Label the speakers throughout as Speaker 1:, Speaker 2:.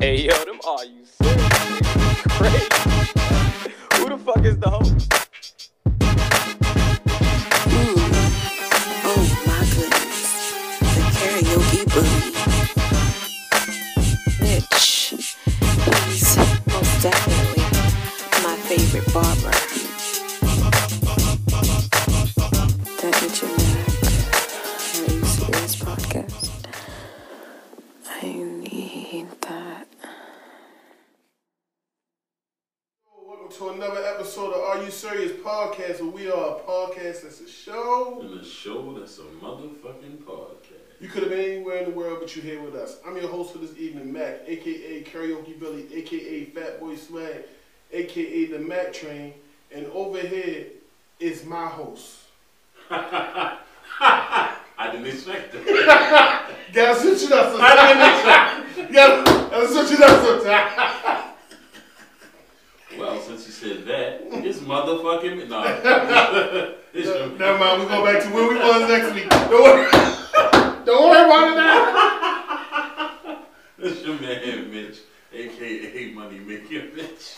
Speaker 1: Hey yo, them are you serious? Crazy. Who the fuck is the host?
Speaker 2: Oh my goodness. The karaoke boogie. Mitch is most definitely my favorite barber. That bitch in back. Are you serious podcast? I need that.
Speaker 3: Welcome to another episode of Are You Serious Podcast, where we are a podcast that's a show.
Speaker 4: And a show that's a motherfucking podcast.
Speaker 3: You could have been anywhere in the world, but you're here with us. I'm your host for this evening, Mac, aka Karaoke Billy, aka Fat Boy Swag, aka The Mac Train, and over here is my host.
Speaker 4: I didn't expect that.
Speaker 3: Gotta switch it up sometimes. gotta, gotta switch it up sometimes.
Speaker 4: well, since you said that, it's motherfucking no. it's your-
Speaker 3: Never mind, we go back to where we was next week. Don't worry. Don't worry about it now.
Speaker 4: it's your man Mitch, aka Money Maker Mitch,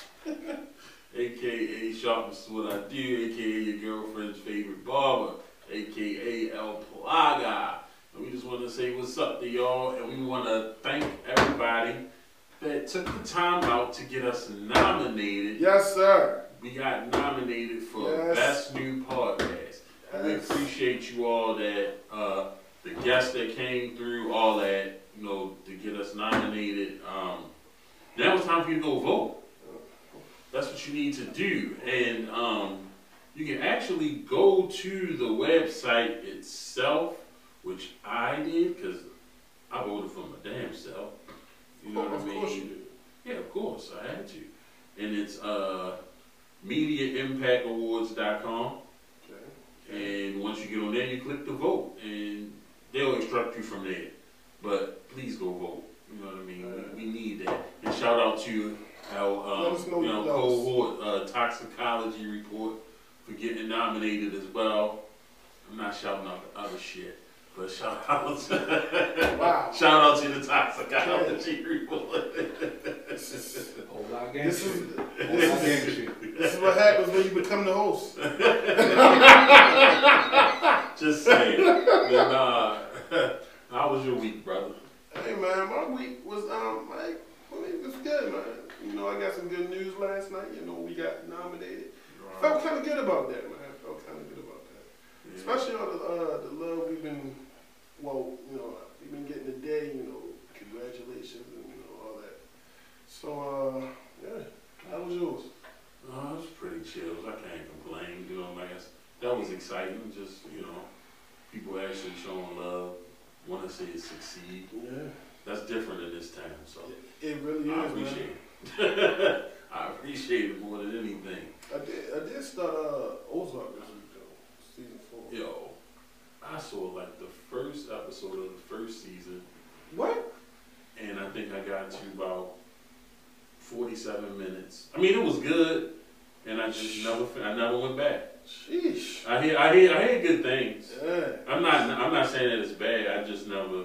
Speaker 4: aka Sharpest What I Do, aka your girlfriend's favorite barber, aka El Plaga. And we just want to say what's up to y'all, and we want to thank everybody that took the time out to get us nominated.
Speaker 3: Yes, sir.
Speaker 4: We got nominated for
Speaker 3: Yes.
Speaker 4: Best New Podcast. And We
Speaker 3: Yes.
Speaker 4: appreciate you all that, uh, the guests that came through, all that, you know, to get us nominated. Um, now it's time for you to go vote. That's what you need to do. And um, you can actually go to the website itself, which I did because I voted for my damn self. You know what I
Speaker 3: of
Speaker 4: mean?
Speaker 3: course you do.
Speaker 4: Yeah, of course, I had to. And it's uh, mediaimpactawards.com.
Speaker 3: Okay.
Speaker 4: And once you get on there, you click the vote, and they'll instruct you from there. But please go vote. You know what I mean? We, we need that. And shout out to our
Speaker 3: Let
Speaker 4: um,
Speaker 3: us know
Speaker 4: you
Speaker 3: your
Speaker 4: know,
Speaker 3: thoughts.
Speaker 4: cohort uh, toxicology report for getting nominated as well. I'm not shouting out the other shit, but shout out to,
Speaker 3: Wow.
Speaker 4: shout out to the toxicology report.
Speaker 5: Whole lot of gang
Speaker 3: This
Speaker 5: shit.
Speaker 3: is
Speaker 5: Whole lot of gang shit.
Speaker 3: This is what happens when you become the host.
Speaker 4: Just saying. Man, nah. How was your week, brother?
Speaker 3: Hey man, my week was um like my week was good, man. You know, I got some good news last night. You know, we got nominated. Felt kind of good about that, man. Felt kind of good about that.
Speaker 4: Yeah.
Speaker 3: Especially all the uh, the love we've been, well, you know, we've been getting today. You know, congratulations and you know all that. So uh, yeah, that was yours.
Speaker 4: Oh, it was pretty chill. I can't complain. You know, like I, s- that was exciting. Just you know, people actually showing love, want to see it succeed.
Speaker 3: Yeah,
Speaker 4: That's different in this town, so
Speaker 3: it really
Speaker 4: I
Speaker 3: is, man.
Speaker 4: appreciate it. I appreciate it more than anything.
Speaker 3: I did I did start uh, Ozark this week though, season four.
Speaker 4: Yo, I saw like the first episode of the first season,
Speaker 3: What?
Speaker 4: and I think I got to about forty-seven minutes. I mean, it was good, and I just never, fin- I never went back.
Speaker 3: Sheesh.
Speaker 4: I hear, I hear, I hear good things.
Speaker 3: Yeah.
Speaker 4: I'm not. I'm not saying that it's bad. I just never,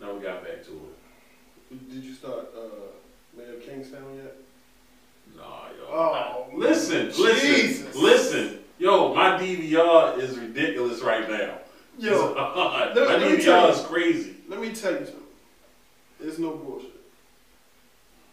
Speaker 4: never got back to it.
Speaker 3: Did you start uh, Man of Kingstown yet?
Speaker 4: Nah, yo.
Speaker 3: Oh,
Speaker 4: listen,
Speaker 3: Jesus.
Speaker 4: listen, listen. Yo, my DVR is ridiculous right now.
Speaker 3: Yo,
Speaker 4: my
Speaker 3: let me tell
Speaker 4: DVR
Speaker 3: you.
Speaker 4: is crazy.
Speaker 3: let me tell you something. There's no bullshit.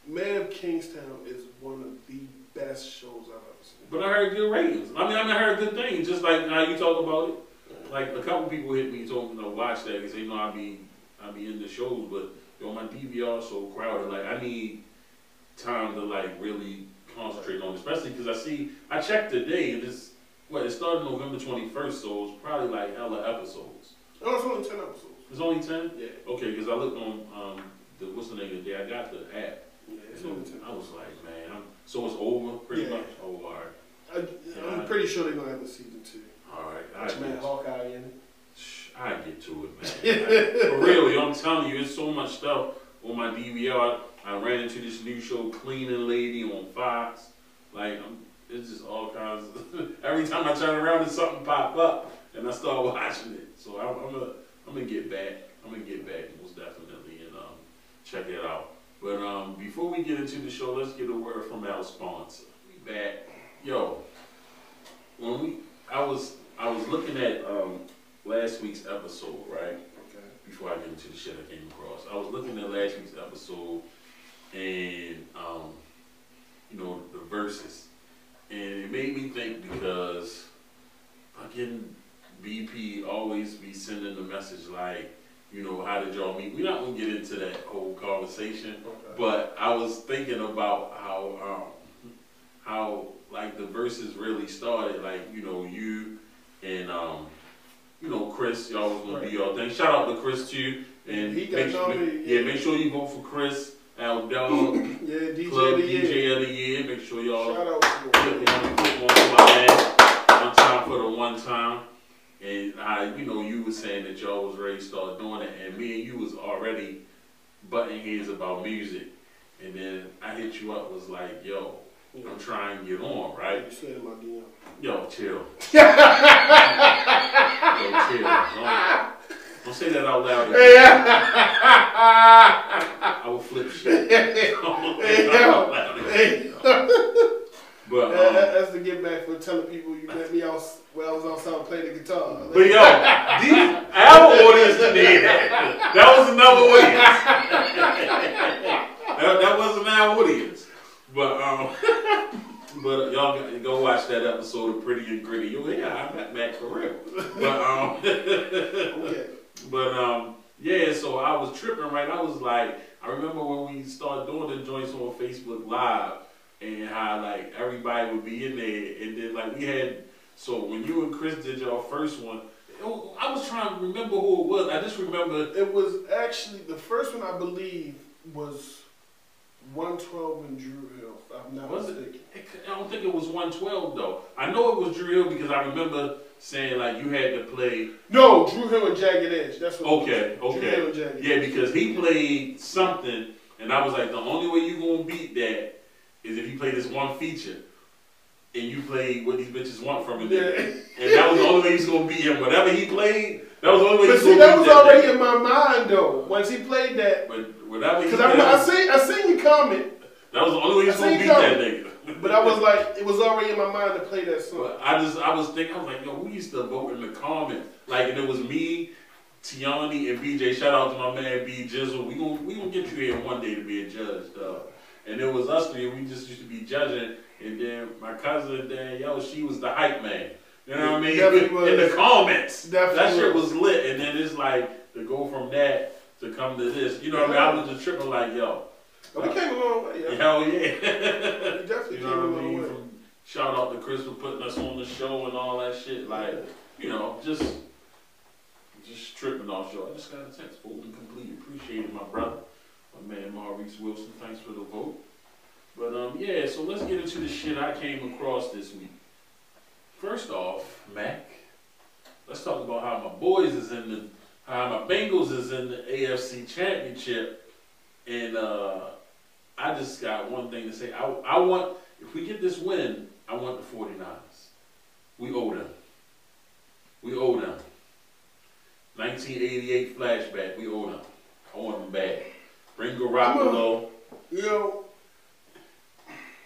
Speaker 3: Man of Kingstown is one of the best shows I've ever seen.
Speaker 4: But I heard good ratings. I mean, I, mean, I heard good things. Just like how you talk about it. Like a couple people hit me and told me to watch that because they know I be, I be in the shows. But yo, my DVR so crowded. Like I need time to like really concentrate on, it. especially because I see I checked today and it's what it started November twenty first, so it's probably like hella episodes.
Speaker 3: Oh, it's only 10 episodes.
Speaker 4: It's only ten.
Speaker 3: Yeah.
Speaker 4: Okay, because I looked on um the what's the name of the day I got the app.
Speaker 3: Yeah, it's only 10.
Speaker 4: And I was like, man, I'm, so it's over pretty
Speaker 3: Yeah.
Speaker 4: much. Oh, all right,
Speaker 3: I, I'm pretty sure they're going to have a season two.
Speaker 4: all right. I
Speaker 3: Man,
Speaker 4: guess.
Speaker 3: Hawkeye in it.
Speaker 4: I get to it, man. For real, yo, I'm telling you, it's so much stuff on my DVR. I ran into this new show, Cleaning Lady, on Fox. Like, I'm, it's just all kinds. Of, every time I turn around, there's something pop up, and I start watching it. So I'm, I'm gonna, I'm gonna get back. I'm gonna get back most definitely and um, check it out. But um, before we get into the show, let's get a word from our sponsor. We back, yo. When we, I was, I was looking at um, last week's episode, right?
Speaker 3: Okay.
Speaker 4: Before I get into the shit I came across, I was looking at last week's episode, and um, you know the verses, and it made me think because fucking BP always be sending the message like, you know, how did y'all meet? We're not gonna get into that whole conversation.
Speaker 3: Okay.
Speaker 4: But I was thinking about how um, how like the verses really started, like you know you and um, you know Chris, y'all was gonna do y'all thing. Shout out to Chris too, and
Speaker 3: He got
Speaker 4: make sure,
Speaker 3: nominated,
Speaker 4: yeah,
Speaker 3: yeah.
Speaker 4: make sure you vote for Chris Al Dog
Speaker 3: Yeah, DJ
Speaker 4: Club
Speaker 3: the Year.
Speaker 4: DJ of the Year. Make sure y'all
Speaker 3: Shout out to
Speaker 4: put
Speaker 3: him.
Speaker 4: one put one for my man, one time for the one time. And I, you know, you were saying that y'all was ready to start doing it, and me and you was already butting heads about music. And then I hit you up, was like, yo, I'm trying to get on, right?
Speaker 3: You slid in my DM.
Speaker 4: Yo, chill. yo, chill. Don't, don't say that out loud. I will flip shit. Don't say that out loud.
Speaker 3: That-
Speaker 4: But, um,
Speaker 3: that- That's the get back for telling people you met me out when I was outside playing the guitar.
Speaker 4: But yo, these, our audience did that. That was another audience. that, that wasn't our audience. But um, but y'all go- go watch that episode of Pretty and Gritty. You yeah, I met Matt for real. But um,
Speaker 3: okay.
Speaker 4: but um, yeah. So I was tripping, right? I was like, I remember when we started doing the joints on Facebook Live, and how like everybody would be in there, and then like we had. So when you and Chris did your first one, it wa- I was trying to remember who it was. I just remember.
Speaker 3: It was actually the first one I believe was 112 in Drew Hill. if I'm not
Speaker 4: Was it?
Speaker 3: mistaken.
Speaker 4: I don't think it was 112 though. I know it was Drill because I remember saying like you had to play.
Speaker 3: No, Drew Hill and Jagged Edge. That's what.
Speaker 4: Okay,
Speaker 3: it was. Drew Hill
Speaker 4: okay.
Speaker 3: and Jagged.
Speaker 4: Yeah, because he played something, and I was like, the only way you gonna beat that is if you play this one feature, and you play what these bitches want from it.
Speaker 3: Yeah.
Speaker 4: And that was the only way he was gonna beat him. Whatever he played, that was the only way he
Speaker 3: But
Speaker 4: was
Speaker 3: see,
Speaker 4: gonna
Speaker 3: that
Speaker 4: beat
Speaker 3: was
Speaker 4: that
Speaker 3: already
Speaker 4: nigga.
Speaker 3: in my mind though. Once he played that,
Speaker 4: But whatever he
Speaker 3: because
Speaker 4: played,
Speaker 3: I, I
Speaker 4: that
Speaker 3: seen I seen your comment,
Speaker 4: was the only way he
Speaker 3: I
Speaker 4: was gonna
Speaker 3: seen
Speaker 4: beat
Speaker 3: y'all.
Speaker 4: that nigga.
Speaker 3: but I was like, it was already in my mind to play that song.
Speaker 4: But I just, I was thinking, I was like, yo, we used to vote in the comments. Like, and it was me, Tiani, and BJ. Shout out to my man B Jizzle. We gonna, we gonna get you here one day to be a judge, though. And it was us three. We just used to be judging. And then my cousin Danielle, she was the hype man. You know what I mean?
Speaker 3: Definitely was.
Speaker 4: In the comments,
Speaker 3: Definitely
Speaker 4: that shit
Speaker 3: was.
Speaker 4: was lit. And then it's like to go from that to come to this. You know what I mean? I was just tripping like, yo,
Speaker 3: But we came a long way. Yeah.
Speaker 4: hell yeah.
Speaker 3: We definitely
Speaker 4: You
Speaker 3: came
Speaker 4: know
Speaker 3: a
Speaker 4: what I
Speaker 3: long
Speaker 4: mean?
Speaker 3: way.
Speaker 4: From shout out to Chris for putting us on the show and all that shit. Like, you know, just just tripping off y'all. I just got a text. Vote and complete. Appreciated my brother, my man Maurice Wilson. Thanks for the vote. But um, yeah. So let's get into the shit I came across this week. First off, Mac, let's talk about how my boys is in the how my Bengals is in the AFC Championship, and uh, I just got one thing to say. I I want if we get this win, I want the 49ers. We owe them. We owe them. 1988 flashback. We owe them. I want them back. Bring Garoppolo.
Speaker 3: You know,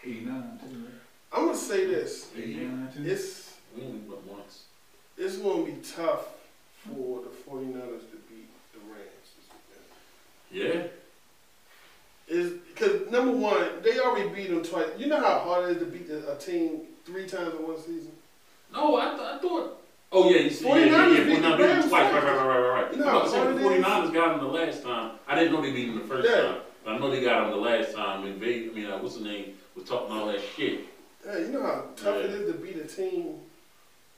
Speaker 5: 89, too.
Speaker 3: I'm gonna say this.
Speaker 5: right? 89, too.
Speaker 3: It's
Speaker 4: We only went once.
Speaker 3: it's gonna be tough for the 49ers to beat the Rams.
Speaker 4: Yeah.
Speaker 3: is because number one, they already beat them twice. You know how hard it is to beat a team three times in one season.
Speaker 4: No, I, th- I thought. Oh yeah, you see, yeah,
Speaker 3: 49ers
Speaker 4: yeah, yeah,
Speaker 3: beat the
Speaker 4: 49 beat them
Speaker 3: Rams
Speaker 4: twice. Right,
Speaker 3: twice.
Speaker 4: right, right, right, right.
Speaker 3: You know
Speaker 4: No,
Speaker 3: how
Speaker 4: I'm saying the
Speaker 3: hard it is?
Speaker 4: 49ers got them the last time. I didn't know they beat them the first
Speaker 3: Yeah.
Speaker 4: time. But I know they got them the last time. And they, I mean, uh, what's the name? Was talking all that shit.
Speaker 3: Yeah, you know how tough it
Speaker 4: Yeah.
Speaker 3: is to beat a team.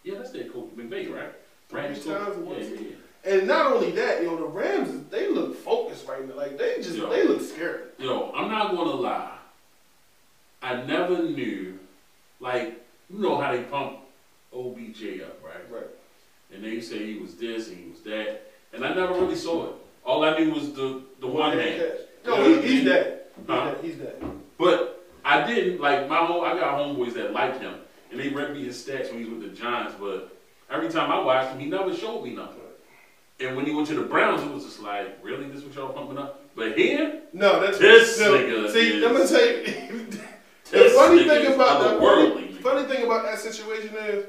Speaker 4: Yeah, that's their coach, McVay, right?
Speaker 3: Three
Speaker 4: Rams coach.
Speaker 3: times in one
Speaker 4: Yeah, yeah,
Speaker 3: season.
Speaker 4: yeah.
Speaker 3: And not only that, yo, the Rams they look focused right now. Like they just
Speaker 4: Yeah.
Speaker 3: they look scared.
Speaker 4: Yo, I'm not gonna lie. I never knew, like, you know how they pump OBJ up, right?
Speaker 3: Right.
Speaker 4: And they say he was this and he was that, and I never really saw it. All I knew was the the one hand.
Speaker 3: No, he, he's
Speaker 4: Yeah.
Speaker 3: that. He's
Speaker 4: Huh?
Speaker 3: that. He's that.
Speaker 4: But I didn't like my whole. I got homeboys that like him, and they read me his stats when he was with the Giants. But every time I watched him, he never showed me nothing. And when he went to the Browns, it was just like, really, this what y'all pumping up? But here,
Speaker 3: No, that's
Speaker 4: This
Speaker 3: no.
Speaker 4: nigga
Speaker 3: See,
Speaker 4: is-
Speaker 3: I'm gonna tell you. the
Speaker 4: this
Speaker 3: funny
Speaker 4: nigga
Speaker 3: thing
Speaker 4: is
Speaker 3: about that funny,
Speaker 4: otherworldly.
Speaker 3: funny thing about that situation is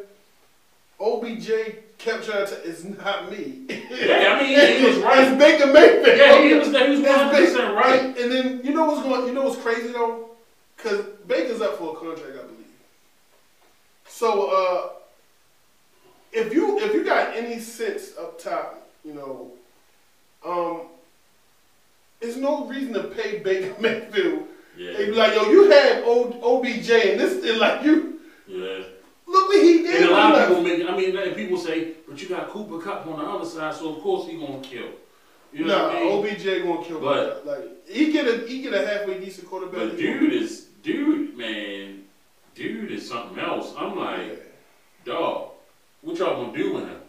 Speaker 3: OBJ kept trying to. It's not me.
Speaker 4: Yeah, I mean, he was right.
Speaker 3: It's Baker Mayfield.
Speaker 4: Yeah, he was he was
Speaker 3: That's
Speaker 4: one hundred percent
Speaker 3: Baker-
Speaker 4: right.
Speaker 3: And, and then you know what's going. You know what's crazy though, because Baker's up for a contract, I believe. So uh, if you if you got any sense up top, you know, um, there's no reason to pay Baker Mayfield. They be
Speaker 4: Yeah,
Speaker 3: like, yo, you had o- OBJ and this is like you.
Speaker 4: yeah.
Speaker 3: Look what he did.
Speaker 4: And a lot
Speaker 3: with
Speaker 4: of
Speaker 3: us.
Speaker 4: people make. I mean, like, people say, but you got Cooper Cup on the other side, so of course he gonna kill. You know
Speaker 3: Nah,
Speaker 4: what I mean?
Speaker 3: OBJ gonna kill
Speaker 4: But-
Speaker 3: Baker. Like he get a he get a halfway decent quarterback.
Speaker 4: But
Speaker 3: He-
Speaker 4: dude is dude, man. Dude is something else. I'm like, dog, what y'all gonna do with him?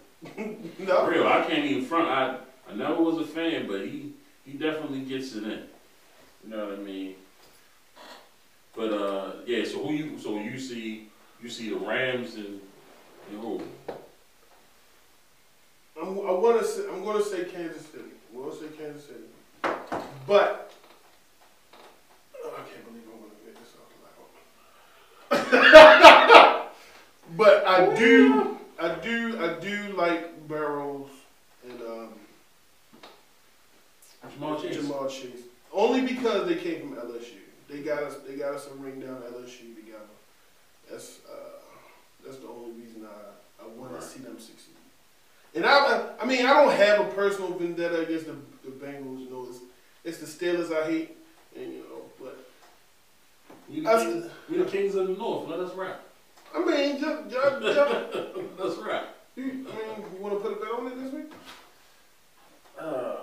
Speaker 4: For
Speaker 3: no,
Speaker 4: real, I can't even front. I I never was a fan, but he he definitely gets it in. You know what I mean? But uh, yeah. So who you? So you see you see the Rams and, and who?
Speaker 3: I'm, I want to. Say, I'm going to say Kansas City. I'm going to say Kansas City. But I can't believe I'm going to make this out loud. but I do. I do. I do like Barrows and um,
Speaker 4: Jamal Chase.
Speaker 3: Jamal Chase only because they came from LSU. They got us. They got us a ring down LSU together. That's uh, that's the only reason I I want
Speaker 4: Right.
Speaker 3: to see them succeed. And I I mean I don't have a personal vendetta against the, the Bengals. You know it's it's the Steelers I hate. And you know, but
Speaker 4: We the,
Speaker 3: That's-
Speaker 4: kings, we the kings of the north. Let us rap.
Speaker 3: I mean, just, just, just,
Speaker 4: Let's rap.
Speaker 3: you, I mean, you want to put a bet on it this week?
Speaker 4: Uh,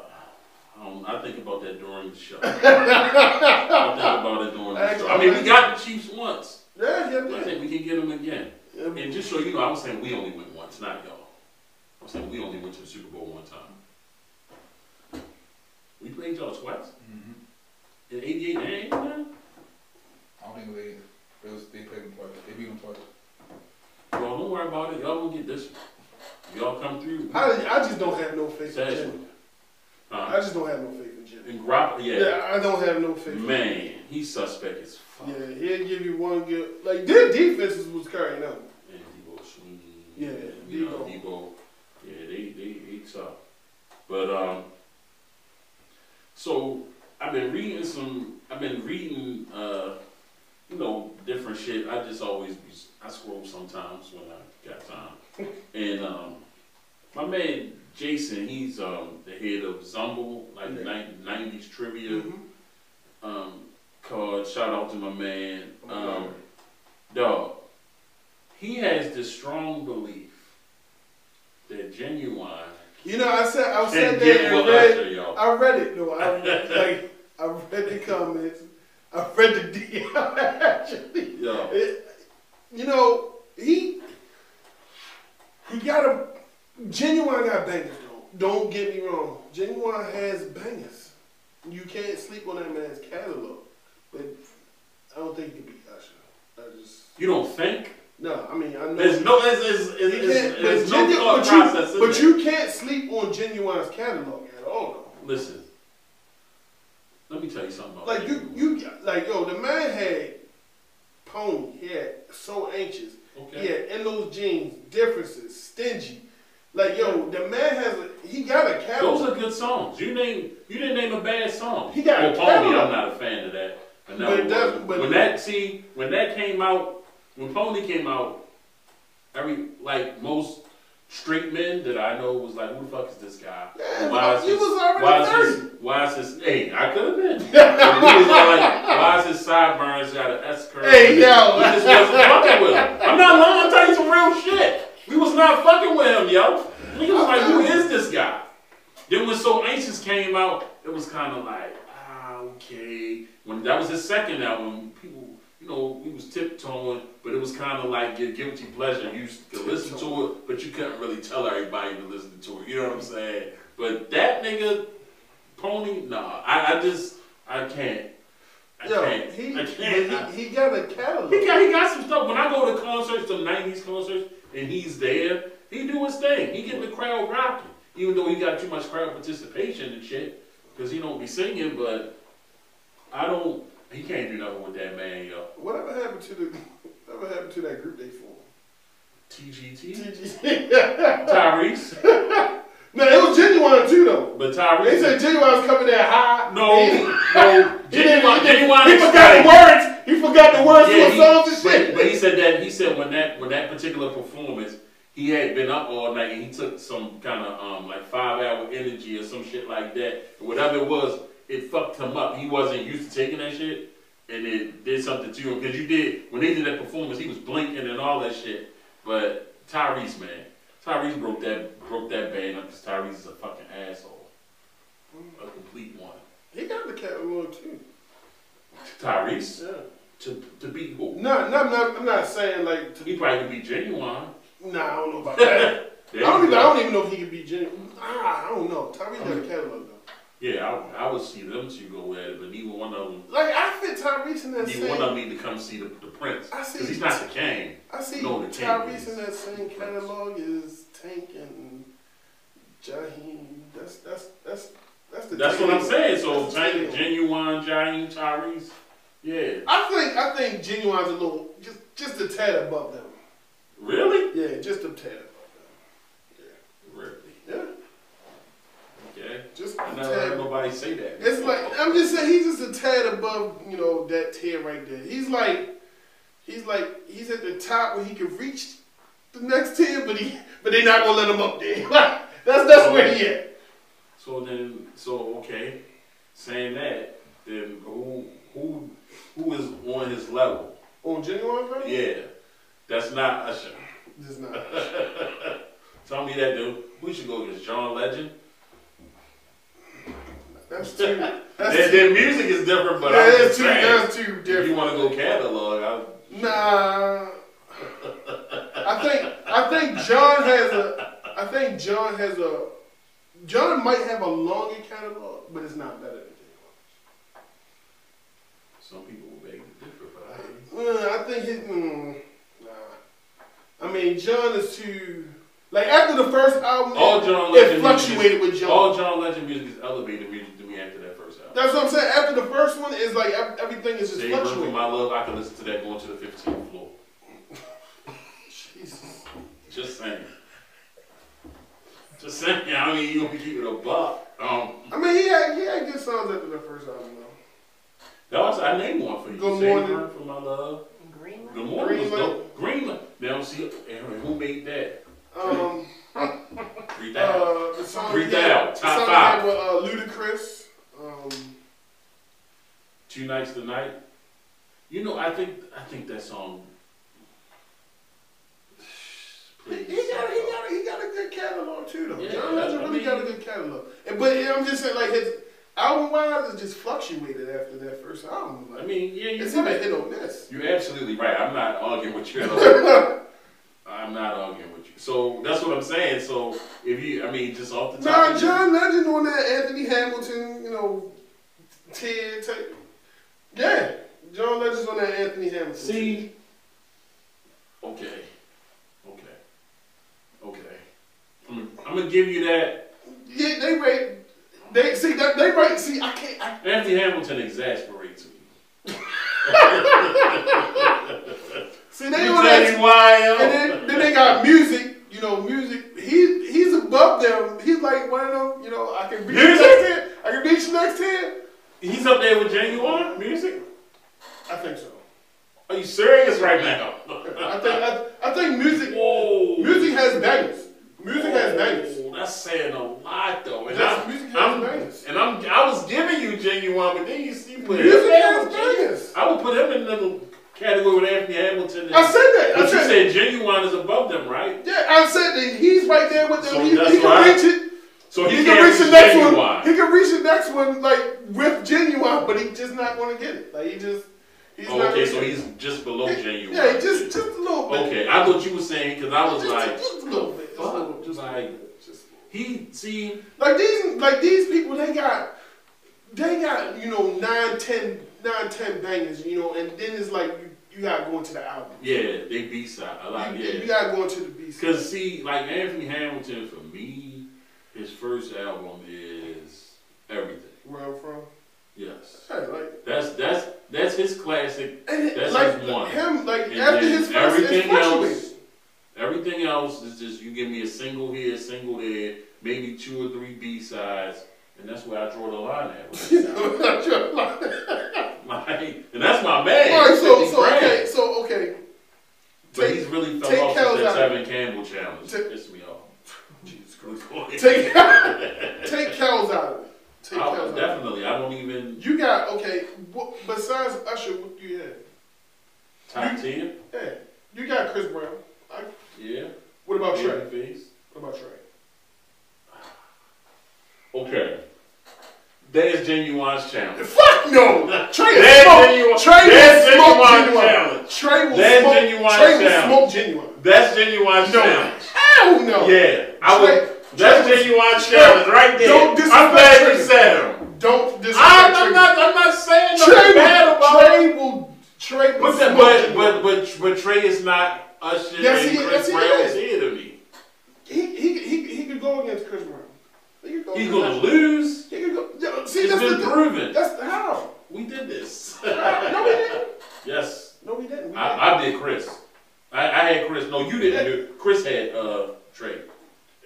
Speaker 4: Um, I think about that during the show. I think about it during the show. I mean, we got the Chiefs once.
Speaker 3: Yeah, yeah,
Speaker 4: I
Speaker 3: yeah.
Speaker 4: think we can get them again.
Speaker 3: yeah.
Speaker 4: And just so you know, I was saying we only went once, not y'all. I'm saying we only went to the Super Bowl one time. We played y'all twice
Speaker 5: Mm-hmm.
Speaker 4: in '88 and '89.
Speaker 5: I don't think they. It was, they played them twice. They beat them twice.
Speaker 4: Well, don't worry about it. Y'all gonna get this one. Y'all come through.
Speaker 3: I, I just don't have no faith in
Speaker 4: Sash
Speaker 3: Jimmy.
Speaker 4: one.
Speaker 3: I
Speaker 4: Huh?
Speaker 3: just don't have no faith in Jimmy.
Speaker 4: And Grop, uh, yeah.
Speaker 3: Yeah, I don't have no faith. in
Speaker 4: Man, he's suspect as fuck.
Speaker 3: Yeah, he'll give you one good. Like their defenses was carrying them.
Speaker 4: And Debo Sweeney.
Speaker 3: Yeah,
Speaker 4: you know,
Speaker 3: Debo.
Speaker 4: Debo. Yeah, they, they, they tough. But, um, so I've been reading some, I've been reading, uh, you know, different shit. I just always, be, I scroll sometimes when I got time. And, um, my man Jason, he's, um, the head of Zumble, like the
Speaker 3: Yeah. Mm-hmm.
Speaker 4: nin- 90s trivia um, called shout out to my man.
Speaker 3: Oh,
Speaker 4: Um, dog, he has this strong belief that genuine
Speaker 3: You know, I said I
Speaker 4: can
Speaker 3: said that
Speaker 4: get
Speaker 3: and
Speaker 4: what
Speaker 3: read.
Speaker 4: Usher, y'all.
Speaker 3: I read it. No, I read, like I read the comments. I read the DM actually.
Speaker 4: Yo,
Speaker 3: It- you know, he he got a genuine got bangers though. Don't get me wrong. Genuine has bangers. You can't sleep on that man's catalog. But I don't think he can beat Usher. I just
Speaker 4: you don't think?
Speaker 3: no. I mean I know.
Speaker 4: There's no, there's, there's,
Speaker 3: You
Speaker 4: there's,
Speaker 3: can't-
Speaker 4: there's,
Speaker 3: But
Speaker 4: no
Speaker 3: genu-
Speaker 4: thought
Speaker 3: but you-
Speaker 4: process in
Speaker 3: but
Speaker 4: there.
Speaker 3: you can't sleep on Genuine's catalog at all.
Speaker 4: Listen, let me tell you something
Speaker 3: though.
Speaker 4: about
Speaker 3: Like you,
Speaker 4: Genuine.
Speaker 3: you, like yo, the man had pony. He had so anxious.
Speaker 4: Okay.
Speaker 3: He had in those jeans differences, stingy. Like yo, the man has a he got a
Speaker 4: Those
Speaker 3: catalog.
Speaker 4: are good songs. You name you didn't name a bad song.
Speaker 3: He got a
Speaker 4: well, Pony.
Speaker 3: catalog.
Speaker 4: I'm not a fan of that. I
Speaker 3: But
Speaker 4: never
Speaker 3: that-
Speaker 4: was.
Speaker 3: but-
Speaker 4: when that see when that came out, when Pony came out, every like most straight men that I know was like, "Who the fuck is this guy?
Speaker 3: Yeah,
Speaker 4: why
Speaker 3: he
Speaker 4: his-
Speaker 3: was already
Speaker 4: why is his, why is his? Hey, I could have been. But he was like, why is his sideburns got an S curve?
Speaker 3: Hey, yo.
Speaker 4: we just wasn't fucking with him. I'm not lying. I'm telling you some real shit. We was not fucking with him, yo. Nigga was like, who is this guy? Then when So Anxious came out, it was kind of like, ah, okay. When that was his second album, people, you know, we was tiptoeing, but it was kind of like your guilty pleasure. You could listen to it, but you couldn't really tell everybody to listen to it. You know what I'm saying? But that nigga, Pony, nah. I, I just, I can't. I
Speaker 3: Yo,
Speaker 4: can't.
Speaker 3: he,
Speaker 4: I can't. I-
Speaker 3: he, he got a catalog.
Speaker 4: he got, he got some stuff. When I go to concerts, some 90s concerts, and he's there, he do his thing. He get the crowd rocking. Even though he got too much crowd participation and shit. because he don't be singing, but I don't. He can't do nothing with that man, yo.
Speaker 3: Whatever happened to the whatever happened to that group they formed?
Speaker 4: TGT,
Speaker 3: no,
Speaker 4: Tyrese,
Speaker 3: it was genuine too though.
Speaker 4: but
Speaker 3: They
Speaker 4: Tyrese.
Speaker 3: said genuine was coming in high.
Speaker 4: No,
Speaker 3: He-
Speaker 4: no,
Speaker 3: He, didn't,
Speaker 4: genuine,
Speaker 3: he, didn't-
Speaker 4: genuine.
Speaker 3: he
Speaker 4: explained-
Speaker 3: forgot the words. He forgot the words
Speaker 4: Yeah,
Speaker 3: to
Speaker 4: he-
Speaker 3: the songs and
Speaker 4: but,
Speaker 3: shit.
Speaker 4: but he said that he said when that when that particular performance, he had been up all night and he took some kind of um like five hour energy or some shit like that. Whatever it was, it fucked him up. He wasn't used to taking that shit, and it did something to him because you did when they did that performance, he was blinking and all that shit. But Tyrese, man, Tyrese broke that broke that band up because Tyrese is a fucking asshole, a complete one.
Speaker 3: He got the cat one too.
Speaker 4: Tyrese
Speaker 3: Yeah.
Speaker 4: to to be who?
Speaker 3: No, no, no, I'm not saying like. To,
Speaker 4: He probably could be genuine.
Speaker 3: nah, I don't know about that. I
Speaker 4: There
Speaker 3: don't
Speaker 4: you
Speaker 3: even. I
Speaker 4: go.
Speaker 3: don't even know if he could be genuine. Ah, I don't know. Tyrese got a catalog though.
Speaker 4: Yeah, I, I would see them two go at it, but neither one of them,
Speaker 3: Like I fit Tyrese in that
Speaker 4: neither one
Speaker 3: same.
Speaker 4: of them need to come see the, the prince
Speaker 3: I see-
Speaker 4: because he's not the king.
Speaker 3: I see
Speaker 4: No, the Tank
Speaker 3: Tyrese
Speaker 4: is-
Speaker 3: in that same catalog is Tank and Jaheim. That's that's that's that's the.
Speaker 4: That's what I'm
Speaker 3: trio.
Speaker 4: saying. So
Speaker 3: That's the
Speaker 4: Gen-
Speaker 3: trio.
Speaker 4: genuine Jaheim Tyrese, yeah,
Speaker 3: I think I think Genuine's a little just just a tad above them.
Speaker 4: really,
Speaker 3: Yeah, just a tad above
Speaker 4: really,
Speaker 3: them.
Speaker 4: okay.
Speaker 3: Yeah, just a
Speaker 4: I never
Speaker 3: tad.
Speaker 4: heard nobody say that.
Speaker 3: It's like I'm just saying he's just a tad above you know that tier right there. He's like he's like he's at the top where he can reach the next tier, but he but they not gonna let him up there. that's that's where he at.
Speaker 4: So then, so okay, saying that, then who who who is on his level?
Speaker 3: On Genuine, right?
Speaker 4: Yeah, that's not Usher.
Speaker 3: Just not.
Speaker 4: Tell me that, dude. We should go against John Legend.
Speaker 3: That's too. That's
Speaker 4: Their,
Speaker 3: too.
Speaker 4: their music is different, but
Speaker 3: yeah,
Speaker 4: I'm
Speaker 3: that's
Speaker 4: just
Speaker 3: too.
Speaker 4: saying.
Speaker 3: That's too
Speaker 4: If you
Speaker 3: different.
Speaker 4: want to go catalog, I,
Speaker 3: Nah. I think I think John has a I think John has a John might have a longer catalog, but it's not better than Jay.
Speaker 4: some people will beg to differ, but I ain't.
Speaker 3: Uh, I think his mm, nah. I mean John is too like after the first album
Speaker 4: all John
Speaker 3: it,
Speaker 4: Legend
Speaker 3: fluctuated
Speaker 4: music
Speaker 3: with
Speaker 4: is,
Speaker 3: John.
Speaker 4: All John Legend music is elevated music to me after that first album.
Speaker 3: That's what I'm saying. After the first one, it's like ev- everything is just
Speaker 4: Jay Burke and
Speaker 3: fluctuating.
Speaker 4: My Love, I can listen to that going to the 15th floor.
Speaker 3: Jesus.
Speaker 4: Just saying. Just saying. I mean, you gonna keep it a buck. Um,
Speaker 3: I mean, he had he had good songs after the first album though.
Speaker 4: that was I named one for you.
Speaker 3: Good
Speaker 4: Jay
Speaker 3: morning.
Speaker 4: Burke and My Love.
Speaker 2: Green
Speaker 4: Good morning was
Speaker 3: Greenlight.
Speaker 4: dope. Greenland. Now see, and who made that?
Speaker 3: Um,
Speaker 4: Three thousand.
Speaker 3: uh, the song
Speaker 4: Breathe
Speaker 3: he had-
Speaker 4: Out,
Speaker 3: the
Speaker 4: top
Speaker 3: song he
Speaker 4: five.
Speaker 3: had with, uh, Ludacris. Um,
Speaker 4: Two nights tonight. You know, I think I think that song.
Speaker 3: he, he got he got he got a good catalog too though.
Speaker 4: Yeah,
Speaker 3: John Legend
Speaker 4: I
Speaker 3: really
Speaker 4: mean-
Speaker 3: got a good catalog. And, but yeah, I'm just saying like his album wise it just fluctuated after that first album. Like,
Speaker 4: I mean, yeah, you're,
Speaker 3: it's not a hit or miss.
Speaker 4: you're absolutely right. I'm not arguing with you. at all. I'm not arguing with you. So that's what I'm saying. So if you, I mean, just off the top.
Speaker 3: Nah,
Speaker 4: of
Speaker 3: John Legend on that Anthony Hamilton, you know, tier type. Yeah, John Legend's on that Anthony Hamilton.
Speaker 4: See. Okay. Okay. Okay. I'm, I'm gonna give you that.
Speaker 3: yeah, they rate. They see that they rate. See, I can't. I,
Speaker 4: Anthony Hamilton exasperates me.
Speaker 3: see, they
Speaker 4: you
Speaker 3: on
Speaker 4: tell
Speaker 3: that.
Speaker 4: me why? I am?
Speaker 3: And then, then they got music, you know, music. He he's above them. He's like one of them, you know. I can reach
Speaker 4: Music?
Speaker 3: next ten. I can reach next ten.
Speaker 4: He's up there with genuine music.
Speaker 3: I think so.
Speaker 4: Are you serious right now?
Speaker 3: I think I, I think music
Speaker 4: Whoa.
Speaker 3: music has bangers. Music has bangers.
Speaker 4: Whoa, Oh, That's saying a lot though. And
Speaker 3: That's-
Speaker 4: I'm,
Speaker 3: music has
Speaker 4: I'm-
Speaker 3: bangers.
Speaker 4: and I'm, I was giving you genuine, but then you see, put
Speaker 3: Music
Speaker 4: him
Speaker 3: has
Speaker 4: in-
Speaker 3: bangers.
Speaker 4: I would put him in the category with Anthony Hamilton. And,
Speaker 3: I said that.
Speaker 4: but
Speaker 3: I
Speaker 4: you
Speaker 3: said,
Speaker 4: said genuine is above them, right?
Speaker 3: yeah. I said that he's right there with them.
Speaker 4: So
Speaker 3: he,
Speaker 4: that's
Speaker 3: he
Speaker 4: why-
Speaker 3: can reach it.
Speaker 4: So
Speaker 3: He,
Speaker 4: he
Speaker 3: can
Speaker 4: can't
Speaker 3: reach the
Speaker 4: reach
Speaker 3: next
Speaker 4: genuine.
Speaker 3: one. He can reach the next one like with genuine, but he just not going to get it. Like he just he's
Speaker 4: Oh,
Speaker 3: not.
Speaker 4: okay,
Speaker 3: gonna
Speaker 4: so
Speaker 3: get it.
Speaker 4: he's just below genuine.
Speaker 3: Yeah, just just a little bit.
Speaker 4: okay, I thought you were saying because I was
Speaker 3: Just-
Speaker 4: like,
Speaker 3: just a little bit, just a
Speaker 4: fuck,
Speaker 3: little- just a
Speaker 4: like,
Speaker 3: little bit, just a little
Speaker 4: he see.
Speaker 3: bit. like these like these people they got they got you know nine ten nine ten bangers you know and then it's like you, you gotta go into the album
Speaker 4: Yeah, they B side a lot.
Speaker 3: you,
Speaker 4: yeah,
Speaker 3: you gotta go into the beat
Speaker 4: Cause see, like Anthony Hamilton for me, his first album is everything.
Speaker 3: where I'm from.
Speaker 4: Yes.
Speaker 3: Hey, like,
Speaker 4: That's that's that's his classic.
Speaker 3: and it-
Speaker 4: That's
Speaker 3: like
Speaker 4: his one.
Speaker 3: him, like
Speaker 4: And
Speaker 3: after
Speaker 4: then
Speaker 3: his first, it's
Speaker 4: everything
Speaker 3: fluctuated.
Speaker 4: else, everything else is just you give me a single here, a single there, maybe two or three B sides, and that's where I draw the line at.
Speaker 3: You know, that's your line.
Speaker 4: Like, and that's my man.
Speaker 3: All right, so
Speaker 4: 50
Speaker 3: so
Speaker 4: grand.
Speaker 3: okay, so okay.
Speaker 4: But
Speaker 3: Take-
Speaker 4: he's really fell
Speaker 3: take
Speaker 4: off
Speaker 3: Kel's
Speaker 4: with that
Speaker 3: out.
Speaker 4: Tevin Campbell challenge.
Speaker 3: Take-
Speaker 4: Pissed me off. Jesus Christ.
Speaker 3: Take take cows out of it. Take
Speaker 4: I-
Speaker 3: cows out.
Speaker 4: definitely. I don't even
Speaker 3: You got okay. What, besides Usher, what you had?
Speaker 4: top ten.
Speaker 3: Yeah, you got Chris Brown.
Speaker 4: Yeah.
Speaker 3: What about Trey?
Speaker 4: Babyface.
Speaker 3: What about Trey?
Speaker 4: Okay. There's genuine's challenge.
Speaker 3: Fuck no! Trey
Speaker 4: That's
Speaker 3: will
Speaker 4: genuine-
Speaker 3: smoke. Trey will
Speaker 4: that's
Speaker 3: smoke
Speaker 4: genuine
Speaker 3: genuine.
Speaker 4: challenge.
Speaker 3: Trey will
Speaker 4: That's
Speaker 3: smoke.
Speaker 4: genuine
Speaker 3: Trey will
Speaker 4: challenge.
Speaker 3: smoke genuine.
Speaker 4: That's genuine's
Speaker 3: No.
Speaker 4: challenge.
Speaker 3: Hell no.
Speaker 4: Yeah. I would.
Speaker 3: Trey-
Speaker 4: that's
Speaker 3: Trey-
Speaker 4: genuine's challenge right there.
Speaker 3: Don't
Speaker 4: I'm glad
Speaker 3: disrespect
Speaker 4: you
Speaker 3: Trey.
Speaker 4: said him.
Speaker 3: Don't disrespect
Speaker 4: I'm, I'm
Speaker 3: Trey.
Speaker 4: not. I'm not saying nothing
Speaker 3: Trey
Speaker 4: bad
Speaker 3: will.
Speaker 4: about
Speaker 3: Trey
Speaker 4: him.
Speaker 3: will. Trey will
Speaker 4: But, that,
Speaker 3: smoke
Speaker 4: but,
Speaker 3: genuine.
Speaker 4: but, but, but Trey is not Usher
Speaker 3: Yes,
Speaker 4: and
Speaker 3: he- yes,
Speaker 4: Chris
Speaker 3: he
Speaker 4: Brown's
Speaker 3: is.
Speaker 4: here to me.
Speaker 3: he he he he could go against Chris Brown. He could go.
Speaker 4: He's
Speaker 3: against-
Speaker 4: gonna lose.
Speaker 3: He could go. Yo, see,
Speaker 4: It's
Speaker 3: that's
Speaker 4: been
Speaker 3: the
Speaker 4: proven.
Speaker 3: That's how.
Speaker 4: We did this.
Speaker 3: No, we didn't.
Speaker 4: yes,
Speaker 3: No, we didn't. We didn't.
Speaker 4: I, I did Chris. I, I had Chris. No, you didn't do. Chris had uh Trey.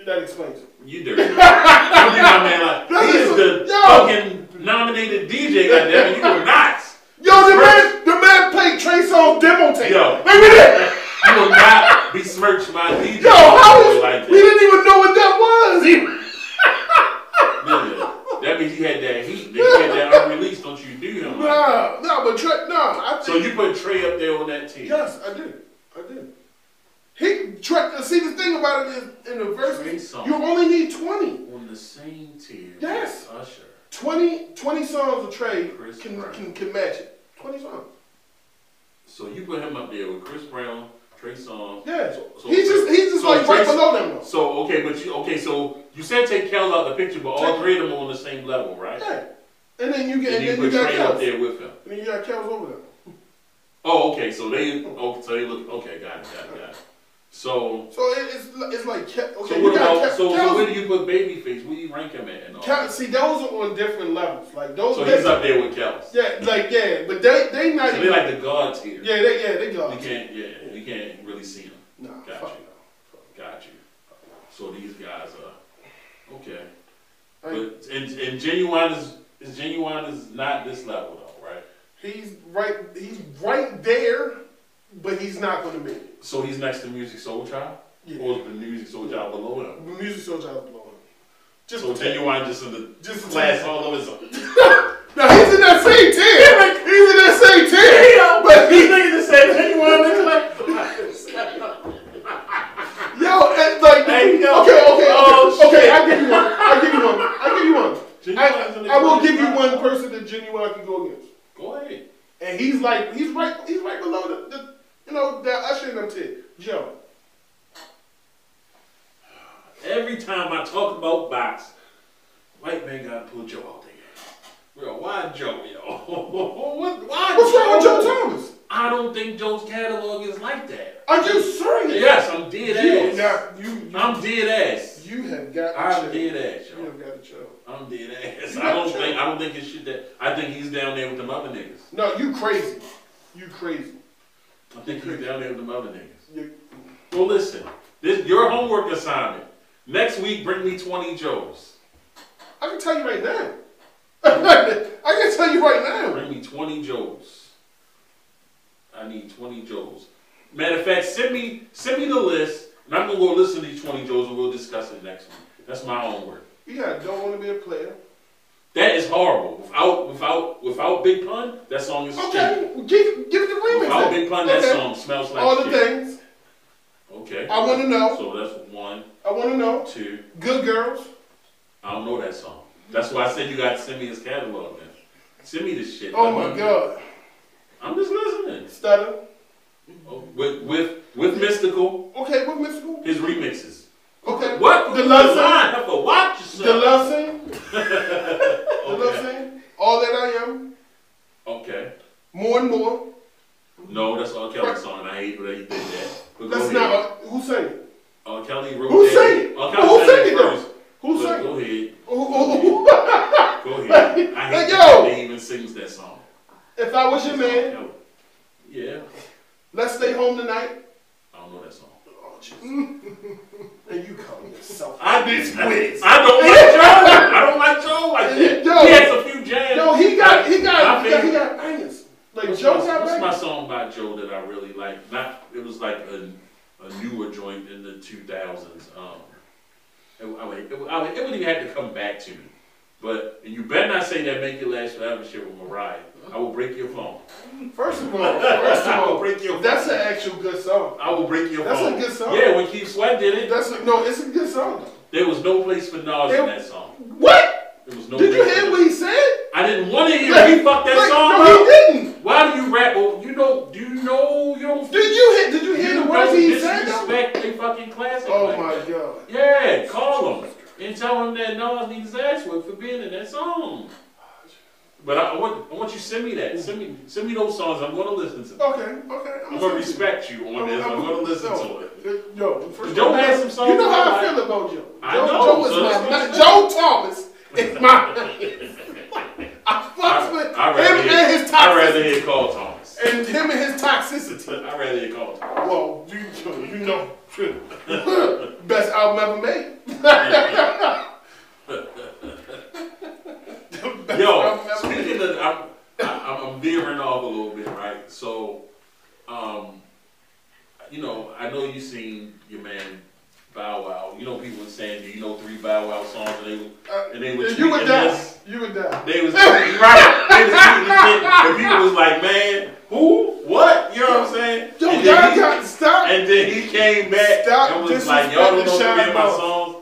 Speaker 3: that explains it.
Speaker 4: You dirty. you my man. Like, he is the
Speaker 3: Yo.
Speaker 4: fucking nominated DJ. Goddamn, it, you were not.
Speaker 3: Yo, the man, the man played Trey Songz demo tape.
Speaker 4: Yo.
Speaker 3: Like, we didn't.
Speaker 4: You will not besmirch my DJ.
Speaker 3: Yo, how was?
Speaker 4: like that.
Speaker 3: we didn't even know what that was. He-
Speaker 4: Nigga, That means you had that heat. Nigga, you had that unreleased. Don't you do him? like that.
Speaker 3: Nah, nah, but Trey, nah. I think,
Speaker 4: So you put Trey up there on that team.
Speaker 3: Yes, I did. I did. He Trey. See, the thing about it is, in the
Speaker 4: Trey
Speaker 3: verse,
Speaker 4: Songz.
Speaker 3: you only need 20.
Speaker 4: On the same tier.
Speaker 3: Yes.
Speaker 4: as Usher.
Speaker 3: 20, 20 songs of Trey
Speaker 4: Chris
Speaker 3: can,
Speaker 4: Brown.
Speaker 3: can can match it. Twenty songs.
Speaker 4: So you put him up there with Chris Brown, Trey Songz.
Speaker 3: Yeah.
Speaker 4: So-
Speaker 3: he's just he's just
Speaker 4: so
Speaker 3: like right
Speaker 4: Trey-
Speaker 3: below them. Though.
Speaker 4: So okay, but you okay? So you said take Kel out of the picture, but all
Speaker 3: Take-
Speaker 4: three of them are on the same level, right?
Speaker 3: Yeah. And then you get
Speaker 4: And
Speaker 3: and
Speaker 4: you
Speaker 3: then you
Speaker 4: put
Speaker 3: got
Speaker 4: Trey up
Speaker 3: Kels.
Speaker 4: there with him.
Speaker 3: And then you got Kels over them.
Speaker 4: Oh, okay. So they. Oh, so they look. Okay, got it, got it, got it. So.
Speaker 3: So it, it's li- it's like Ke- okay,
Speaker 4: so
Speaker 3: you
Speaker 4: what
Speaker 3: got
Speaker 4: about?
Speaker 3: Ke-
Speaker 4: so,
Speaker 3: Kels-
Speaker 4: so where do you put Babyface? Where do you rank him at? And all?
Speaker 3: Ke- see those are on different levels. Like those.
Speaker 4: so
Speaker 3: they-
Speaker 4: he's up there with Kel. So
Speaker 3: Yeah, like yeah, but they they not.
Speaker 4: they
Speaker 3: even-
Speaker 4: like the gods here.
Speaker 3: yeah, they yeah they go.
Speaker 4: You can't. Yeah. You can't really see him.
Speaker 3: Nah,
Speaker 4: Gotcha.
Speaker 3: fuck
Speaker 4: Got you. So these guys are okay,
Speaker 3: no. Like,
Speaker 4: but and and genuine is, is genuine is not this level though, right?
Speaker 3: he's right. He's right there, but he's not gonna make it.
Speaker 4: So he's next to Music Soul Child,
Speaker 3: Yeah.
Speaker 4: or is the Music Soul Child below him?
Speaker 3: The music soul child's blowing. up. Just
Speaker 4: So genuine just in the
Speaker 3: Just a
Speaker 4: class
Speaker 3: tad.
Speaker 4: all of his own.
Speaker 3: now he's in that same tier. He's in that same tier. But he
Speaker 4: These niggas just said genuine is like.
Speaker 3: Yo, it's like,
Speaker 4: Hey, yo.
Speaker 3: okay, okay, okay,
Speaker 4: Oh,
Speaker 3: okay.
Speaker 4: shit.
Speaker 3: I give you one. I give you one. I give you one.
Speaker 4: Genuine's in the
Speaker 3: I, I will
Speaker 4: green
Speaker 3: give you
Speaker 4: line.
Speaker 3: one person that genuine can go against,
Speaker 4: Go ahead.
Speaker 3: and he's like, he's right, he's right below the, the you know, that usher and them tip. Joe,
Speaker 4: Every time I talk about box, white man gotta pull Joe out there. Well, why Joe, yo? what, why
Speaker 3: what's wrong with Joe Thomas?
Speaker 4: I don't think Joe's catalog is like that.
Speaker 3: Are you serious?
Speaker 4: Yes, I'm dead
Speaker 3: You,
Speaker 4: ass.
Speaker 3: now, you,
Speaker 4: I'm dead ass.
Speaker 3: you have got. to
Speaker 4: I'm
Speaker 3: chill.
Speaker 4: dead ass,
Speaker 3: You
Speaker 4: yo.
Speaker 3: have got to chill.
Speaker 4: I'm dead ass.
Speaker 3: You
Speaker 4: I
Speaker 3: got
Speaker 4: don't
Speaker 3: you.
Speaker 4: think I don't think it's shit that I think he's down there with them other niggas.
Speaker 3: No, you crazy. You crazy.
Speaker 4: I think he's down there with them other niggas.
Speaker 3: You,
Speaker 4: Well, listen, this your homework assignment. Next week, bring me 20 Joes.
Speaker 3: I can tell you right now. I can tell you right now.
Speaker 4: Bring me 20 Joes. I need 20 Joes. Matter of fact, send me send me the list, and I'm gonna go listen to these 20 Joes, and we'll discuss it next week. That's my homework.
Speaker 3: You got don't want to be a player.
Speaker 4: That is horrible. Without without without Big Pun, that song is stupid.
Speaker 3: Okay, give, give it the remix.
Speaker 4: Without
Speaker 3: then.
Speaker 4: Big Pun, that
Speaker 3: Okay.
Speaker 4: song smells like
Speaker 3: All the
Speaker 4: shit.
Speaker 3: things.
Speaker 4: Okay.
Speaker 3: I wanna know.
Speaker 4: So that's one,
Speaker 3: I want to know.
Speaker 4: two.
Speaker 3: Good girls.
Speaker 4: I don't know that song. That's why I said you got to send me his catalog then. Send me this shit.
Speaker 3: Oh
Speaker 4: I
Speaker 3: my
Speaker 4: want-
Speaker 3: God.
Speaker 4: I'm just listening.
Speaker 3: Stutter.
Speaker 4: Oh, with with with Mystical,
Speaker 3: Okay, what mystical?
Speaker 4: his remixes.
Speaker 3: Okay.
Speaker 4: What
Speaker 3: The love scene.
Speaker 4: line? Have to watch yourself.
Speaker 3: The love scene. The
Speaker 4: Okay.
Speaker 3: love scene. All that I am.
Speaker 4: Okay.
Speaker 3: More and more.
Speaker 4: No, that's R. Kelly's song. and I hate that he did that. But go
Speaker 3: That's
Speaker 4: ahead.
Speaker 3: not. who sang it?
Speaker 4: R. Kelly wrote
Speaker 3: Who
Speaker 4: that.
Speaker 3: sang it?
Speaker 4: R. Kelly
Speaker 3: Who
Speaker 4: sang
Speaker 3: sang it though?
Speaker 4: first.
Speaker 3: Who
Speaker 4: But
Speaker 3: sang it?
Speaker 4: Go ahead.
Speaker 3: Who- who- who-
Speaker 4: Go ahead. that song.
Speaker 3: If I was your man,
Speaker 4: No. Yeah,
Speaker 3: let's stay home tonight.
Speaker 4: I don't know that song.
Speaker 3: Oh, Jesus. and you calling yourself
Speaker 4: I
Speaker 3: this
Speaker 4: I,
Speaker 3: whiz.
Speaker 4: I don't like Joe. I don't like Joe like that.
Speaker 3: Yo.
Speaker 4: he has a few jams.
Speaker 3: Yo, he got, he got,
Speaker 4: My
Speaker 3: he got, he
Speaker 4: favorite-
Speaker 3: got bangers. Like
Speaker 4: What's,
Speaker 3: Joe
Speaker 4: my,
Speaker 3: got
Speaker 4: what's my
Speaker 3: bangers.
Speaker 4: song by Joe that I really like? Not it was like a, a newer joint in the two thousands. Um, it, I would, it, would- I would, it would even have to come back to me. But and you better not say that make it last forever shit with Mariah. I will break your phone.
Speaker 3: First of all, first of
Speaker 4: I will
Speaker 3: all,
Speaker 4: break your.
Speaker 3: that's an actual good song.
Speaker 4: I will break your
Speaker 3: That's a
Speaker 4: phone.
Speaker 3: good song.
Speaker 4: Yeah, when Keith Sweat did it,
Speaker 3: That's a, no, it's a good song.
Speaker 4: there was no place for Nas
Speaker 3: It-
Speaker 4: in that song.
Speaker 3: What?
Speaker 4: There was no.
Speaker 3: Did you
Speaker 4: place for-
Speaker 3: hear what he said?
Speaker 4: I didn't want to hear.
Speaker 3: Like-
Speaker 4: he fucked that
Speaker 3: like,
Speaker 4: song
Speaker 3: No,
Speaker 4: up.
Speaker 3: he didn't.
Speaker 4: Why do you rap? Well, you know, do you know you don't?
Speaker 3: Did you hear? Did you hear the
Speaker 4: don't
Speaker 3: words he said? though?
Speaker 4: Disrespect a fucking classic.
Speaker 3: Oh
Speaker 4: like
Speaker 3: my
Speaker 4: that.
Speaker 3: god.
Speaker 4: Yeah, call him and tell him that Nas needs his ass whipped for being in that song. But I, I want I want you to send me that. Send me send me those songs. I'm gonna listen to. them.
Speaker 3: Okay, okay.
Speaker 4: I'm gonna respect you on this. I'm gonna listen to it.
Speaker 3: Yo, first
Speaker 4: Joe
Speaker 3: of all,
Speaker 4: has some songs
Speaker 3: You know how I
Speaker 4: I like.
Speaker 3: feel about Joe.
Speaker 4: I
Speaker 3: Joe,
Speaker 4: know,
Speaker 3: Joe is
Speaker 4: so
Speaker 3: my,
Speaker 4: that's what
Speaker 3: my
Speaker 4: I'm
Speaker 3: Joe Thomas is my I fucks with
Speaker 4: I
Speaker 3: him
Speaker 4: rather
Speaker 3: and
Speaker 4: hear,
Speaker 3: his
Speaker 4: I rather
Speaker 3: toxicity.
Speaker 4: hear Carl Thomas.
Speaker 3: And him and his toxicity.
Speaker 4: I rather hear Carl Thomas.
Speaker 3: Well, you, you know, best album ever made. Best
Speaker 4: Yo,
Speaker 3: album ever made.
Speaker 4: speaking of, I'm, I- I'm, I'm veering off a little bit, right? So, um, you know, I know you seen your man Bow Wow. You know, people were saying, do you know three Bow Wow songs? And they,
Speaker 3: Uh,
Speaker 4: and they were
Speaker 3: You would
Speaker 4: tweeting
Speaker 3: die.
Speaker 4: this.
Speaker 3: You would die.
Speaker 4: They was right. They was tweeting shit, and people was like, man, who, what? You know what I'm saying?
Speaker 3: Yo, y'all
Speaker 4: and, then he,
Speaker 3: got stop.
Speaker 4: and then he came back
Speaker 3: Stop
Speaker 4: and was like, y'all don't know
Speaker 3: disrespecting
Speaker 4: three of my
Speaker 3: Shine
Speaker 4: songs.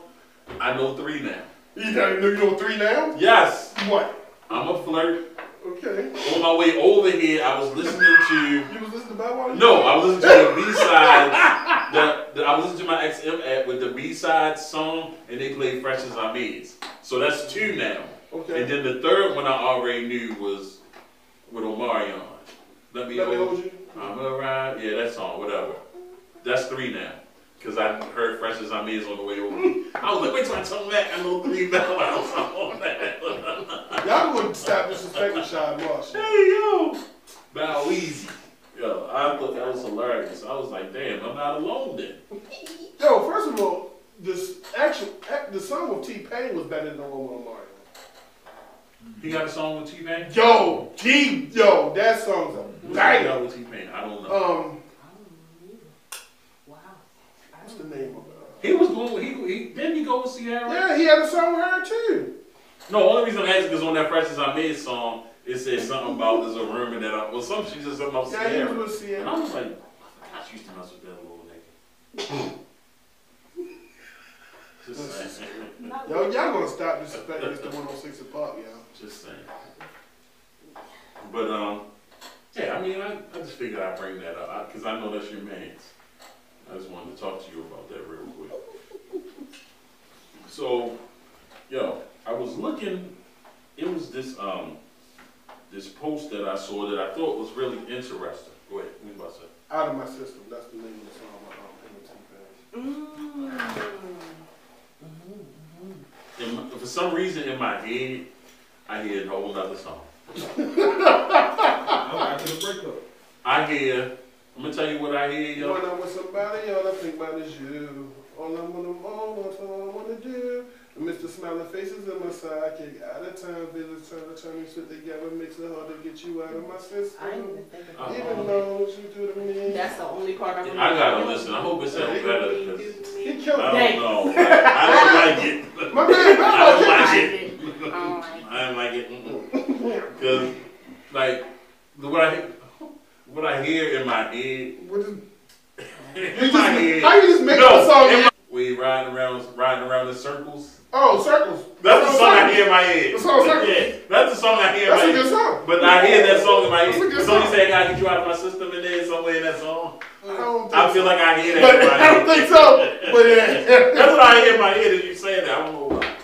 Speaker 4: I know three now.
Speaker 3: You got New York three now.
Speaker 4: Yes,
Speaker 3: What?
Speaker 4: I'm a flirt.
Speaker 3: Okay.
Speaker 4: On my way over here, I was listening to.
Speaker 3: You was listening to Bow Wow?
Speaker 4: No, I was listening to the B side. The, the, I was listening to my XM app with the B side song, and they played Fresh as I Is. So that's two now.
Speaker 3: Okay.
Speaker 4: And then the third one I already knew was with Omarion. Let me,
Speaker 3: Let me
Speaker 4: hold,
Speaker 3: hold you.
Speaker 4: I'm gonna ride. Yeah, that song, whatever. That's three now. Cause I heard Fresh as I Is on the way over. I was like, wait till I tell Mac I "Oh, know three Bell House on that.
Speaker 3: Y'all wouldn't stop disrespecting Sean Marshall.
Speaker 4: Hey yo, Bow Weezy. Yo, I thought that was hilarious. I was like, damn, I'm not alone then.
Speaker 3: Yo, first of all, this actual act- the song with T Pain was better than the one with Mario.
Speaker 4: He got a song with T Pain.
Speaker 3: Yo, T, yo, that song's a banger.
Speaker 4: with T Pain. I don't know.
Speaker 3: Um, what's the name of it?
Speaker 4: he was going. He, he didn't he go with Sierra.
Speaker 3: Yeah, he had a song with her too.
Speaker 4: No, only reason I'm asking is on that Fresh as I Made song, it said something about there's a rumor that I well, some she said something about
Speaker 3: Yeah,
Speaker 4: Sierra.
Speaker 3: he was with
Speaker 4: And
Speaker 3: Sierra.
Speaker 4: I was like, I used to mess with that little nigga. Just saying.
Speaker 3: Yo, y'all gonna stop disrespecting Mr. 106 and Pop, y'all.
Speaker 4: Just saying. But um, yeah, I mean, I, I just figured I'd bring that up because I know that's your man's. I just wanted to talk to you about that real quick. So, yo, I was looking. It was this um, this post that I saw that I thought was really interesting. Go ahead, what you about to say?
Speaker 3: Out of my system. That's the name of the song with um, T Pain.
Speaker 4: In my, for some reason, in my head, I hear a whole other song.
Speaker 5: After the breakup.
Speaker 4: I hear. I'm gonna tell you what I hear, yo.
Speaker 3: When I'm with somebody, all I think about is you. All I'm gonna, all that's all I wanna do. And Mr. Smiling Faces and my sidekick. Out of time, visits, trying to turn me shit together. Makes it hard to get you out of my
Speaker 6: I ain't even
Speaker 3: system.
Speaker 6: thinking about
Speaker 4: Uh-huh.
Speaker 6: it.
Speaker 3: Even though what you do to me.
Speaker 6: That's the only part I remember.
Speaker 4: I gotta listen. I hope it sounds better because
Speaker 3: he
Speaker 4: I
Speaker 3: killed me.
Speaker 4: don't know. I don't like it.
Speaker 3: My man,
Speaker 4: I
Speaker 3: my
Speaker 4: don't
Speaker 3: man.
Speaker 4: like
Speaker 6: I
Speaker 4: it.
Speaker 6: didn't. Um,
Speaker 4: I don't like it. Because, like, the- what I what I hear in my head,
Speaker 3: What is-
Speaker 4: in
Speaker 3: You
Speaker 4: my
Speaker 3: just, how
Speaker 4: head,
Speaker 3: you just make
Speaker 4: No,
Speaker 3: up a song?
Speaker 4: in my- we riding around riding around in circles.
Speaker 3: oh, circles.
Speaker 4: That's the
Speaker 3: Oh,
Speaker 4: song I
Speaker 3: Circles.
Speaker 4: hear in my head.
Speaker 3: That's all circles.
Speaker 4: Yeah, that's the song I hear in
Speaker 3: That's
Speaker 4: my
Speaker 3: a good
Speaker 4: head.
Speaker 3: song.
Speaker 4: But I hear that song in my
Speaker 3: That's a
Speaker 4: head.
Speaker 3: good
Speaker 4: Somebody
Speaker 3: song.
Speaker 4: say I gotta get you out of my system in there somewhere in that song.
Speaker 3: I don't think
Speaker 4: I feel like I hear that in
Speaker 3: But
Speaker 4: my
Speaker 3: I don't
Speaker 4: head.
Speaker 3: think so. But yeah.
Speaker 4: That's what I hear in my head as you saying that. I don't know why.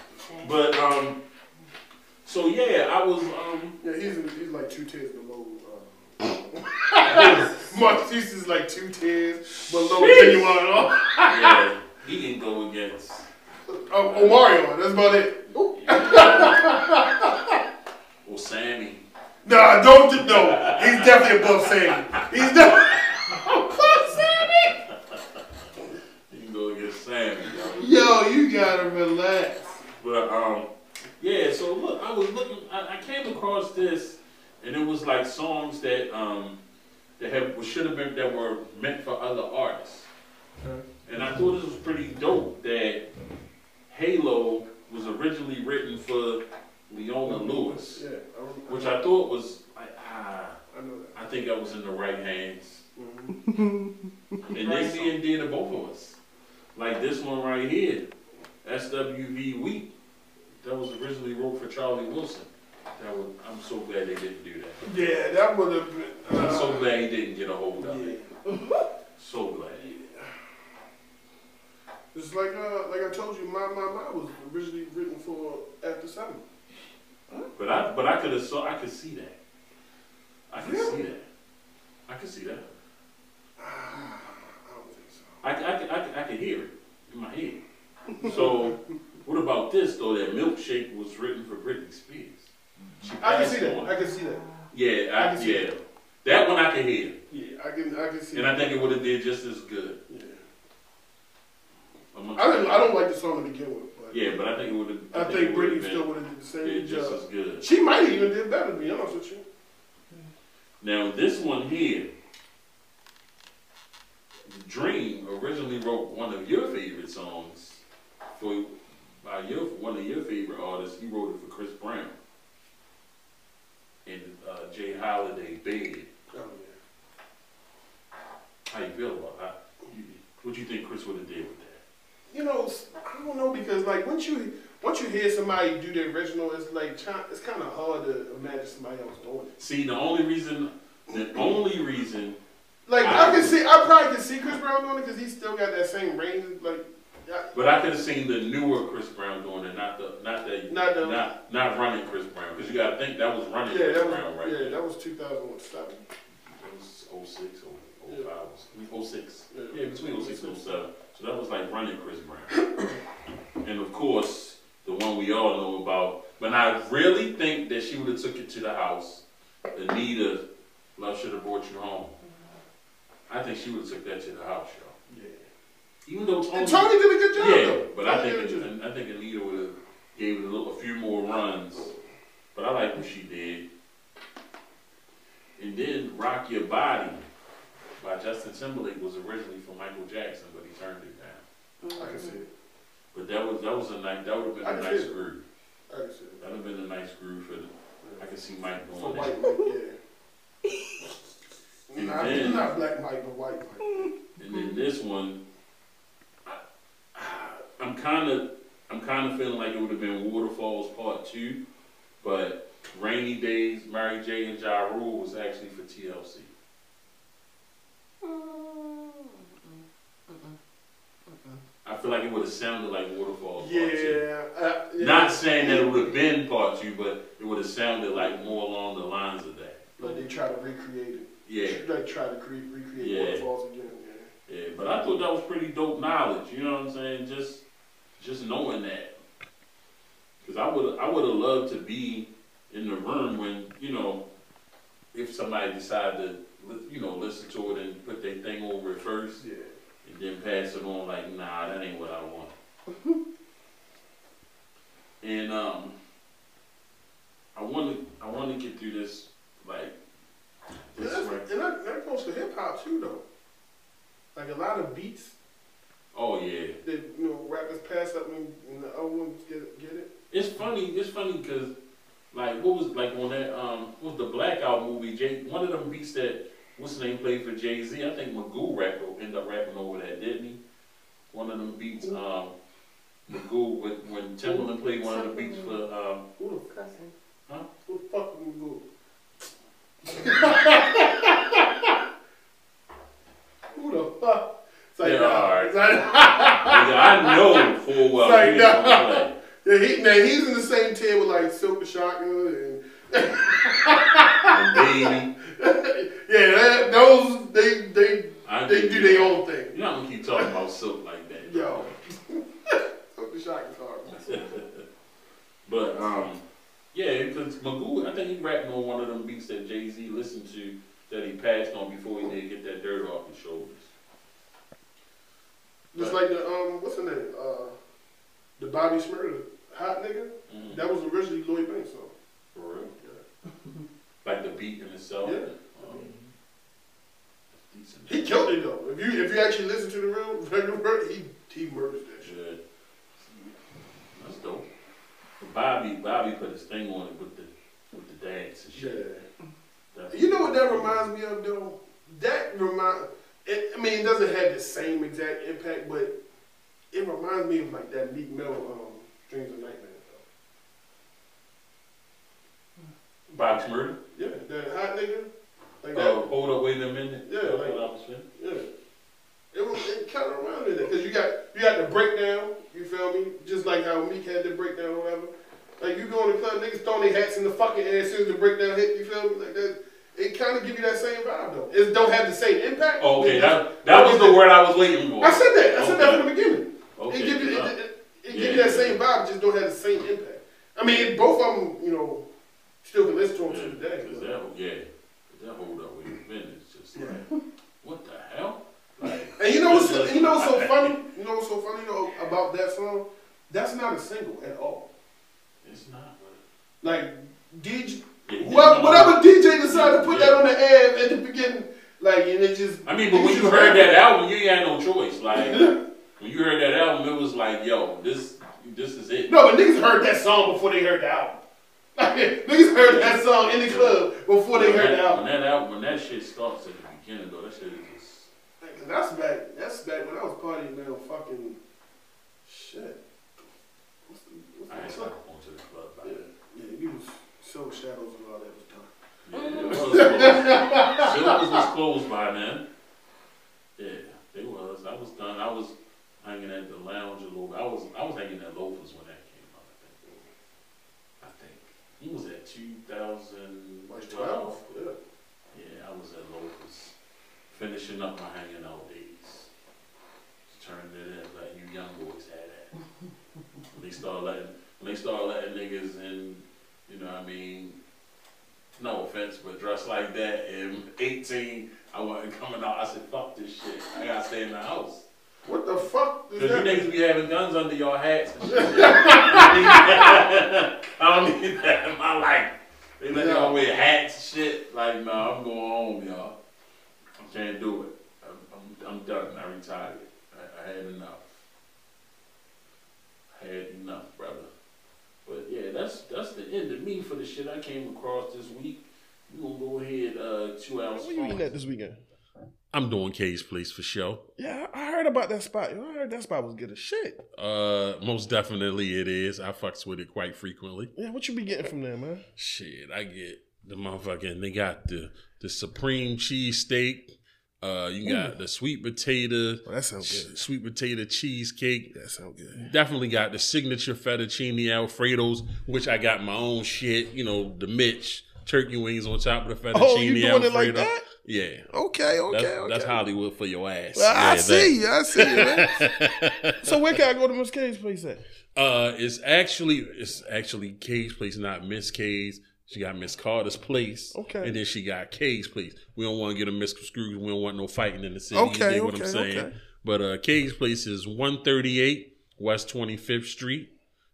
Speaker 4: But um, so yeah, I was um,
Speaker 3: yeah he's, he's like two tiers below. Marquise is like two tiers below genuine.
Speaker 4: yeah, he didn't go against.
Speaker 3: Oh, Omarion, that's about it.
Speaker 4: Well, Sammy,
Speaker 3: Nah, don't do- no. He's definitely above Sandy. He's definitely above Sandy.
Speaker 4: You can go get Sammy, yo.
Speaker 3: Yo, you gotta relax.
Speaker 4: But um, yeah. So look, I was looking. I, I came across this, and it was like songs that um that have should have been that were meant for other artists. And I thought this was pretty dope that Halo was originally written for Leona Lewis,
Speaker 3: Yeah, I, rem-
Speaker 4: which I thought was I, ah,
Speaker 3: I know that.
Speaker 4: I think I was in the right hands.
Speaker 3: Mhm.
Speaker 4: And they see and did to both of us. Like this one right here, SWV Week, that was originally wrote for Charlie Wilson. That was, I'm so glad they didn't do that.
Speaker 3: Yeah, that would have been.
Speaker 4: I'm
Speaker 3: Uh,
Speaker 4: so glad he didn't get a hold of
Speaker 3: yeah.
Speaker 4: it. So glad.
Speaker 3: It's like uh, like I told you, my my my was originally written for after seven.
Speaker 4: But I but I could have saw I could see that. I could
Speaker 3: Really?
Speaker 4: see that. I could see that.
Speaker 3: Ah, I don't think so.
Speaker 4: I, I, could- I, could- I could hear it in my head. So what about this though? That milkshake was written for Britney Spears. She
Speaker 3: I can
Speaker 4: passed
Speaker 3: see that.
Speaker 4: on.
Speaker 3: I can see that.
Speaker 4: Yeah,
Speaker 3: I
Speaker 4: I,
Speaker 3: can see
Speaker 4: yeah. That one I can hear.
Speaker 3: Yeah, I can I can see.
Speaker 4: And
Speaker 3: that.
Speaker 4: I think it would have did just as good.
Speaker 3: Yeah.
Speaker 4: I'm not-
Speaker 3: I don't I don't like the song to begin with, but
Speaker 4: yeah, but I think it would have
Speaker 3: I think Britney still would have did the
Speaker 4: did
Speaker 3: same
Speaker 4: just
Speaker 3: job.
Speaker 4: as good.
Speaker 3: She might even did better, to be honest with you.
Speaker 4: Now this one here, Dream originally wrote one of your favorite songs for by your one of your favorite artists. He wrote it for Chris Brown and uh, Jay Holiday. Bad.
Speaker 3: Oh, yeah.
Speaker 4: How you feel about that? You- What you think Chris would have did with that?
Speaker 3: You know, s- I don't know because like once you once you hear somebody do the original, it's like chi- it's kind of hard to imagine somebody else doing it.
Speaker 4: See, the only reason, the only reason,
Speaker 3: Like I, can see, I probably can see Chris Brown doing it because he's still got that same range. Like, I,
Speaker 4: but I could have seen the newer Chris Brown doing it, not the, not the,
Speaker 3: Not the-
Speaker 4: not, not running Chris Brown, because you got to think that was running
Speaker 3: yeah,
Speaker 4: Chris
Speaker 3: that was
Speaker 4: Brown, right?
Speaker 3: yeah,
Speaker 4: there.
Speaker 3: that was 2007.
Speaker 4: That was 06, 05, I mean, 06.
Speaker 3: Yeah.
Speaker 4: Yeah, between 06 and 07. So that was like running Chris Brown. and of course, the one we all know about. But I really think that she would have took it to the house. Anita, love should have brought you home. I think she would have took that to the house, y'all.
Speaker 3: Yeah.
Speaker 4: Even though Tony,
Speaker 3: And Tony did a good job
Speaker 4: yeah,
Speaker 3: though.
Speaker 4: but I
Speaker 3: Tony
Speaker 4: think
Speaker 3: did a good job.
Speaker 4: it, I think Anita would have gave it a, little, a few more runs. But I like what she did. And then "Rock Your Body" by Justin Timberlake was originally for Michael Jackson, but he turned it down.
Speaker 3: I can see it.
Speaker 4: But that was that was a nice that would have been
Speaker 3: I
Speaker 4: a
Speaker 3: can
Speaker 4: nice
Speaker 3: see it.
Speaker 4: groove.
Speaker 3: I can see
Speaker 4: That would have been a nice groove for. The, I
Speaker 3: it.
Speaker 4: could see Mike
Speaker 3: For
Speaker 4: going.
Speaker 3: white Mike, yeah.
Speaker 4: And
Speaker 3: not,
Speaker 4: then-
Speaker 3: not black Mike, but white Mike.
Speaker 4: there. And then this one, I, I'm kind of I'm kind of feeling like it would have been Waterfalls Part Two, but Rainy Days, Mary J. and Ja Rule was actually for TLC. I feel like it would have sounded like Waterfalls Part Two.
Speaker 3: Yeah, uh, yeah.
Speaker 4: Not saying that it would have been Part Two, but it would have sounded like more along the lines of that.
Speaker 3: Like they try to recreate it.
Speaker 4: Yeah.
Speaker 3: Like try to cre- recreate
Speaker 4: Yeah.
Speaker 3: waterfalls again. Yeah.
Speaker 4: Yeah, but I thought that was pretty dope knowledge. You know what I'm saying? Just, just knowing that, because I would, I would have loved to be in the room when you know, if somebody decided to, li- you know, listen to it and put their thing over it first,
Speaker 3: Yeah.
Speaker 4: and then pass it on. Like, nah, that ain't what I want. and um, I want to, I want to get through this, like,
Speaker 3: And,
Speaker 4: this
Speaker 3: that's,
Speaker 4: right.
Speaker 3: and that, that goes for hip hop too, though. Like a lot of beats
Speaker 4: Oh yeah.
Speaker 3: that you know rappers pass up and, and the other ones get get it.
Speaker 4: It's funny. It's funny because, like, what was like on that um, what was the Blackout movie? Jay, one of them beats that what's the name played for Jay Z. I think Magoo rap ended up rapping over that, didn't he? One of them beats, um, Magoo when when Timbaland played one of the beats for um,
Speaker 3: Who the
Speaker 6: Cussing.
Speaker 3: who the fuck would go? who the fuck? It's like,
Speaker 4: Yeah,
Speaker 3: nah,
Speaker 4: alright.
Speaker 3: it's like,
Speaker 4: nigga, I know full well.
Speaker 3: It's like,
Speaker 4: he ain't gonna play.
Speaker 3: yeah, he, now he's in the same tier with like Silk Shotgun and
Speaker 4: And Baby,
Speaker 3: yeah, that, those they they
Speaker 4: I
Speaker 3: they
Speaker 4: give
Speaker 3: do
Speaker 4: you-
Speaker 3: their own thing.
Speaker 4: You're not gonna keep talking about silk like that.
Speaker 3: Yo. Silk Shotgun's hard.
Speaker 4: But um, Yeah, because Magoo, I think he rapping on one of them beats that Jay Z listened to that he passed on before he did get that dirt off his shoulders.
Speaker 3: Just like the um, what's the name? Uh, the Bobby Smurda, hot nigga.
Speaker 4: Mhm.
Speaker 3: That was originally Lloyd Banks song.
Speaker 4: For real? Like the beat in itself?
Speaker 3: Yeah.
Speaker 4: Um, decent.
Speaker 3: He killed it though. If you if you actually listen to the real regular word, he he murders that shit.
Speaker 4: Good. That's dope. But Bobby, Bobby put his thing on it with the with the dance and shit. That's-
Speaker 3: You know what that reminds me of though? That remind. It, I mean, it doesn't have the same exact impact, but it reminds me of like that Meek Mill um, Dreams of Nightmares. Though.
Speaker 4: Bob's murder.
Speaker 3: Yeah, that hot nigga. Like that.
Speaker 4: Oh, hold up, wait a minute.
Speaker 3: Yeah,
Speaker 4: That's
Speaker 3: like-
Speaker 4: what I was saying.
Speaker 3: Yeah. It, was- it kind of reminded me because you got you got the breakdown. You feel me? Just like how Meek had the breakdown or whatever. Like you go in the club, niggas throwing their hats in the fucking air as soon as the breakdown hit. You feel me? Like that. It kind of give you that same vibe though. It don't have the same impact.
Speaker 4: Oh, okay,
Speaker 3: It
Speaker 4: that that was the word I was waiting for.
Speaker 3: I said that. I said that from the
Speaker 4: Okay.
Speaker 3: beginning.
Speaker 4: Okay.
Speaker 3: It give you it,
Speaker 4: uh,
Speaker 3: it, it, it give you that same vibe, just don't have the same impact. I mean, it, both of them, you know, still can listen to them to
Speaker 4: yeah,
Speaker 3: today.
Speaker 4: Cause
Speaker 3: but-
Speaker 4: that, yeah, 'Cause that hold up, wait a minute. It's just like, what the hell? Like,
Speaker 3: And you know what's you know what's so funny? You know what's so funny though about that song? That's not a single at all.
Speaker 4: it's not. but-
Speaker 3: Like DJ,
Speaker 4: Yeah,
Speaker 3: whoever,
Speaker 4: yeah.
Speaker 3: whatever DJ decided to put that on the ad at the beginning, like and it just.
Speaker 4: I mean, but when you heard that album, you ain't had no choice. Like when you heard that album, it was like, yo, this this is it.
Speaker 3: No, but niggas heard that song before they heard the album. Like, niggas heard that song in the club before they
Speaker 4: When
Speaker 3: heard the
Speaker 4: that,
Speaker 3: album.
Speaker 4: When that album, when that shit starts at the beginning, though, that shit is just.
Speaker 3: Like, 'cause that's back. That's back when I was partying. Now, fucking shit. What's the,
Speaker 4: I ain't
Speaker 3: what's the
Speaker 4: going
Speaker 3: what's
Speaker 4: to the club.
Speaker 3: the- Yeah, yeah. You was so shadows and all that was done.
Speaker 4: Yeah, it was closed. Silvers was closed by then. Yeah, it was. I was done. I was hanging at the lounge a little. I was I was hanging at Loafers when that came out. I think. I think he was at 2012.
Speaker 3: Yeah.
Speaker 4: Yeah, I was at Loafers, finishing up my hanging out days. Just turned it in like you young boys had that. when they start letting, when they start letting niggas in, you know what I mean. No offense, but dressed like that and 18, I wasn't coming out. I said, fuck this shit. I gotta stay in the house.
Speaker 3: What the fuck is
Speaker 4: Cause you
Speaker 3: that?
Speaker 4: niggas be having guns under your hats and shit. I don't need that in my life. They let
Speaker 3: Yeah.
Speaker 4: y'all wear hats and shit. Like, nah, I'm going home, y'all. I can't do it. I'm, I'm, I'm done. I retired. I, I had enough. I had enough, brother. But yeah, that's that's the end of me for the shit I came across this week. We gonna go ahead uh, two hours.
Speaker 1: Where you eating at this weekend?
Speaker 4: I'm doing K's place for sure.
Speaker 1: Yeah, I I heard about that spot. Yo, I heard that spot was good as shit.
Speaker 4: Uh, most definitely it is. I fucks with it quite frequently.
Speaker 1: Yeah, what you be getting from there, man?
Speaker 4: Shit, I get the motherfucking. They got the the supreme cheese steak. Uh, you got the sweet potato,
Speaker 1: Oh, that sounds
Speaker 4: sh-
Speaker 1: good.
Speaker 4: sweet potato cheesecake.
Speaker 1: That sounds good.
Speaker 4: Definitely got the signature fettuccine alfredos, which I got my own shit. You know, the Mitch turkey wings on top of the fettuccine
Speaker 1: Oh, you doing
Speaker 4: alfredo.
Speaker 1: it like that?
Speaker 4: Yeah,
Speaker 1: Okay, okay,
Speaker 4: that's,
Speaker 1: okay.
Speaker 4: that's Hollywood for your ass.
Speaker 1: Well, I
Speaker 4: Yeah,
Speaker 1: see you. I see you, man.
Speaker 4: that.
Speaker 1: so where can I go to Miss K's place at?
Speaker 4: Uh, it's actually it's actually Kay's place, not Miss K's. She got Miss Carter's place,
Speaker 1: Okay.
Speaker 4: and then she got Kay's place. We don't want to get a misconstrued. We don't want no fighting in the city.
Speaker 1: Okay,
Speaker 4: you dig what I'm
Speaker 1: okay,
Speaker 4: saying?
Speaker 1: okay.
Speaker 4: But uh, Kay's place is 138 West 25th Street.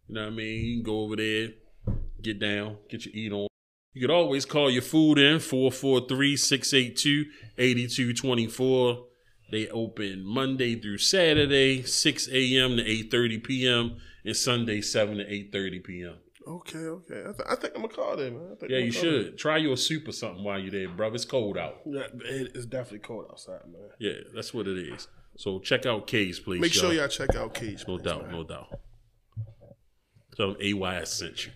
Speaker 4: You know what I mean? You can go over there, get down, get your eat on. You could always call your food in 443 682 8224. They open Monday through Saturday, 6 a.m. to 8.30 p.m. and Sunday, 7 to 8.30 p.m.
Speaker 1: Okay, okay. I, th- I think I'm gonna call there, man. I think
Speaker 4: Yeah,
Speaker 1: I'ma
Speaker 4: you
Speaker 1: call
Speaker 4: should. Try your soup or something while you're there, bruv. It's cold out.
Speaker 1: there. Yeah, it is definitely cold outside, man.
Speaker 4: Yeah, that's what it is. So check out K's, please.
Speaker 1: Make sure
Speaker 4: y'all.
Speaker 1: y'all check out Cage.
Speaker 4: No
Speaker 1: Please,
Speaker 4: doubt,
Speaker 1: man.
Speaker 4: no doubt. Tell them AY I sent you.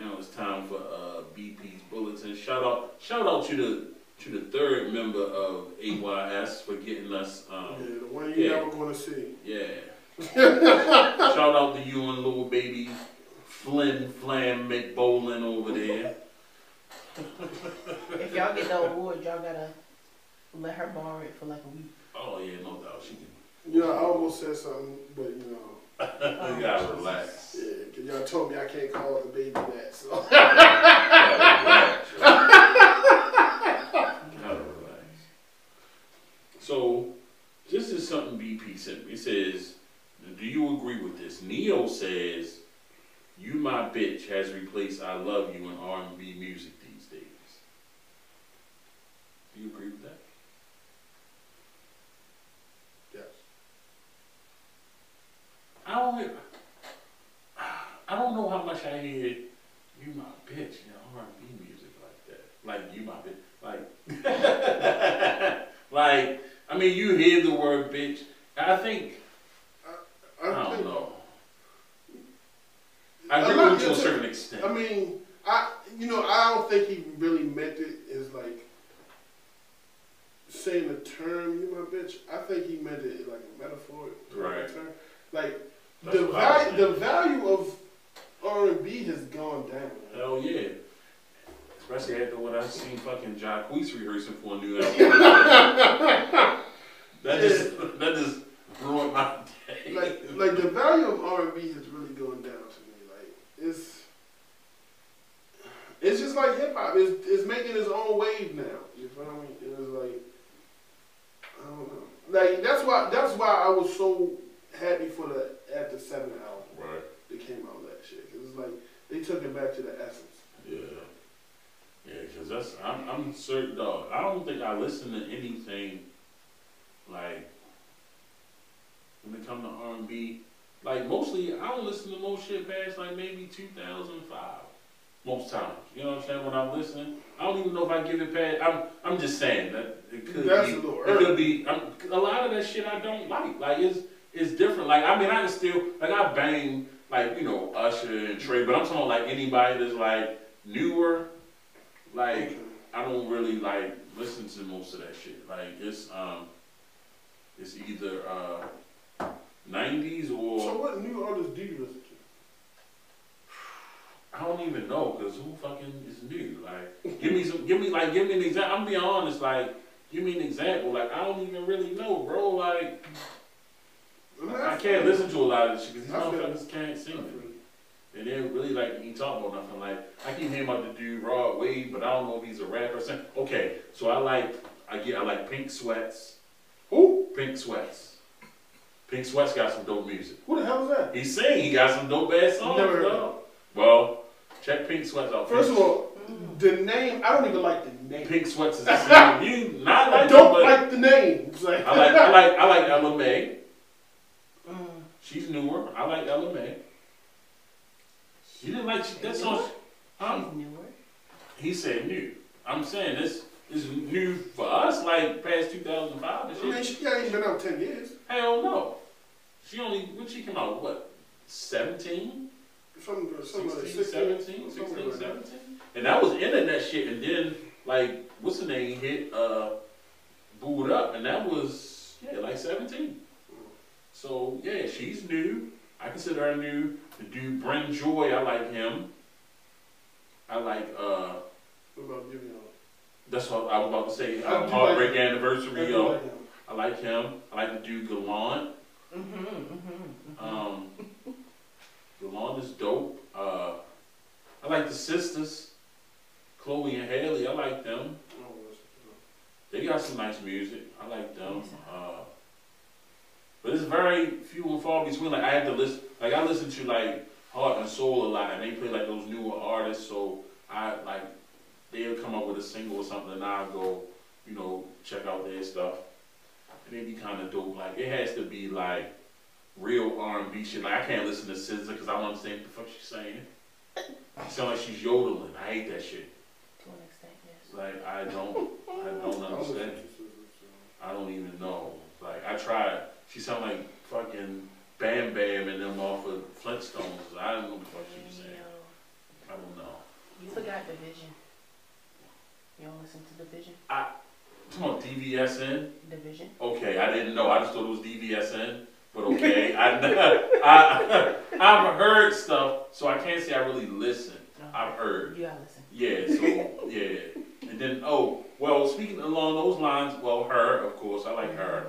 Speaker 4: Now it's time for uh, BP's bulletin. Shout out, shout out to the to the third member of AYS for getting us.
Speaker 3: Yeah,
Speaker 4: Um,
Speaker 3: the one you
Speaker 4: Yeah.
Speaker 3: never gonna see.
Speaker 4: yeah. shout out to you and little baby Flynn Flam McBolin over there.
Speaker 6: If y'all get the award, y'all gotta
Speaker 7: let her borrow it for like a week.
Speaker 4: Oh yeah, no doubt. She can.
Speaker 3: Yeah, I almost said something, but you know,
Speaker 4: you gotta relax. You
Speaker 3: yeah, 'cause y'all told me I can't call the baby that. So
Speaker 4: gotta relax. y'all. gotta relax. So, this is something BP sent me. It says, "Do you agree with this?" Neo says, "You my bitch" has replaced "I love you" in R&B music these days. Do you agree with that?
Speaker 3: yes,
Speaker 4: I don't. I don't know how much I hear "You my bitch" in R and B music like that. Like "You my bitch," like, like. I mean, you hear the word "bitch." I think.
Speaker 3: I,
Speaker 4: I don't
Speaker 3: think-
Speaker 4: know. I
Speaker 3: A
Speaker 4: agree
Speaker 3: lot
Speaker 4: with you to a
Speaker 3: of-
Speaker 4: certain extent.
Speaker 3: I mean, I you know I don't think he really meant it as like saying the term "you my bitch." I think he meant it like a metaphor,
Speaker 4: Right.
Speaker 3: Term. Like
Speaker 4: That's
Speaker 3: the
Speaker 4: what I was
Speaker 3: value, the value of R and B has gone down.
Speaker 4: Hell yeah. Especially after what I seen fucking Jacquees rehearsing for a new album. that just that just ruined my day.
Speaker 3: Like like the value of R and B has really gone down to me. Like it's it's just like hip hop. It's, it's making its own wave now. You feel me? It was like I don't know. Like that's why that's why I was so happy for the after seven album
Speaker 4: right.
Speaker 3: that came out last year. 'Cause It was like they took it back to the essence.
Speaker 4: Yeah, yeah, because that's I'm I'm certain dog. I don't think I listen to anything like when it comes to R and B. Like mostly, I don't listen to no shit past like maybe 2005. Most times, you know what I'm saying. When I'm listening, I don't even know if I give it past. I'm I'm just saying that it could
Speaker 3: That's
Speaker 4: be.
Speaker 3: a little
Speaker 4: It could
Speaker 3: early.
Speaker 4: be. I'm, a lot of that shit I don't like. Like it's it's different. Like I mean, I can still like I bang like you know Usher and Trey, but I'm talking about, like anybody that's like newer. Like I don't really like listen to most of that shit. Like it's um, it's either uh, '90s
Speaker 3: So
Speaker 4: or
Speaker 3: what new artists do you listen to?
Speaker 4: I don't even know because who fucking is new? Like give me some, give me like give me an example. I'm being honest, like give me an example. Like I don't even really know, bro. Like
Speaker 3: mean,
Speaker 4: I can't listen to a lot of this shit because these
Speaker 3: I feel
Speaker 4: motherfuckers can't sing.
Speaker 3: I
Speaker 4: it.
Speaker 3: feel
Speaker 4: They didn't really like me talk about nothing. Like I keep hearing about the dude Rod Wave, but I don't know if he's a rapper. or something. Okay, so I like I get I like Pink Sweats.
Speaker 3: Who?
Speaker 4: Pink Sweats. Pink Sweats got some dope music.
Speaker 3: Who the hell is that?
Speaker 4: He sing. He got some dope ass songs.
Speaker 3: Never heard
Speaker 4: dog. Well, check Pink Sweats out.
Speaker 3: First
Speaker 4: Pink,
Speaker 3: of all, the name I don't even like the name.
Speaker 4: Pink Sweats is the same. You not
Speaker 3: I
Speaker 4: like
Speaker 3: don't
Speaker 4: him, but
Speaker 3: like the name. It's like,
Speaker 4: I like I like I like Ella May.
Speaker 3: Uh.
Speaker 4: She's newer. I like Ella May. You didn't like that song. Huh?
Speaker 7: She's newer.
Speaker 4: He said new. I'm saying this is new for us, like past 2005 and
Speaker 3: I mean,
Speaker 4: shit.
Speaker 3: she ain't been out ten years.
Speaker 4: Hell no. She only, when she came out, what, 17?
Speaker 3: Some, some
Speaker 4: 16, 17? 16, 17? And that was internet shit. And then, like, what's the name? Hit, uh, booed up. And that was, yeah, like 17. So, yeah, she's new. I consider her new. The dude, Brent Joy, I like him. I like, uh,
Speaker 3: What about you?
Speaker 4: That's what I was about to say. uh,
Speaker 3: I do like-
Speaker 4: Heartbreak
Speaker 3: you
Speaker 4: anniversary.
Speaker 3: know?
Speaker 4: Yo, I like him. I like the dude Gallant.
Speaker 7: Mm-hmm, mm-hmm.
Speaker 4: Um, Gallant is dope. Uh, I like the sisters, Chloe and Haley. I like them. They got some nice music. I like them. Uh, but it's very few and far between. Like I had to listen. Like I listen to like Heart and Soul a lot, and they play like those newer artists. So I like they'll come up with a single or something, and I'll go, you know, check out their stuff. And it'd be kind of dope. Like it has to be like real R and B shit. Like I can't listen to SZA because I don't understand what the fuck she's saying. It sounds like she's yodeling. I hate that shit.
Speaker 7: To an extent, yes.
Speaker 4: Like I don't, I don't understand. I don't even know. Like I tried. She sounded like fucking Bam Bam and them off of Flintstones. I don't know what the fuck she was saying.
Speaker 7: Yo,
Speaker 4: I don't know.
Speaker 7: You forgot the vision. You don't listen to the vision?
Speaker 4: Come on, DVSN.
Speaker 7: The vision?
Speaker 4: Okay, I didn't know. I just thought it was DVSN. But okay, I, I I've heard stuff, so I can't say I really listen. I've heard.
Speaker 7: You gotta listen.
Speaker 4: Yeah. So yeah. And then oh well, speaking along those lines, well, her of course, I like her.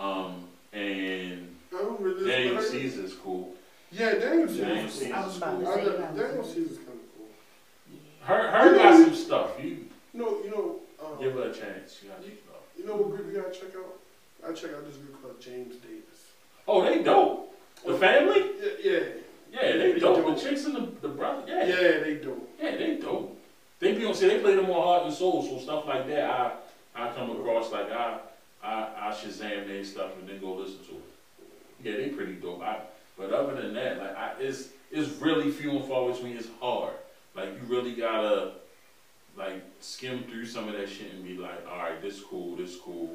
Speaker 7: Mm-hmm.
Speaker 4: Um, and
Speaker 3: I don't really
Speaker 4: Daniel Caesar is cool.
Speaker 3: Yeah, Daniel Caesar.
Speaker 4: Daniel
Speaker 3: I
Speaker 4: Caesar.
Speaker 7: I was about to
Speaker 3: love-
Speaker 7: say about
Speaker 3: Daniel
Speaker 7: this.
Speaker 3: Caesar's kind of cool.
Speaker 4: Her her got some stuff. You
Speaker 3: You know, you know, um,
Speaker 4: give her a chance. She got some stuff.
Speaker 3: you know what group you gotta check out? I check out this group called James Davis.
Speaker 4: Oh, they dope. The family?
Speaker 3: Yeah, yeah,
Speaker 4: Yeah, they dope. The chicks and the, the brother. Yeah. yeah,
Speaker 3: yeah. They do.
Speaker 4: they dope. They be on say they play them on heart and soul, so stuff like that. I I come across like I I I Shazam their stuff and then go listen to it. Yeah, they pretty dope. I, but other than that, like I, it's it's really few and far between. It's hard. Like you really gotta like skim through some of that shit and be like, all right, this cool, this cool.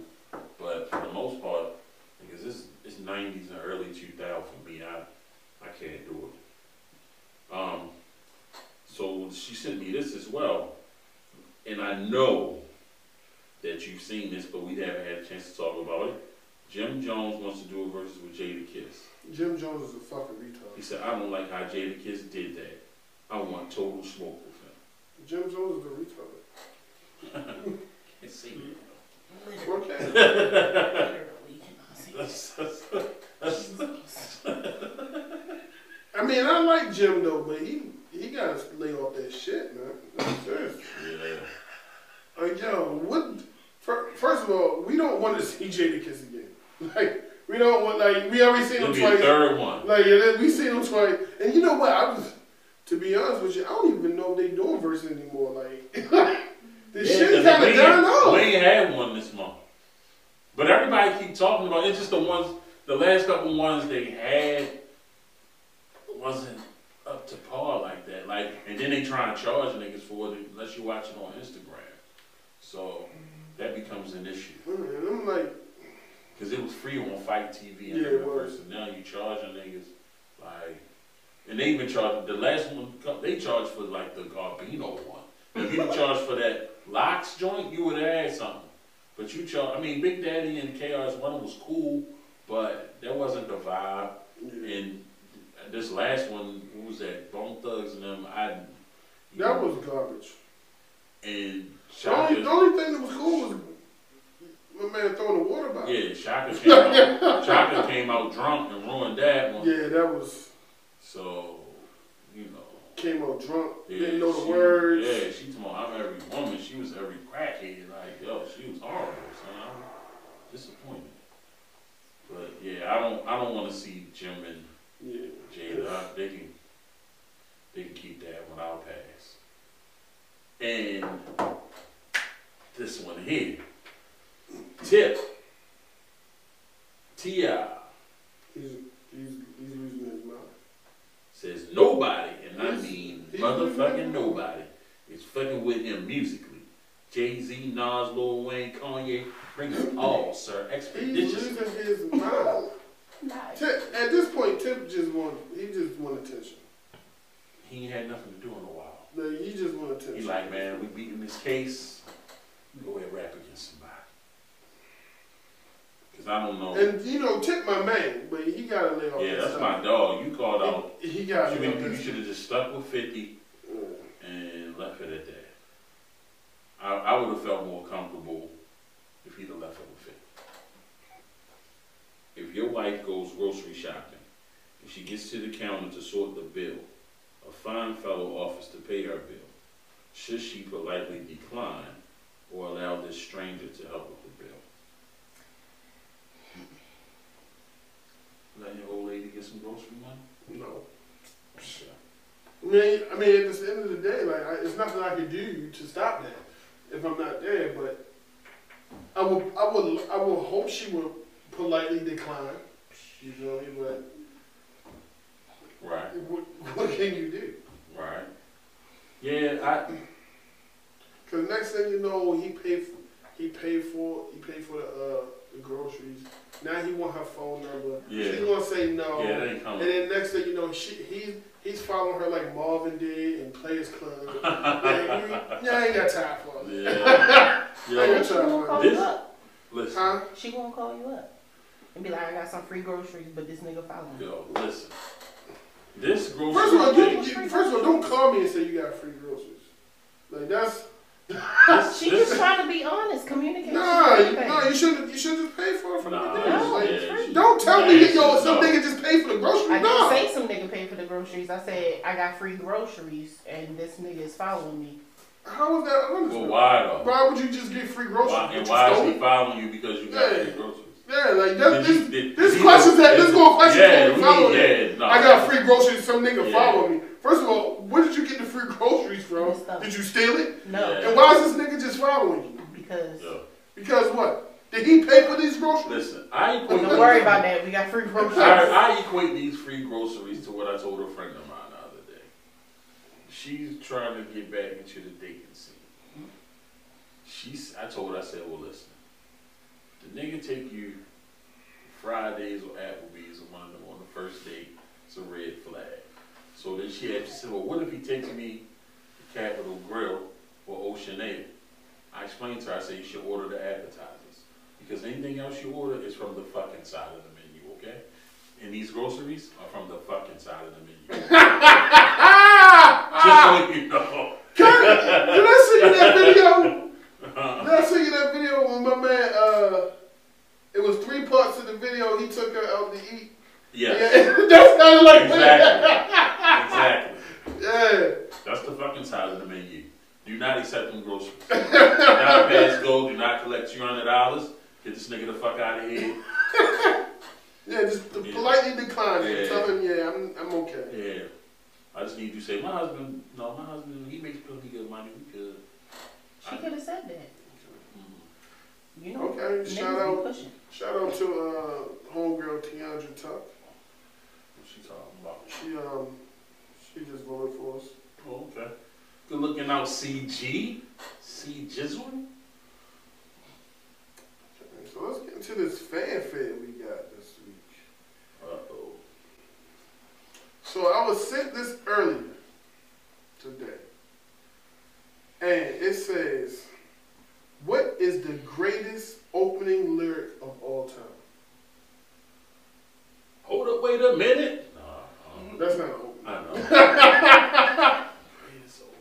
Speaker 4: But for the most part, because it's it's nineties and early two thousand for me, I I can't do it. Um, so she sent me this as well, and I know that you've seen this, but we haven't had a chance to talk about it. Jim Jones wants to do a versus with Jada Kiss.
Speaker 3: Jim Jones is a fucking
Speaker 4: He
Speaker 3: retard.
Speaker 4: said, I don't like how Jada Kiss did that. I want total smoke with him.
Speaker 3: Jim Jones is a
Speaker 4: Can't say
Speaker 3: retard.
Speaker 4: that.
Speaker 3: Okay.
Speaker 4: That's- that's- that's-
Speaker 3: I mean, I like Jim though, but he he gotta lay off that shit, man. I'm serious.
Speaker 4: yeah.
Speaker 3: Like, yo, what? fir- First of all, we don't want to see Jada kiss again. Like, we don't want like we already seen
Speaker 4: It'll
Speaker 3: him
Speaker 4: be a
Speaker 3: twice.
Speaker 4: third one.
Speaker 3: Like, yeah, we seen him twice, and you know what? I was, to be honest with you, I don't even know if they doing verse anymore. Like, this
Speaker 4: Yeah,
Speaker 3: shit
Speaker 4: 'cause
Speaker 3: is kind of
Speaker 4: we
Speaker 3: done
Speaker 4: ain't-
Speaker 3: off.
Speaker 4: We ain't had one this month. But everybody keep talking about it's just the ones the last couple ones they had wasn't up to par like that. Like and then they try and charge niggas for it unless you watch it on Instagram. So that becomes an issue.
Speaker 3: And I'm like,
Speaker 4: Because it was free on Fight TV and
Speaker 3: Yeah, it was.
Speaker 4: first, and now you charging niggas like, and they even charged the last one. They charged for like the Garbino one. If you charge for that locks joint, you would add something. But you charge. I mean, Big Daddy and KRS One was cool, but that wasn't the vibe.
Speaker 3: yeah.
Speaker 4: And this last one, who was that? Bone Thugs and them. I.
Speaker 3: that was garbage.
Speaker 4: and
Speaker 3: The only, the
Speaker 4: Shaka.
Speaker 3: only thing that was cool was my man throwing the water bottle.
Speaker 4: Yeah, Shaka came out. Shaka came out drunk and ruined that one.
Speaker 3: Yeah, that was
Speaker 4: So, you know.
Speaker 3: came out drunk,
Speaker 4: Yeah,
Speaker 3: didn't know the
Speaker 4: she-
Speaker 3: words.
Speaker 4: Yeah, she told I'm every woman. She was every crackhead. Like, yo, she was horrible, son. I'm disappointed. But yeah, I don't I don't want to see Jim and
Speaker 3: Yeah.
Speaker 4: Jada. I- They can they can keep that one. I'll pass. And this one here, Tip, Ti
Speaker 3: He's he's he's losing his mind.
Speaker 4: says nobody, and I
Speaker 3: He's-
Speaker 4: mean
Speaker 3: he's-
Speaker 4: motherfucking nobody, is fucking with him musically. Jay Z, Nas, Lil Wayne, Kanye, bring it all, sir,
Speaker 3: He's
Speaker 4: expeditiously.
Speaker 3: losing his mind.
Speaker 7: Nice.
Speaker 3: Tip, at this point, Tip just want he just want attention.
Speaker 4: He ain't had nothing to do in a while.
Speaker 3: Like, he just want attention.
Speaker 4: He like, man, we beating this case. Go ahead, rap against somebody. Cause I don't know.
Speaker 3: And you know, Tip my man, but he gotta lay off.
Speaker 4: oh. Yeah,
Speaker 3: that
Speaker 4: that's my
Speaker 3: stuff.
Speaker 4: dog. You called out.
Speaker 3: He, he
Speaker 4: You
Speaker 3: gotta lay off that
Speaker 4: should have just stuck with Fifty.
Speaker 3: stuff.
Speaker 4: and left it at that. I, I would have felt more comfortable if he'd have left it with it. If your wife goes grocery shopping and she gets to the counter to sort the bill, a fine fellow offers to pay her bill. Should she politely decline or allow this stranger to help with the bill? Let your old lady get some grocery money?
Speaker 3: No.
Speaker 4: Sure.
Speaker 3: I mean, I mean, at the end of the day, like, I, it's nothing I can do to stop that if I'm not there. But I will, I will, I will hope she will politely decline. You know, but
Speaker 4: Right.
Speaker 3: what, what can you do?
Speaker 4: Right. Yeah, I
Speaker 3: Because next thing you know, he paid, for, he paid for, he paid for the, uh, the groceries. Now he want her phone number.
Speaker 4: Yeah.
Speaker 3: She's gonna say no.
Speaker 4: yeah, that ain't
Speaker 3: And
Speaker 4: coming.
Speaker 3: then next thing you know, she he's he's following her like Marvin did in Players Club. yeah, you- yeah, I ain't got time for it.
Speaker 4: Yeah.
Speaker 3: I ain't
Speaker 4: Yo,
Speaker 3: got
Speaker 7: She
Speaker 3: time
Speaker 7: won't
Speaker 3: for
Speaker 7: call
Speaker 3: it.
Speaker 4: This-
Speaker 7: you up.
Speaker 4: listen.
Speaker 3: Huh?
Speaker 7: She won't call you up. And be like, I got some free groceries, but this nigga following. me.
Speaker 4: Yo, listen. This grocery
Speaker 3: First of all, you,
Speaker 4: thing,
Speaker 3: you, first of all, don't call me and say you got free groceries. Like that's
Speaker 4: This-
Speaker 7: She
Speaker 4: this-
Speaker 7: just trying to be honest. Communication.
Speaker 3: Nah,
Speaker 7: is
Speaker 3: you,
Speaker 7: everything.
Speaker 3: nah, you should you should just pay for it from
Speaker 4: Nah,
Speaker 3: the beginning.
Speaker 7: No,
Speaker 3: Like,
Speaker 4: yeah, she-
Speaker 3: don't tell me
Speaker 4: yeah,
Speaker 3: that yo, some
Speaker 4: no.
Speaker 3: nigga just paid for the grocery.
Speaker 7: I didn't
Speaker 3: Nah,
Speaker 7: say some nigga paid for the groceries. I said I got free groceries and this nigga is following me.
Speaker 3: how is that
Speaker 4: Well,
Speaker 3: unlimited?
Speaker 4: why though?
Speaker 3: Why would you just get free groceries?
Speaker 4: Why,
Speaker 3: Would
Speaker 4: and
Speaker 3: you
Speaker 4: why
Speaker 3: stole
Speaker 4: is
Speaker 3: it?
Speaker 4: he following you because you got
Speaker 3: Yeah.
Speaker 4: free groceries?
Speaker 3: Yeah, like that,
Speaker 4: Did you-
Speaker 3: this,
Speaker 4: did-
Speaker 3: this
Speaker 4: did he-
Speaker 3: question's that this
Speaker 4: did-
Speaker 3: going question
Speaker 4: yeah,
Speaker 3: gonna
Speaker 4: we-
Speaker 3: follow
Speaker 4: yeah,
Speaker 3: that.
Speaker 4: no.
Speaker 3: I got free groceries, some nigga
Speaker 4: Yeah.
Speaker 3: follow me. First of all, where did you get the free groceries from?
Speaker 7: Good stuff.
Speaker 3: Did you steal it?
Speaker 7: No,
Speaker 4: Yeah.
Speaker 3: And why is this nigga just following you?
Speaker 7: because
Speaker 4: Yo,
Speaker 3: Because what? Did he pay for these groceries?
Speaker 4: listen, I equate.
Speaker 7: don't worry about that. We got free groceries.
Speaker 4: I, I equate these free groceries to what I told a friend of mine the other day. She's trying to get back into the dating scene. She's. I told her. I said, "Well, listen. The nigga take you Fridays or Applebee's or one of them on the first date. It's a red flag." So then she asked. She said, "Well, what if he takes me to Capital Grill or Ocean Air?" I explained to her. I said, "You should order the appetizers." Because anything else you order is from the fucking side of the menu, okay? And these groceries are from the fucking side of the menu. Just so you know.
Speaker 3: Kurt, did I send you that video?
Speaker 4: Uh-huh.
Speaker 3: Did I send you that video when my man, uh, it was three parts of the video, he took her out to eat?
Speaker 4: Yes.
Speaker 3: Yeah, that's kind of like
Speaker 4: Exactly. exactly.
Speaker 3: Yeah.
Speaker 4: That's the fucking side of the menu. Do not accept them groceries. do not pass go. Do not collect $200. Get this nigga the fuck out of here.
Speaker 3: Yeah, just
Speaker 4: Yeah.
Speaker 3: politely decline it.
Speaker 4: Yeah.
Speaker 3: Tell him, yeah, I'm, I'm okay.
Speaker 4: Yeah. I just need you to say, my husband, no, my husband, he makes pretty good money. We good.
Speaker 7: she could have said that. You know,
Speaker 3: Okay,
Speaker 7: niggas
Speaker 3: shout
Speaker 7: be
Speaker 3: out.
Speaker 7: pushing.
Speaker 3: Shout out to uh, homegirl Tiandra Tuck.
Speaker 4: What she talking about?
Speaker 3: She um, she just voted for us.
Speaker 4: Oh, okay. Good looking out, CG. C Jizzle.
Speaker 3: So let's get into this fanfare we got this week.
Speaker 4: Uh oh.
Speaker 3: So I was sent this earlier today, and it says, "What is the greatest opening lyric of all time?"
Speaker 4: Hold up, wait a minute. Nah,
Speaker 3: That's not an opening.
Speaker 4: I don't know. I know. It's over.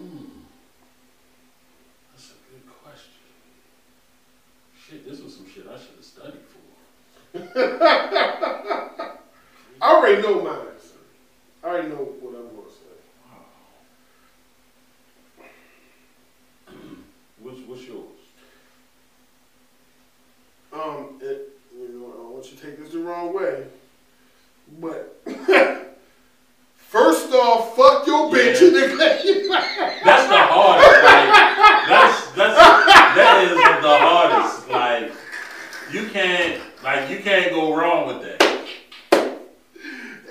Speaker 4: Mm. That's a good question. Shit, this was some shit I should have studied for.
Speaker 3: I already know mine. I already know what I'm gonna say.
Speaker 4: What's, what's yours?
Speaker 3: Um, it, you know, I don't want you to take this the wrong way, but first off, fuck your bitch
Speaker 4: Yeah.
Speaker 3: and neglect your man.
Speaker 4: That's the hardest. Like, that's that's that is the hardest. Like you can't like you can't go wrong with that.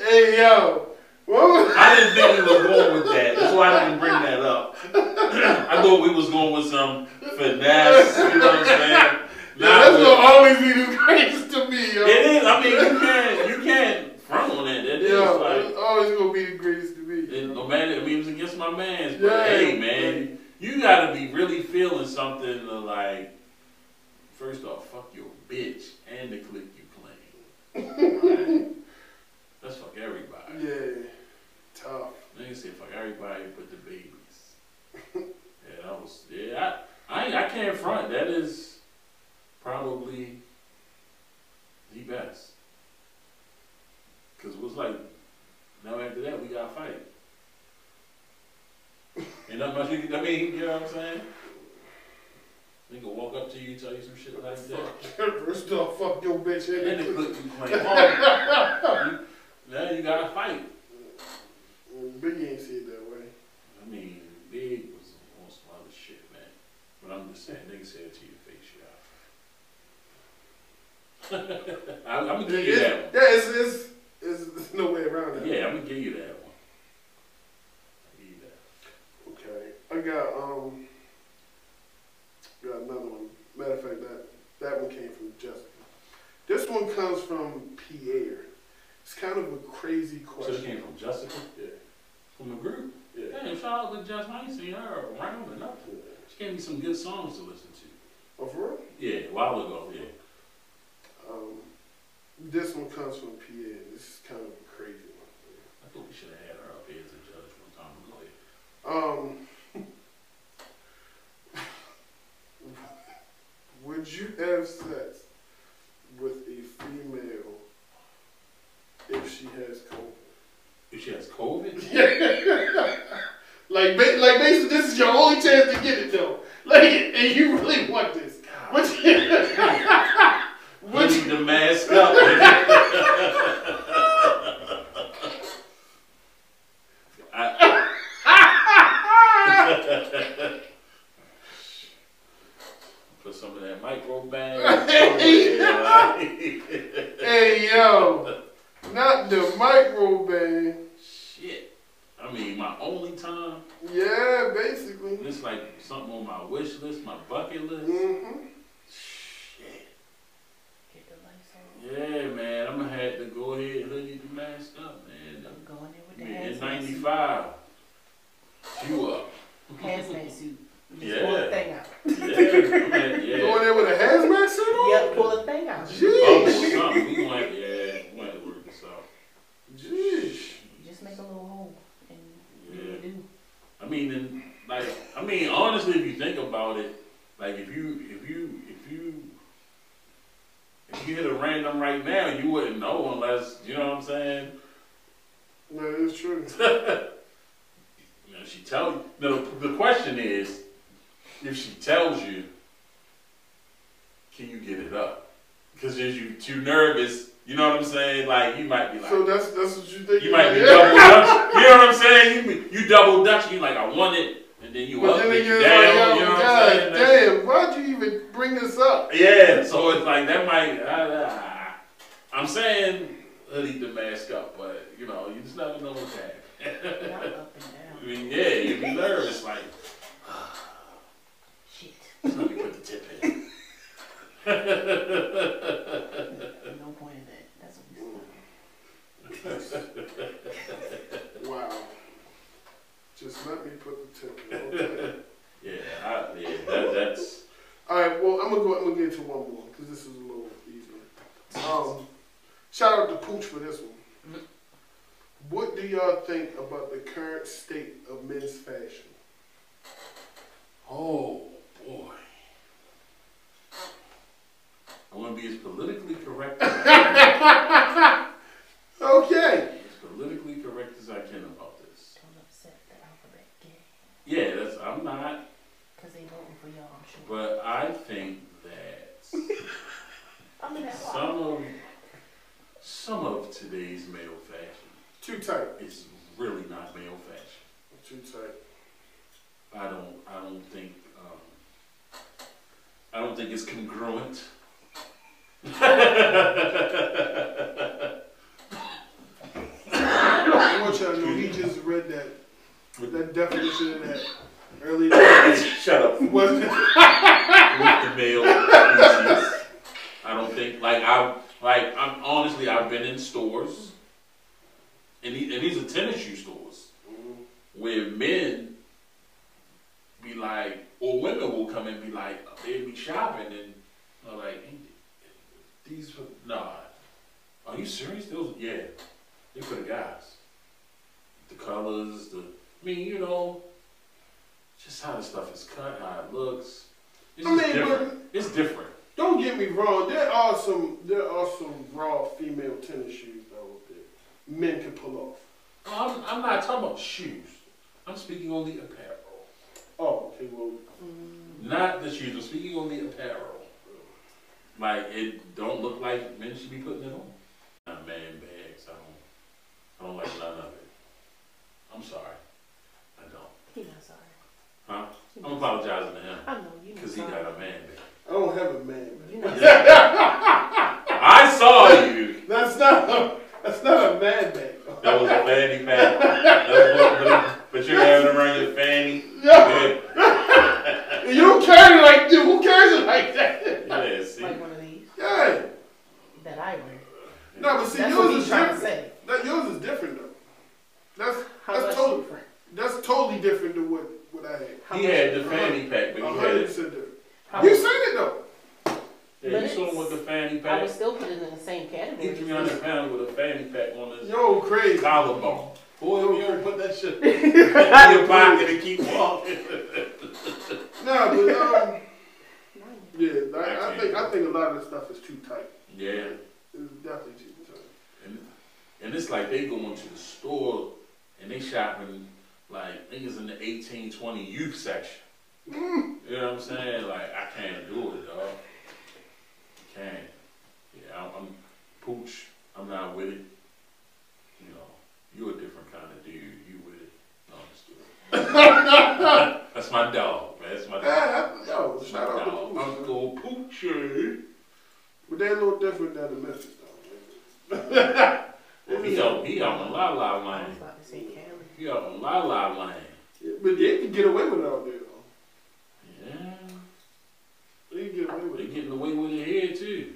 Speaker 3: Hey yo, what was,
Speaker 4: I didn't think we was going with that. That's why I didn't bring that up. I thought we was going with some finesse. You know what I'm saying? Nah,
Speaker 3: that's
Speaker 4: but-
Speaker 3: gonna always be the greatest to me, yo.
Speaker 4: it is. I mean, you can't you can't front on that. That is
Speaker 3: Yo,
Speaker 4: like
Speaker 3: it's always gonna be the greatest to me.
Speaker 4: it,
Speaker 3: yo.
Speaker 4: no matter. I mean, it was against my man's, but
Speaker 3: Yeah.
Speaker 4: hey, man, you gotta be really feeling something to like. First off, fuck your bitch and the click you playing. Like, Let's fuck everybody.
Speaker 3: Yeah, tough.
Speaker 4: Nigga said fuck everybody but the babies. yeah, that was yeah. I, I I can't front. That is probably the best. Cause it was like now after that we got to fight. And not much. you can- I mean, you know what I'm saying? Nigga walk up to you, tell you some shit like that.
Speaker 3: first off, fuck your bitch
Speaker 4: And then
Speaker 3: and
Speaker 4: they
Speaker 3: neglect.
Speaker 4: put you playing hard. You- Now you gotta fight.
Speaker 3: Biggie ain't see it that way.
Speaker 4: I mean, Big was on some other shit, man. But I'm just saying, niggas said to your face, yeah. I, I'm gonna give you that
Speaker 3: yeah,
Speaker 4: one.
Speaker 3: it's, it's, it's, it's no way around that.
Speaker 4: Yeah, I'm gonna give you that one. I'll give you that.
Speaker 3: Okay, I got um, got another one. Matter of fact, that that one came from Jessica. This one comes from Pierre. It's kind of a crazy
Speaker 4: So this
Speaker 3: question.
Speaker 4: came from Jessica?
Speaker 3: Yeah.
Speaker 4: From the group?
Speaker 3: Yeah.
Speaker 4: Hey, shout out to Jess. I ain't seen her around or nothing. She gave me some good songs to listen to.
Speaker 3: Oh, for real?
Speaker 4: Yeah, a while ago, yeah.
Speaker 3: Um, this one comes from Pierre. This is kind of a crazy one.
Speaker 4: I thought we should have had her up here as a judge one time. Go ahead.
Speaker 3: Um, Would you have sex with a female if she has COVID?
Speaker 4: If she has COVID,
Speaker 3: Like, ba- like basically, this is your only chance to get it though. Like, and you really want this? What you, what you,
Speaker 4: leave the mask up. I- Put some of that micro bang.
Speaker 3: hey yo, not the micro bang.
Speaker 4: Shit. I mean, my only time.
Speaker 3: Yeah, basically.
Speaker 4: It's like something on my wish list, my bucket list.
Speaker 3: Mm-hmm.
Speaker 4: Shit.
Speaker 7: Get the lights on.
Speaker 4: Yeah, man. I'm gonna have to go ahead and hoodie the mask up, man.
Speaker 7: I'm going in with
Speaker 4: I
Speaker 7: the
Speaker 4: mean, in
Speaker 7: hazmat suit.
Speaker 4: '95, you up?
Speaker 7: Hazmat suit. You just
Speaker 4: Yeah.
Speaker 7: pull a thing out.
Speaker 4: Yeah, I'm at-
Speaker 3: You
Speaker 4: yeah.
Speaker 3: Going there with a hazmat suit on?
Speaker 7: Yep, pull a thing out. You
Speaker 4: Bumble or
Speaker 3: Jeez.
Speaker 4: something. We gonna have to, yeah, we gonna have to work this out.
Speaker 3: Jeez.
Speaker 7: just make a little hole and you
Speaker 4: Yeah.
Speaker 7: do.
Speaker 4: I mean, and like, I mean, honestly, if you think about it, like, if you, if you, if you, if you hit a random right now, you wouldn't know unless you know what I'm saying.
Speaker 3: No, it's true.
Speaker 4: You know, she tell you. No, the question is, if she tells you, can you get it up? Because if you too nervous, you know what I'm saying. Like, you might be like.
Speaker 3: So that's that's what you think.
Speaker 4: You might be
Speaker 3: yeah.
Speaker 4: double dutch. You know what I'm saying? You, be- you double dutch. You like I want it, and then you
Speaker 3: But
Speaker 4: up
Speaker 3: then
Speaker 4: it
Speaker 3: again,
Speaker 4: down.
Speaker 3: it's like, yo,
Speaker 4: you know what I'm
Speaker 3: God
Speaker 4: saying? That's-
Speaker 3: damn, why'd you even bring this up?
Speaker 4: Yeah. So it's like that might. Uh, I'm saying hoodie the mask up, but you know you just never know what's happening.
Speaker 7: Not up and
Speaker 4: I
Speaker 7: down.
Speaker 4: mean, yeah, you'd be nervous. Like
Speaker 7: Shit.
Speaker 4: let me put the tip in.
Speaker 7: No point in that. That's what we
Speaker 3: Wow. Just let me put the tip. in, Okay.
Speaker 4: Yeah, I, yeah. That, that's
Speaker 3: All right. Well, I'm gonna go. I'm gonna get into one more because this is a little easier. Um, shout out to Pooch for this one. What do y'all think about the current state of men's fashion?
Speaker 4: oh boy. I want to be as politically correct. as I can.
Speaker 3: Okay.
Speaker 4: as politically correct as I can about this.
Speaker 7: Don't upset the alphabet gang.
Speaker 4: Yeah, that's I'm not,
Speaker 7: Because they voting for y'all, I'm sure.
Speaker 4: but I think that
Speaker 7: I'm in that lot.
Speaker 4: some of some of today's male fashion
Speaker 3: Too tight.
Speaker 4: is really not male fashion.
Speaker 3: Too tight.
Speaker 4: I don't I don't think um, I don't think it's congruent.
Speaker 3: I want y'all to know he just read that that definition of that earlier.
Speaker 4: Shut up. With
Speaker 3: was
Speaker 4: the male species. I don't think like I like I'm honestly I've been in stores and, the- and these are tennis shoe stores.
Speaker 3: Mm-hmm.
Speaker 4: where men be like, or women will come and be like, they be shopping and are like, "Ain't these for nah. Are you serious? Those yeah, they for the guys. The colors, the I mean, you know, just how the stuff is cut, how it looks. It's
Speaker 3: I
Speaker 4: just
Speaker 3: mean,
Speaker 4: different. it's different.
Speaker 3: Don't get me wrong. There are some there are some raw female tennis shoes though that men can pull off.
Speaker 4: I'm, I'm not talking about shoes. I'm speaking on the apparel.
Speaker 3: Oh, okay. Well,
Speaker 4: Not the shoes. I'm speaking on the apparel. Like it don't look like men should be putting it on. Not man bags. I don't. I don't like none of it. I'm sorry. I don't.
Speaker 7: He not sorry.
Speaker 4: Huh?
Speaker 7: He
Speaker 4: I'm
Speaker 7: not sorry.
Speaker 4: apologizing to him
Speaker 7: I know you not
Speaker 4: because he
Speaker 7: sorry.
Speaker 4: got a man bag.
Speaker 3: I don't have a man. man.
Speaker 7: You not sorry.
Speaker 4: I saw you.
Speaker 3: That's not a, that's not a man bag.
Speaker 4: That was a fanny pack. That was what- But you're having it around your fanny. Yeah.
Speaker 3: You don't carry it like dude. Who carries it like that?
Speaker 4: Yeah. See.
Speaker 7: Like one of these
Speaker 3: Yeah.
Speaker 7: that I wear.
Speaker 3: No, but see,
Speaker 7: That's what
Speaker 3: yours
Speaker 7: he's
Speaker 3: is
Speaker 7: trying to
Speaker 3: different.
Speaker 7: say.
Speaker 3: That yours is different though. That's
Speaker 7: How
Speaker 3: that's
Speaker 7: much
Speaker 3: totally
Speaker 7: different?
Speaker 3: that's totally different than what what I had.
Speaker 7: How
Speaker 4: He
Speaker 7: much-
Speaker 4: had the fanny pack,
Speaker 3: A
Speaker 4: but he had
Speaker 3: hundred
Speaker 4: it.
Speaker 3: percent different.
Speaker 7: how
Speaker 3: You
Speaker 7: much-
Speaker 3: seen it though.
Speaker 4: Yeah, you saw him with the fanny
Speaker 7: I
Speaker 4: pack.
Speaker 7: would still put it in the same
Speaker 4: He
Speaker 7: category.
Speaker 4: 300 pounds with a fanny pack on his
Speaker 3: Yo, crazy.
Speaker 4: collarbone. Boy, if you don't put that shit in your pocket and keep walking.
Speaker 3: No, but um,
Speaker 7: Mine is
Speaker 3: Yeah, I, I think I think a lot of this stuff is too tight.
Speaker 4: Yeah.
Speaker 3: It's definitely too tight.
Speaker 4: And, and it's like they going to the store and they shopping like niggas in the 18, 20 youth section. You know what I'm saying? Like, I can't do it, dog. Can't. Yeah, I'm, I'm pooch. I'm not with it. You know, you a different kind of dude. You with it. No, I'm just kidding. That's my dog, man. That's my dog.
Speaker 3: Ah, I- yo,
Speaker 4: That's my
Speaker 3: shout out to
Speaker 4: dog.
Speaker 3: Pooch. man.
Speaker 4: Uncle eh? Poochie.
Speaker 3: But they're a little different than the Memphis though. man.
Speaker 4: He out, he out in La La
Speaker 7: I was
Speaker 4: Land.
Speaker 7: about to say Cali.
Speaker 4: He out in La La Land.
Speaker 3: But they can get away with it out there though.
Speaker 4: Yeah.
Speaker 3: They can get away with
Speaker 4: They
Speaker 3: it.
Speaker 4: getting away with it here too.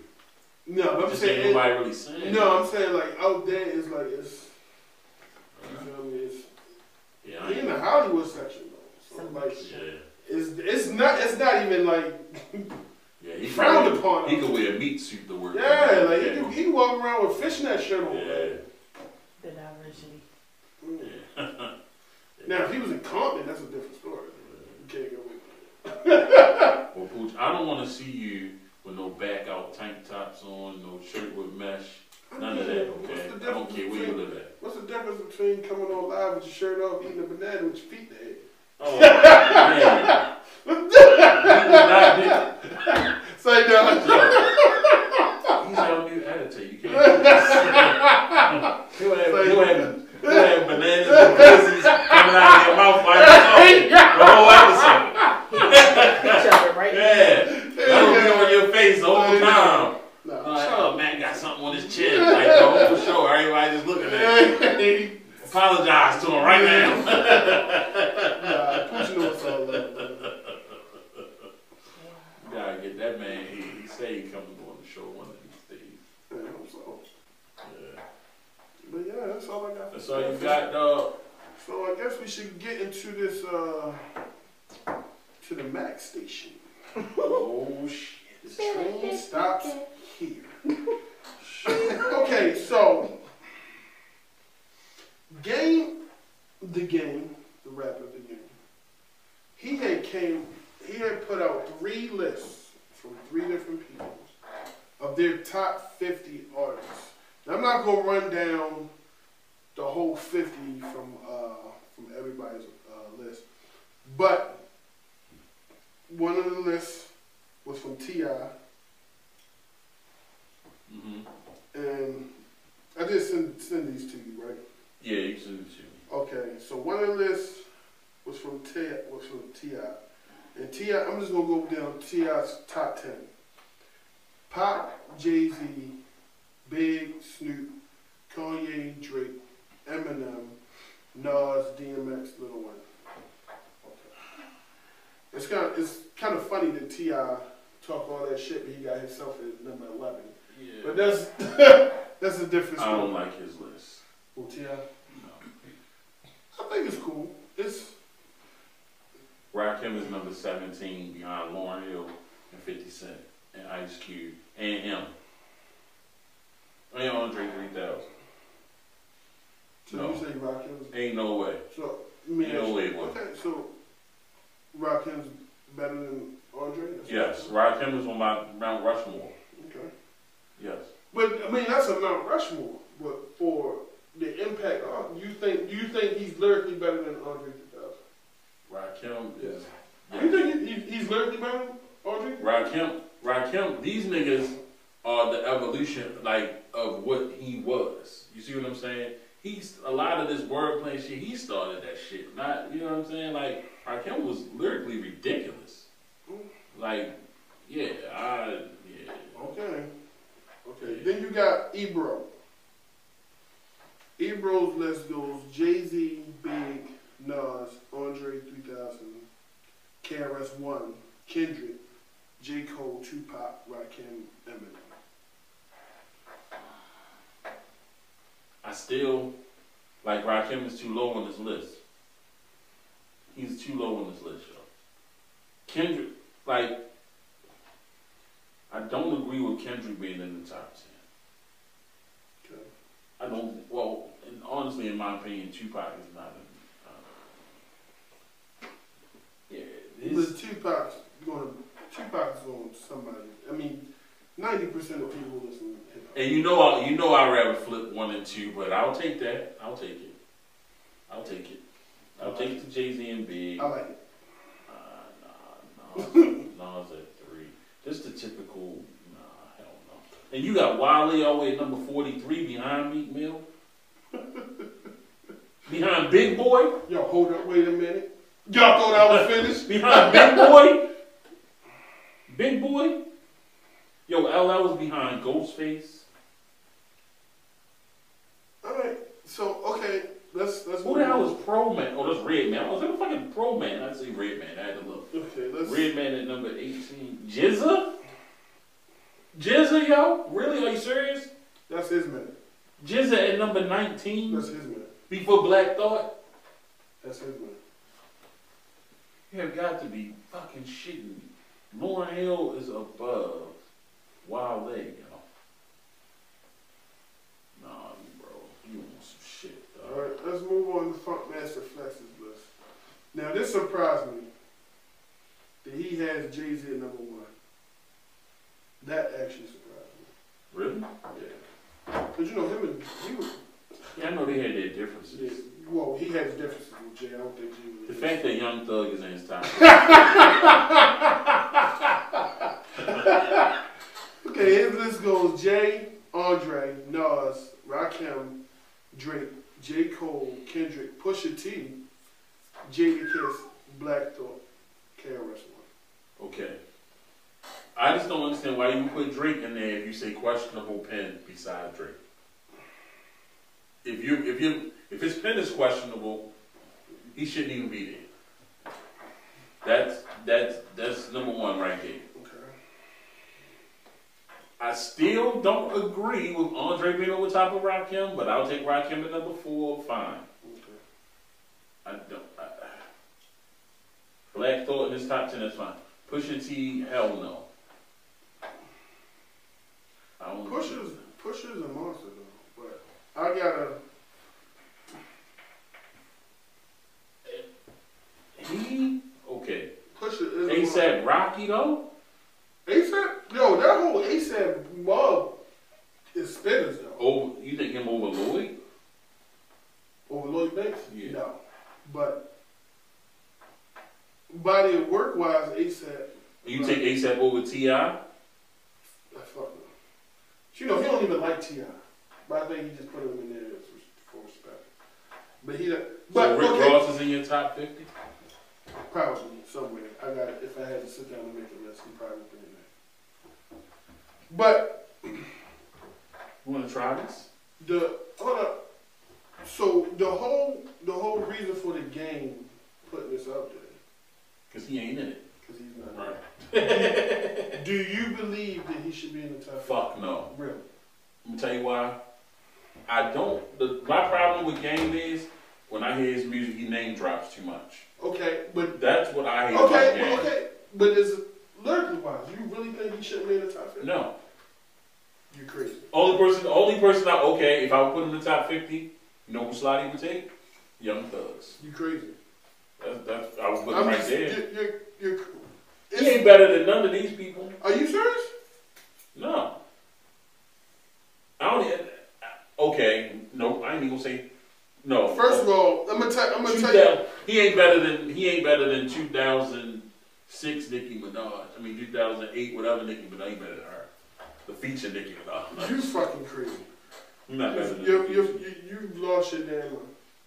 Speaker 3: No, but I'm
Speaker 4: Just
Speaker 3: saying
Speaker 4: ain't nobody really saying.
Speaker 3: No, I'm saying like out there is like it's you feel me? It's
Speaker 4: Yeah, I
Speaker 3: he in
Speaker 4: ain't,
Speaker 3: the Hollywood section though. So like
Speaker 4: yeah,
Speaker 3: it's it's not it's not even like
Speaker 4: yeah. He
Speaker 3: Frowned
Speaker 4: could-
Speaker 3: upon.
Speaker 4: He could wear a meat suit to work.
Speaker 3: yeah, like he
Speaker 4: yeah.
Speaker 3: can, he can walk around with fishnet shirt on.
Speaker 4: Yeah.
Speaker 3: like,
Speaker 7: The diversity.
Speaker 3: mm.
Speaker 4: yeah.
Speaker 3: Now if he was in Compton, that's a different story. You can't get away with it.
Speaker 4: Well, Pooch, I don't want to see you with no back out tank tops on, no shirt with mesh, none of that.
Speaker 3: What's
Speaker 4: Okay,
Speaker 3: the
Speaker 4: I don't
Speaker 3: difference
Speaker 4: care where you
Speaker 3: between-
Speaker 4: live at.
Speaker 3: What's the difference between coming on live with your shirt off, eating a banana with your feet in the air?
Speaker 4: Oh man, we did not do-
Speaker 3: Say no.
Speaker 4: Yo, he's our new editor. You can't. he'll have, he'll have, he'll have bananas and pussies coming out of your mouth by yourself. The whole episode.
Speaker 7: Each other, right?
Speaker 4: Yeah. That'll be on your face the whole time.
Speaker 3: No,
Speaker 4: Like, oh, man, got something on his chin. Like, oh, for sure. Everybody just looking at him.
Speaker 3: Hey,
Speaker 4: Apologize to him right now.
Speaker 3: nah, Pooch knows it's all love. man.
Speaker 4: You gotta get that man. He, he say he coming on the show one of these days.
Speaker 3: Yeah, I'm so-
Speaker 4: Yeah.
Speaker 3: But yeah, that's all I got.
Speaker 4: That's all you got, uh, dog.
Speaker 3: So I guess we should get into this uh to the Mac station.
Speaker 4: Oh, shit.
Speaker 3: The train stops here. okay, so game the game, the rapper the game. He had came he had put out three lists from three different people of their top fifty artists. Now, I'm not gonna run down the whole fifty from uh, from everybody's uh, list, but one of the lists was from Ti,
Speaker 4: Mm-hmm.
Speaker 3: and I did send send these to you, right?
Speaker 4: Yeah, you can send it to me.
Speaker 3: Okay, so one of the lists was from Ti, was from Ti, and Ti. I'm just gonna go down Ti's top ten: Pop, Jay Z, Big, Snoop, Kanye, Drake, Eminem, Nas, DMX, Lil Wayne. It's kind of it's kind of funny that Ti talk all that shit, but he got himself at number eleven.
Speaker 4: Yeah.
Speaker 3: But that's that's a different
Speaker 4: I
Speaker 3: story.
Speaker 4: don't like his list.
Speaker 3: Oh, T.I.?
Speaker 4: No.
Speaker 3: I think it's cool. It's
Speaker 4: Rakim is number 17 behind Lauren Hill and 50 Cent and Ice Cube and him. And Andre 3000.
Speaker 3: so
Speaker 4: No.
Speaker 3: you say Rakim's
Speaker 4: Ain't no way.
Speaker 3: so I mean,
Speaker 4: Ain't no way it was.
Speaker 3: okay, so Rakim's better than Andre? That's
Speaker 4: Yes, Rakim is on my Mount Rushmore.
Speaker 3: Okay.
Speaker 4: Yes.
Speaker 3: But I mean that's a Mount Rushmore, but for the impact on you think you think he's lyrically better than Andre the Thousand?
Speaker 4: Rakim is.
Speaker 3: You
Speaker 4: Yes.
Speaker 3: think he, he, he's lyrically better than Andre?
Speaker 4: Rakim, Rakim, these niggas are the evolution like of what he was. You see what I'm saying? He's a lot of this wordplay and shit. He started that shit. Not you know what I'm saying? Like Rakim was lyrically ridiculous. Like yeah, I yeah.
Speaker 3: Okay. Okay. Then you got Ebro. Ebro's list goes Jay Z, Big, Nas, Andre 3000, KRS One, Kendrick, J Cole, Tupac, Rakim, Eminem.
Speaker 4: I still like Rakim is too low on this list. He's too low on this list, yo. Kendrick, like, I don't agree with Kendrick being in the top ten.
Speaker 3: Okay.
Speaker 4: I don't. Well, and honestly, in my opinion, Tupac is not. uh, A, uh, yeah,
Speaker 3: But
Speaker 4: his,
Speaker 3: Tupac's going. Tupac's going. somebody. I mean, ninety percent of people listen to hip hop.
Speaker 4: And you know, I, you know, I'd rather flip one and two, but I'll take that. I'll take it. I'll take it. I'll take it to Jay Z and Big.
Speaker 3: I like it.
Speaker 4: Uh, nah, Nas, Nas at three. Just the typical. Nah, hell no. And you got Wiley all the way at number forty-three behind Meek Mill. behind Big Boy.
Speaker 3: Yo, hold up, wait a minute. Y'all thought I was finished?
Speaker 4: Behind Big Boy. Big Boy. Yo, LL was behind Ghostface.
Speaker 3: All right. So okay, let's let's.
Speaker 4: Who the hell is Pro Man? Oh, that's Red Man. I was like, fucking Pro Man. I see Red Man. I had to look.
Speaker 3: Okay, let's.
Speaker 4: Red Man at number 18. Jizza? Jizza, yo? Really? Are you serious?
Speaker 3: That's his man.
Speaker 4: Jizza at number 19
Speaker 3: That's his man.
Speaker 4: before Black Thought?
Speaker 3: That's his man.
Speaker 4: You have got to be fucking shitting me. Lauren Hill is above Wild Leg, yo. Nah, bro. You want some shit, dog.
Speaker 3: All right, let's move on to Funk Master Flex's list. Now this surprised me that he has Jay Z at number one. That actually surprised me.
Speaker 4: Really? Yeah.
Speaker 3: Cause you know him and he was
Speaker 4: Yeah, I know they had their differences.
Speaker 3: well he has differences with Jay. I don't think Jay was.
Speaker 4: The fact that Young Thug is in his top
Speaker 3: Okay, his list goes Jay, Andre, Nas, Rakim, Drake, J. Cole, Kendrick, Pusha T, Jada Kiss, Black Thought, KRS One.
Speaker 4: Okay. I just don't understand why you put Drake in there if you say questionable pen beside Drake. If you if you if his pen is questionable, he shouldn't even be there. That's that's that's number one right there.
Speaker 3: Okay.
Speaker 4: I still don't agree with Andre being over top of Rakim, but I'll take Rakim at number four. Fine.
Speaker 3: Okay.
Speaker 4: I don't. I, Black Thought in his top ten is fine. Pusha T, hell no. I don't.
Speaker 3: Pusha's Pusha's a monster though, but I gotta.
Speaker 4: He okay.
Speaker 3: Pusha is a monster.
Speaker 4: ASAP Rocky though.
Speaker 3: ASAP, yo, that whole ASAP mob is spinners though.
Speaker 4: Oh, you think him over Lloyd?
Speaker 3: Over Lloyd Banks?
Speaker 4: Yeah.
Speaker 3: No. But body of work wise, ASAP,
Speaker 4: You take ASAP over Ti?
Speaker 3: I fuck no. You know, he don't even like Ti, but I think he just put him in there as res- for respect. But he, don't- but
Speaker 4: So Rick
Speaker 3: okay,
Speaker 4: Ross is in your top fifty.
Speaker 3: probably somewhere. I got it. If I had to sit down and make a list, he probably would be in there. But
Speaker 4: You want to try this?
Speaker 3: The hold up. So the whole the whole reason for the game putting this up there
Speaker 4: Cause he ain't in it.
Speaker 3: because he's not.
Speaker 4: Right.
Speaker 3: Do you believe that he should be in the top? five?
Speaker 4: Fuck no.
Speaker 3: Really?
Speaker 4: Let me tell you why. I don't. The, my problem with Game is when I hear his music, he name drops too much.
Speaker 3: Okay, but
Speaker 4: That's what I hate about
Speaker 3: okay,
Speaker 4: Game.
Speaker 3: but okay, but is lyrically wise, you really think he shouldn't be in the top five?
Speaker 4: No.
Speaker 3: You crazy?
Speaker 4: Only person, only person I okay. If I would put him in the top fifty, you know who slide he would take? Young Thugs.
Speaker 3: You crazy?
Speaker 4: That's, that's I was looking right there.
Speaker 3: You're, you're, you're,
Speaker 4: He ain't better than none of these people.
Speaker 3: Are you serious?
Speaker 4: No. I don't. e- Okay. No, I ain't even gonna say. No.
Speaker 3: First of all, I'm gonna tell I'm gonna
Speaker 4: Two
Speaker 3: tell you.
Speaker 4: thou- he ain't better than he ain't better than 2006 Nicki Minaj. I mean 2008 whatever Nicki Minaj. He better than her. The feature Nicki Minaj.
Speaker 3: You fucking crazy.
Speaker 4: I'm not better than.
Speaker 3: You've,
Speaker 4: the
Speaker 3: you've,
Speaker 4: feature.
Speaker 3: you you've lost your damn mind.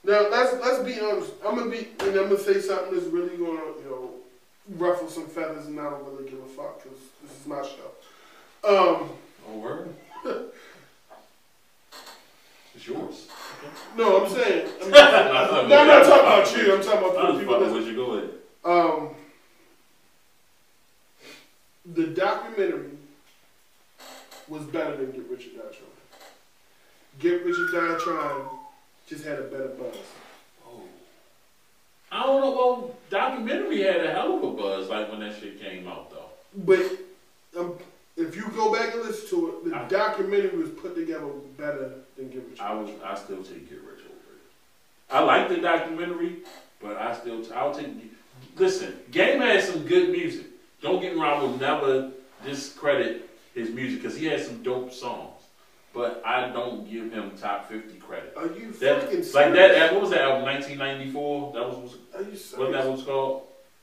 Speaker 3: Now let's let's be honest. I'm gonna be and I'm gonna say something that's really gonna you know ruffle some feathers, and I don't really give a fuck because this is my show. Um,
Speaker 4: Oh word. It's yours.
Speaker 3: no, I'm saying I'm, not- no, I'm not talking about you. I'm talking
Speaker 4: I
Speaker 3: about
Speaker 4: was
Speaker 3: people.
Speaker 4: fucking
Speaker 3: That,
Speaker 4: with you. Go ahead.
Speaker 3: um, the documentary was better than Get Rich or Die Trying. Get Rich or Die Trying just had a better buzz.
Speaker 4: I don't know. Well, documentary had a hell of a buzz like when that shit came out though.
Speaker 3: But um, if you go back and listen to it, the
Speaker 4: I-
Speaker 3: documentary was put together better than Give It.
Speaker 4: I was I still take Get Rich over it. I like the documentary, but I still I'll take. Listen, Game had some good music. Don't get me wrong. I will never discredit his music because he had some dope songs, but I don't give him top fifty credit.
Speaker 3: Are you
Speaker 4: That,
Speaker 3: fucking
Speaker 4: like
Speaker 3: serious?
Speaker 4: that, What was that album? Nineteen ninety four. That was was-
Speaker 3: Are you serious?
Speaker 4: wasn't that what it was called?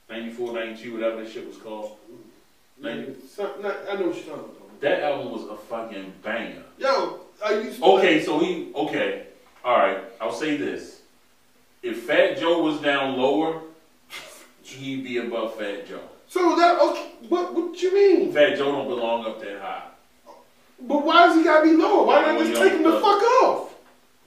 Speaker 4: 94, 92, whatever that shit was called.
Speaker 3: Nigga, son- not- I know what you're talking about.
Speaker 4: That album was a fucking banger.
Speaker 3: Yo, are you
Speaker 4: Okay, so he okay. All right, I'll say this: if Fat Joe was down lower, he'd be above Fat Joe.
Speaker 3: So that okay? What what you mean?
Speaker 4: Fat Joe don't belong up that high.
Speaker 3: But why does he gotta be lower? Why not
Speaker 4: Oh,
Speaker 3: just
Speaker 4: yeah.
Speaker 3: take him the fuck off?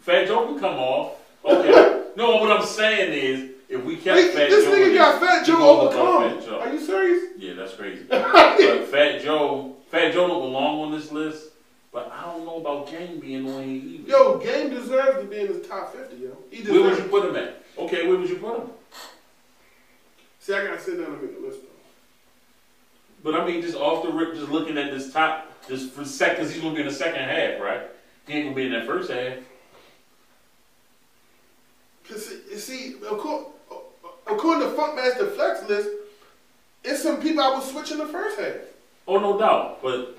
Speaker 4: Fat Joe can come off. Okay. no, what I'm saying is, if we kept
Speaker 3: Like,
Speaker 4: Fat
Speaker 3: this
Speaker 4: Joe,
Speaker 3: nigga
Speaker 4: in-
Speaker 3: got Fat
Speaker 4: he
Speaker 3: Joe
Speaker 4: gonna look
Speaker 3: overcome.
Speaker 4: like Fat Joe.
Speaker 3: Are you serious?
Speaker 4: Yeah, that's crazy. but Fat Joe, Fat Joe don't belong on this list. But I don't know about Gang being on here either.
Speaker 3: Yo, Game deserves to be in the top fifty, yo. He
Speaker 4: where would
Speaker 3: deserves.
Speaker 4: you put him at? Okay, where would you put him?
Speaker 3: See, I gotta sit down and make a list. Though.
Speaker 4: But I mean, just off the rip, just looking at this top, just for seconds, he's gonna be in the second half, right? He ain't gonna be in that first half.
Speaker 3: Cause see- see, according, according to Funkmaster Flex list, it's some people I would switch in the first half.
Speaker 4: Oh, no doubt. But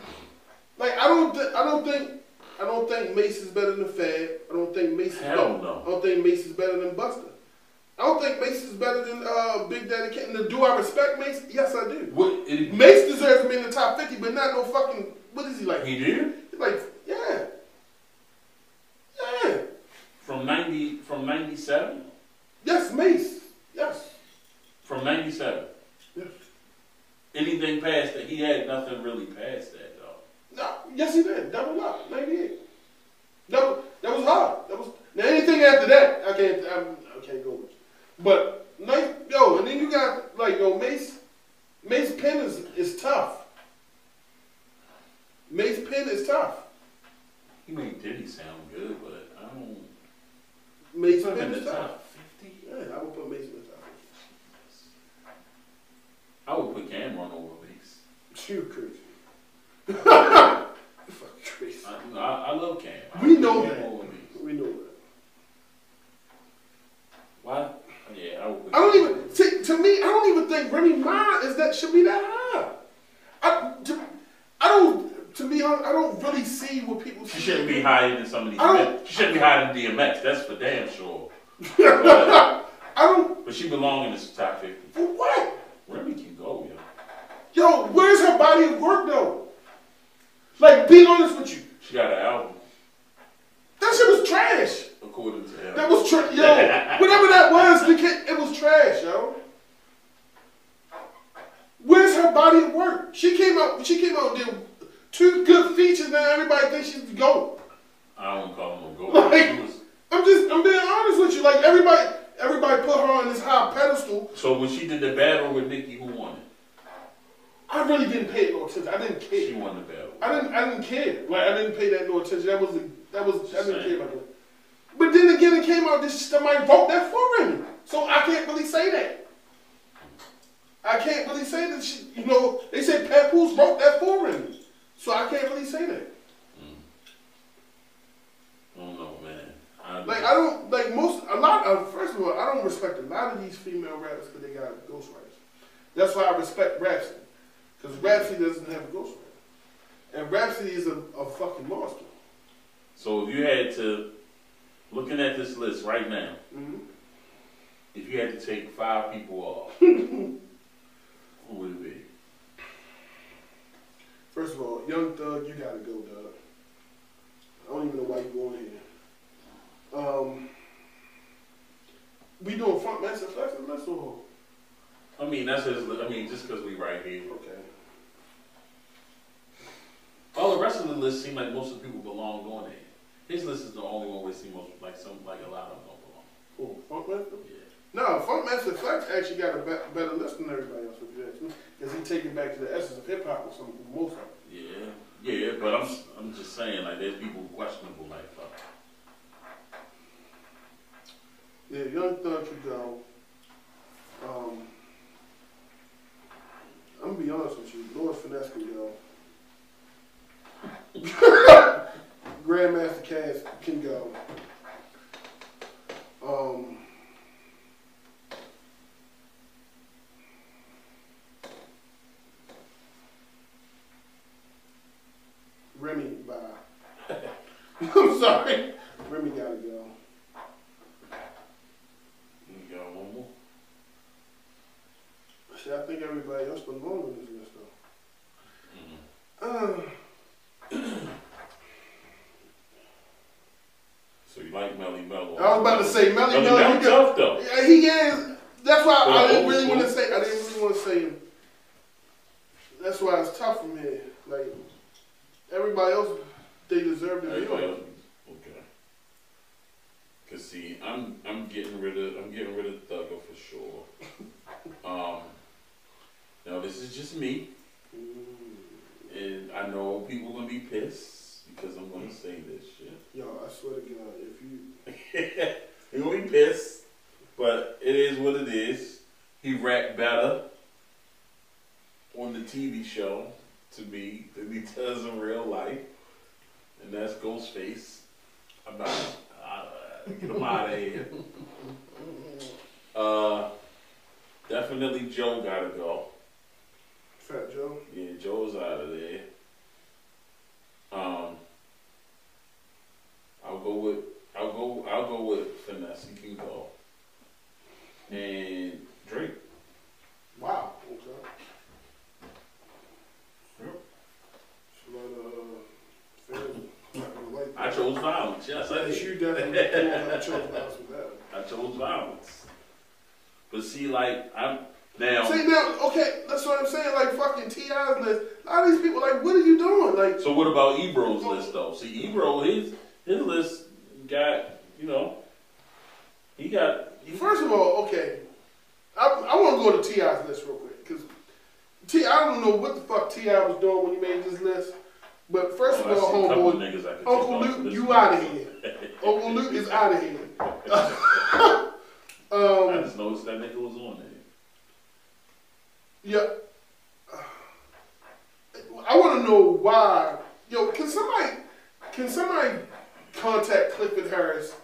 Speaker 3: Like I don't, th- I don't think, I don't think Mace is better than Fab. I don't think Mace is
Speaker 4: Hell
Speaker 3: better.
Speaker 4: no.
Speaker 3: I don't think Mace is better than Buster. I don't think Mace is better than uh, Big Daddy Kane. Do I respect Mace? Yes, I do.
Speaker 4: what it,
Speaker 3: Mace deserves to be in the top fifty, but not no fucking. What is he like?
Speaker 4: he did
Speaker 3: He's like yeah, yeah.
Speaker 4: from ninety from ninety seven
Speaker 3: Yes, Mace. Yes.
Speaker 4: from ninety seven.
Speaker 3: Yes.
Speaker 4: Anything past that, he had nothing really past that though.
Speaker 3: No, yes, he did. Double up, ninety-eight. Double. That was hard. That was. Now anything after that, I can't. I'm, I can't go with. But like, yo, and then you got like yo Mace. Mace Penn is is tough. Mace Penn is tough.
Speaker 4: He made Diddy sound good, but I don't.
Speaker 3: Mace
Speaker 4: Put him
Speaker 3: Penn
Speaker 4: in
Speaker 3: is
Speaker 4: the
Speaker 3: tough.
Speaker 4: top fifty.
Speaker 3: Yeah, I would put Mace in the top.
Speaker 4: I would put Cameron over Mace.
Speaker 3: You crazy. You fucking crazy.
Speaker 4: I, I, I love Cam. I
Speaker 3: We
Speaker 4: would put
Speaker 3: know
Speaker 4: Cam
Speaker 3: that.
Speaker 4: over Mace.
Speaker 3: We know that.
Speaker 4: Why? Yeah, I would. Put
Speaker 3: I don't
Speaker 4: Cam
Speaker 3: even to, to me. I don't even think Remy Ma is that should be that high. I, to, I don't. To be honest, I don't really see what people.
Speaker 4: She
Speaker 3: see.
Speaker 4: shouldn't be higher than some of these.
Speaker 3: I
Speaker 4: Men.
Speaker 3: don't-
Speaker 4: She shouldn't be higher than DMX. That's for damn sure. But,
Speaker 3: I don't.
Speaker 4: but she belong in this top fifty.
Speaker 3: For what?
Speaker 4: Remy can go, yo.
Speaker 3: Yo, where's her body of work though? Like, be honest with you.
Speaker 4: She got an album,
Speaker 3: That shit was trash.
Speaker 4: according to him.
Speaker 3: That was trash. Yo, whatever that was, the kid, it was trash, yo. Where's her body of work? She came out. She came out and did two good features, and everybody thinks she's the goat.
Speaker 4: I don't call him a go.
Speaker 3: Like-
Speaker 4: She was-
Speaker 3: I'm just I'm being honest with you. Like everybody everybody put her on this high pedestal.
Speaker 4: so when she did the battle with Nicki, who won it?
Speaker 3: I really didn't pay it no attention. I didn't
Speaker 4: She
Speaker 3: care.
Speaker 4: won the battle.
Speaker 3: I didn't I didn't care. Like I didn't pay that no attention. That was that was I didn't
Speaker 4: Same.
Speaker 3: care about that. But then again it came out this somebody vote that for him. So I can't really say that. I can't really say that she, you know, they said Papoose wrote that for him. So I can't really say that.
Speaker 4: I don't know, man. I,
Speaker 3: Like I don't like most a lot of first of all I don't respect a lot of these female rappers because they got ghostwriters. That's why I respect Rhapsody because Rhapsody doesn't have a ghostwriter, and Rhapsody is a, a fucking monster.
Speaker 4: so if you had to, looking at this list right now,
Speaker 3: Mm-hmm.
Speaker 4: if you had to take five people off, who would it be?
Speaker 3: First of all, Young Thug, you gotta go, Doug. I don't even know why you going here. Um, we doing front master flex and less or
Speaker 4: I mean, that's his. I mean, just because we right here.
Speaker 3: okay.
Speaker 4: All the rest of the list seem like most of the people belong on it. His list is the only one where it seems most like some like a lot of them don't
Speaker 3: Cool. Funk Master?
Speaker 4: belong. Yeah.
Speaker 3: No, Funkmaster Flex actually got a be- better list than everybody else, if you ask me. Because he taking back to the essence of hip hop or something, most of it.
Speaker 4: Yeah. Yeah, but I'm s- I'm just saying like there's people questionable like uh, fuck.
Speaker 3: Yeah, Young Thug could go. Um, I'm going to be honest with you. Lord Finesse could go. Grandmaster Cass can go. Um, Remy, bye. I'm sorry. Remy gotta go.
Speaker 4: You got one more?
Speaker 3: See, I think everybody else been long on this list though. Uh,
Speaker 4: So you like Melly Mello?
Speaker 3: I was about to say Melly
Speaker 4: Melly
Speaker 3: Mel.
Speaker 4: Mello
Speaker 3: He, got-
Speaker 4: tough though.
Speaker 3: yeah, he is. That's why I
Speaker 4: Well,
Speaker 3: didn't
Speaker 4: old
Speaker 3: really
Speaker 4: school.
Speaker 3: want to say. I didn't really want to say him. That's why it's tough from here. Like everybody else, they deserve to be on.
Speaker 4: Everybody else, okay. Cause see, I'm I'm getting rid of I'm getting rid of Thugger for sure. Um, now this is just me,
Speaker 3: Mm.
Speaker 4: and I know people gonna be pissed because I'm gonna say this shit.
Speaker 3: Yo, I swear to God, if you
Speaker 4: They're gonna be pissed, but it is what it is. He rapped better on the TV show to me than he does in real life, and that's Ghostface. I'm not. I, I- get him out of here. Uh, definitely Joe gotta go.
Speaker 3: Fat Joe,
Speaker 4: Yeah, Joe's out of there. Um, I'll go with I'll go I'll go with finesse. He can go. And Drake.
Speaker 3: wow. Okay. It's a lot of, uh, fans not gonna like
Speaker 4: I
Speaker 3: that.
Speaker 4: chose violence. Yes, I
Speaker 3: Yes,
Speaker 4: did.
Speaker 3: you definitely pulled out Joe Bounce with that.
Speaker 4: I chose violence. But see, like I'm now.
Speaker 3: See now, okay, that's what I'm saying. Like fucking Ti's list. A lot of these people, like, what are you doing? Like,
Speaker 4: So what about Ebro's list though? See, Ebro his his list got you know he got he,
Speaker 3: first of all, okay, I, I want to go to Ti's list real quick because Ti, I don't know what the fuck Ti was doing when he made this list. But first
Speaker 4: Oh, I
Speaker 3: of all,
Speaker 4: see a couple
Speaker 3: homeboy,
Speaker 4: niggas I could take
Speaker 3: Uncle
Speaker 4: off the
Speaker 3: Luke,
Speaker 4: list.
Speaker 3: you out of here. Uncle Luke is out of here.
Speaker 4: I
Speaker 3: um,
Speaker 4: just noticed that nigga was on there.
Speaker 3: yeah. I want to know why. Yo, can somebody, can somebody contact Clifford Harris?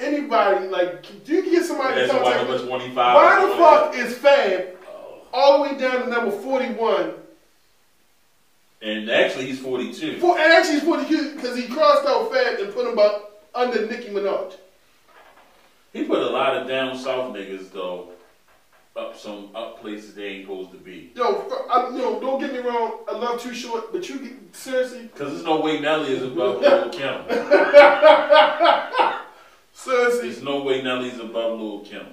Speaker 3: Anybody like, can you get somebody to
Speaker 4: That's a white
Speaker 3: contact?
Speaker 4: number
Speaker 3: Clifford?
Speaker 4: twenty five.
Speaker 3: Why the fuck is Fab all the way down to number forty-one?
Speaker 4: And actually, he's forty two.
Speaker 3: For and actually, it's forty-two because he crossed out Fab and put him up under Nicki Minaj.
Speaker 4: He put a lot of down south niggas though, up some up places they ain't supposed to be.
Speaker 3: Yo, fu- I, yo, don't get me wrong. I love Too Short, but you get, seriously,
Speaker 4: Cause there's no way Nelly is above Lil Kim.
Speaker 3: seriously,
Speaker 4: There's no way Nelly's above Lil Kim.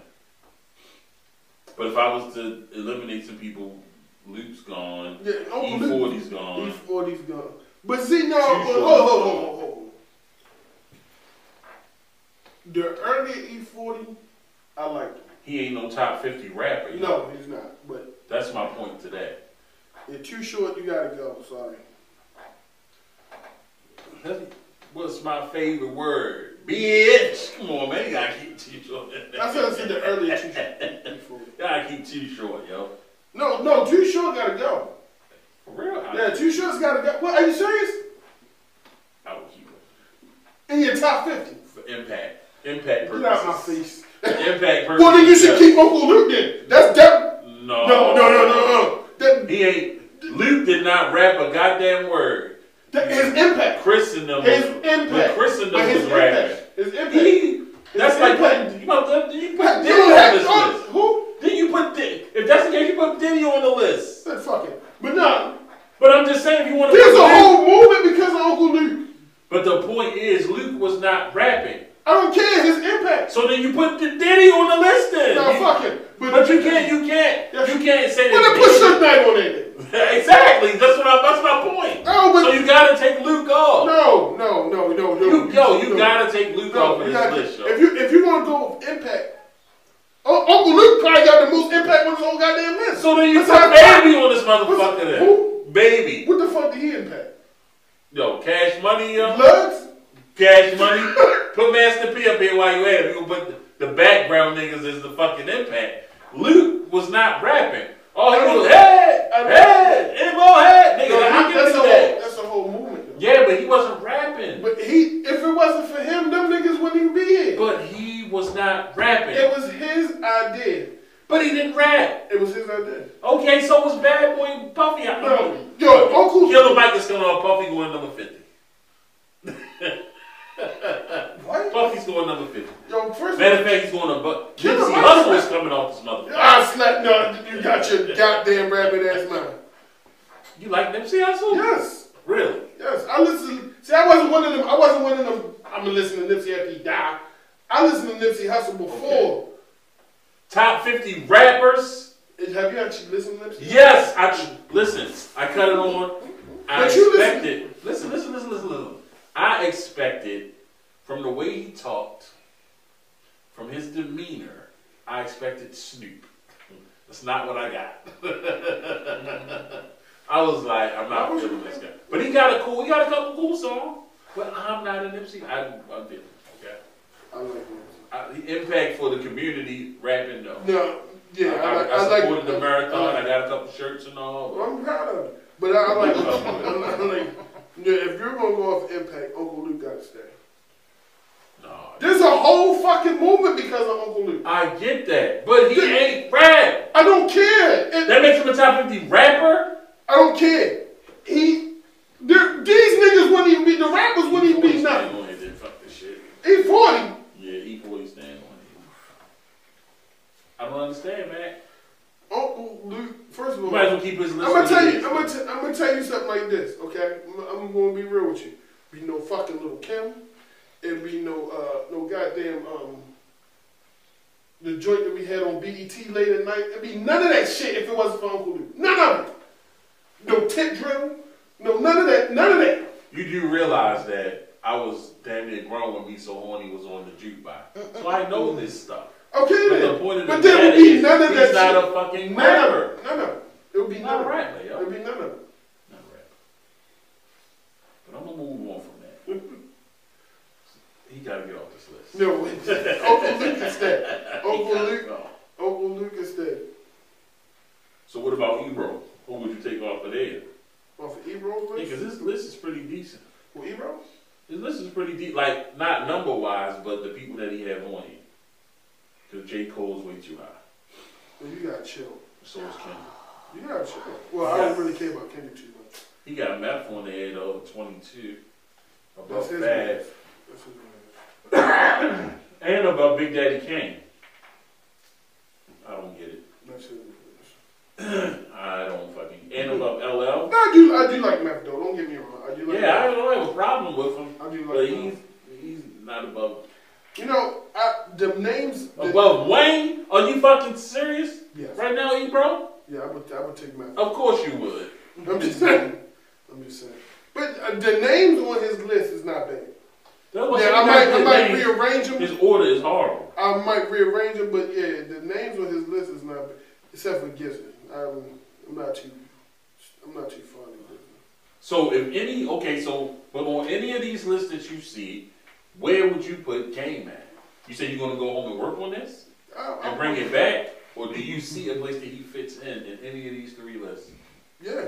Speaker 4: But if I was to eliminate some people, Luke's gone.
Speaker 3: Yeah,
Speaker 4: E
Speaker 3: Uncle Oh, Luke.
Speaker 4: forty's gone.
Speaker 3: He's 40's gone. But see, no,
Speaker 4: Too
Speaker 3: hold,
Speaker 4: short.
Speaker 3: hold, hold, hold, hold. The earlier E40, I liked him.
Speaker 4: He ain't no top fifty rapper. you know?
Speaker 3: No, he's not. But
Speaker 4: That's my point to that.
Speaker 3: if too short, you gotta go. Sorry.
Speaker 4: What's my favorite word? Bitch. Come on, man. You gotta keep too short.
Speaker 3: I said I said the earlier too short. E40.
Speaker 4: gotta keep too short, yo.
Speaker 3: No, no, too short gotta go.
Speaker 4: For real. I-
Speaker 3: Yeah, too short's gotta go. What? Are you serious?
Speaker 4: I would keep it.
Speaker 3: In your top 50?
Speaker 4: For impact. Impact
Speaker 3: Get out my face.
Speaker 4: purposes. Impact purposes.
Speaker 3: Well, then you should
Speaker 4: yeah.
Speaker 3: keep Uncle Luke then. That's that.
Speaker 4: No.
Speaker 3: No, no, no, no, no. That,
Speaker 4: He ain't. Luke did not rap a goddamn word.
Speaker 3: that his impact.
Speaker 4: Christendom.
Speaker 3: His
Speaker 4: was-
Speaker 3: impact.
Speaker 4: Christendom
Speaker 3: But his
Speaker 4: was rapping.
Speaker 3: impact. His impact.
Speaker 4: He. That's
Speaker 3: His
Speaker 4: like
Speaker 3: impact.
Speaker 4: putting. You know, you put
Speaker 3: Pat
Speaker 4: Diddy
Speaker 3: Dillon
Speaker 4: on
Speaker 3: had
Speaker 4: this
Speaker 3: oh,
Speaker 4: list.
Speaker 3: Who?
Speaker 4: Then you put Diddy. If that's the case, you put Diddy on the list.
Speaker 3: Said fuck it. But nah,
Speaker 4: But I'm just saying, if you want to.
Speaker 3: there's a whole movement because of Uncle Luke.
Speaker 4: But the point is, Luke was not rapping.
Speaker 3: I don't care his impact.
Speaker 4: So then you put the Diddy on the list. Then.
Speaker 3: Nah,
Speaker 4: You-
Speaker 3: fuck it. But,
Speaker 4: But you can't. You can't.
Speaker 3: Yes.
Speaker 4: You can't say
Speaker 3: Well,
Speaker 4: that.
Speaker 3: then put Suge Knight on there. then.
Speaker 4: exactly. That's what. I, that's my point.
Speaker 3: No, but
Speaker 4: So you gotta take Luke off.
Speaker 3: no, no, no, no, no.
Speaker 4: You, yo, you
Speaker 3: no.
Speaker 4: gotta take Luke off
Speaker 3: No,
Speaker 4: of
Speaker 3: you
Speaker 4: this
Speaker 3: gotta-
Speaker 4: list, yo.
Speaker 3: if you if you want to go with impact, Un- Uncle Luke probably got the most impact on his whole goddamn list.
Speaker 4: so then you
Speaker 3: What's
Speaker 4: put
Speaker 3: that-
Speaker 4: Baby on this
Speaker 3: what's-
Speaker 4: motherfucker then.
Speaker 3: Who?
Speaker 4: Baby.
Speaker 3: What the fuck did he impact?
Speaker 4: Yo, Cash Money, yo.
Speaker 3: Lugs?
Speaker 4: Cash Money. Put Master P up here while you at it. You gonna put the, the background niggas is the fucking impact. Luke was not rapping. Oh, he was, hey, hey, hey, boy, hey. Nigga,
Speaker 3: No,
Speaker 4: I
Speaker 3: he-
Speaker 4: can
Speaker 3: that's, a
Speaker 4: do
Speaker 3: whole,
Speaker 4: that.
Speaker 3: that's a whole movement. though.
Speaker 4: Yeah, but he wasn't rapping.
Speaker 3: But he, if it wasn't for him, them niggas wouldn't even be here.
Speaker 4: But he was not rapping.
Speaker 3: It was his idea.
Speaker 4: but he didn't rap.
Speaker 3: It was his idea.
Speaker 4: Okay, so was Bad Boy Puffy. I-
Speaker 3: No, yo, oh. Uncle.
Speaker 4: Killer Mike is still on Puffy going number 50. going number 50.
Speaker 3: Yo, first
Speaker 4: Matter of fact, he's going to but
Speaker 3: Give him
Speaker 4: Nipsey
Speaker 3: a-
Speaker 4: Hussle is coming off this motherfucker.
Speaker 3: I slapped. No, you got your goddamn rabbit ass mouth.
Speaker 4: You like Nipsey Hussle?
Speaker 3: Yes,
Speaker 4: Really?
Speaker 3: yes. I listen. See, I wasn't one of them. I wasn't one of them. I'm gonna listen to Nipsey after he die. I listened to Nipsey Hussle before.
Speaker 4: Top 50 rappers?
Speaker 3: Have you actually listened to Nipsey?
Speaker 4: Yes. I tr- listen. I cut it on. I
Speaker 3: But you listen-
Speaker 4: expected. Listen, listen, listen, listen, listen. I expected from the way he talked, from his demeanor, I expected Snoop. That's not what I got. I was like, I'm not feeling this guy. But he got a cool. He got a couple cool songs. But I'm not an Nipsey. I, I did. Okay.
Speaker 3: I like Nipsey.
Speaker 4: I, the impact for the community rapping though.
Speaker 3: No, yeah,
Speaker 4: I,
Speaker 3: I, like.
Speaker 4: I
Speaker 3: I
Speaker 4: supported
Speaker 3: like,
Speaker 4: the marathon.
Speaker 3: I
Speaker 4: I,
Speaker 3: like-
Speaker 4: got a couple shirts and all.
Speaker 3: I'm proud of it. But I, I like. I'm like. Yeah, if you're gonna go off impact, Uncle Luke gotta stay.
Speaker 4: No,
Speaker 3: There's a whole fucking movement because of Uncle Luke.
Speaker 4: I get that, but he ain't rap.
Speaker 3: I don't care. It-
Speaker 4: That makes him a top fifty rapper.
Speaker 3: I don't care. He, there- these niggas wouldn't even be the rappers wouldn't even
Speaker 4: Equally
Speaker 3: be
Speaker 4: stand
Speaker 3: nothing.
Speaker 4: on it, then fuck this shit.
Speaker 3: He forty.
Speaker 4: Yeah, equally stand on it. I don't understand, man.
Speaker 3: Uncle Luke. First of
Speaker 4: You
Speaker 3: all,
Speaker 4: might as
Speaker 3: I'm
Speaker 4: well keep his list.
Speaker 3: gonna
Speaker 4: as
Speaker 3: tell
Speaker 4: it
Speaker 3: you.
Speaker 4: is.
Speaker 3: I'm gonna, t- I'm gonna tell you something like this. Okay, I'm, I'm gonna be real with you. Be no fucking little Kim, and be no uh no goddamn um. The joint that we had on BET late at night, it'd be none of that shit if it wasn't for Uncle Luke. None of it. No tip drill. No, none of that. None of that.
Speaker 4: You do realize that I was damn near grown when Me So Horny was on the jukebox, so I know this stuff.
Speaker 3: Okay
Speaker 4: But the
Speaker 3: then.
Speaker 4: point of
Speaker 3: but
Speaker 4: the
Speaker 3: there would
Speaker 4: matter
Speaker 3: be
Speaker 4: is,
Speaker 3: none of
Speaker 4: he's
Speaker 3: that shit.
Speaker 4: not a
Speaker 3: None
Speaker 4: fucking
Speaker 3: of
Speaker 4: rapper.
Speaker 3: it. None of it. It would be
Speaker 4: He's
Speaker 3: none
Speaker 4: not
Speaker 3: of
Speaker 4: a
Speaker 3: it.
Speaker 4: rapper, yo.
Speaker 3: It would be none of it.
Speaker 4: Not a rapper. But I'm gonna move on from that. he gotta get off this list.
Speaker 3: No, wait. Uncle Luke is dead.
Speaker 4: He
Speaker 3: Uncle
Speaker 4: gotta
Speaker 3: Luke,
Speaker 4: go.
Speaker 3: Uncle Luke is dead.
Speaker 4: So what about Ebro? Who would you take off of there?
Speaker 3: Off of Ebro's list?
Speaker 4: Because his list is pretty decent.
Speaker 3: Well, Ebro?
Speaker 4: His list is pretty deep, like not number wise, but the people that he have on here. Because J Cole's way too high.
Speaker 3: Well, you gotta chill.
Speaker 4: So is Kendrick.
Speaker 3: You gotta chill. Well, I don't really care about Kendrick too much.
Speaker 4: He got meth on there though, 22. Above
Speaker 3: That's his
Speaker 4: Fab.
Speaker 3: That's what it
Speaker 4: And about Big Daddy Kane. I don't get it.
Speaker 3: is. That's his. it is.
Speaker 4: I don't fucking. And about LL.
Speaker 3: No, I do, I do like Mac though. Don't get me wrong. I do like
Speaker 4: Yeah, I
Speaker 3: Mac.
Speaker 4: don't have a problem with him,
Speaker 3: I do
Speaker 4: but
Speaker 3: like
Speaker 4: he's
Speaker 3: Mac.
Speaker 4: he's not above
Speaker 3: You know, I, the names. The,
Speaker 4: above Wayne. Are you fucking serious
Speaker 3: Yes.
Speaker 4: right now, Ebro?
Speaker 3: Yeah, I would, I would take Mac.
Speaker 4: Of course you would.
Speaker 3: I'm just saying. I'm just saying. But uh, the names on his list is not bad.
Speaker 4: That was
Speaker 3: Yeah, I
Speaker 4: not
Speaker 3: might, I
Speaker 4: good
Speaker 3: might
Speaker 4: name.
Speaker 3: rearrange him.
Speaker 4: His order is horrible.
Speaker 3: I might rearrange him, but yeah, the names on his list is not, except for Gibson. I'm, I'm not too, I'm not too fond of Gibson.
Speaker 4: So if any, okay, so but on any of these lists that you see, where would you put Kane at? You say you're gonna go home and work on this
Speaker 3: I, I,
Speaker 4: and bring it back, or do you see a place that he fits in in any of these three lists
Speaker 3: yeah,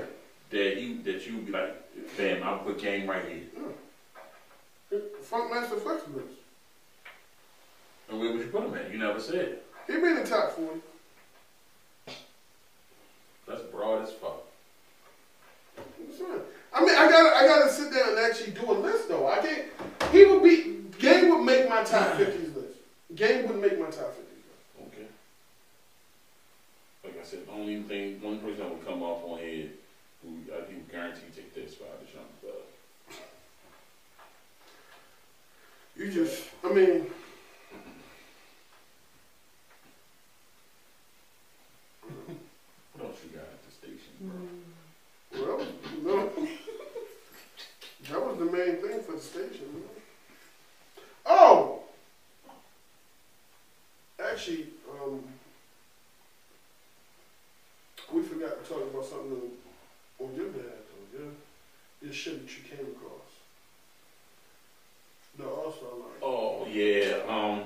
Speaker 4: that he that you would be like, damn, I'll put Kane right here.
Speaker 3: Funkmaster Flexibles.
Speaker 4: And where would you put him at? You never said.
Speaker 3: He made the top forty.
Speaker 4: That's broad as fuck.
Speaker 3: I'm just saying. I mean, I gotta, I gotta sit down and actually do a list though. I can't. He would be. Game would make my top fifties list. Game would make my top fifties list.
Speaker 4: Okay. Like I said, the only thing, one person that would come off on here who uh, I think guaranteed take this spot is Sean Bud.
Speaker 3: You just, I mean.
Speaker 4: What else you got at the station, bro?
Speaker 3: Well, no. that was the main thing for the station. you know. Oh, actually, um, we forgot to talk about something on your behalf, though. Yeah, this shit that you came across. The All Star line.
Speaker 4: Oh yeah. Um.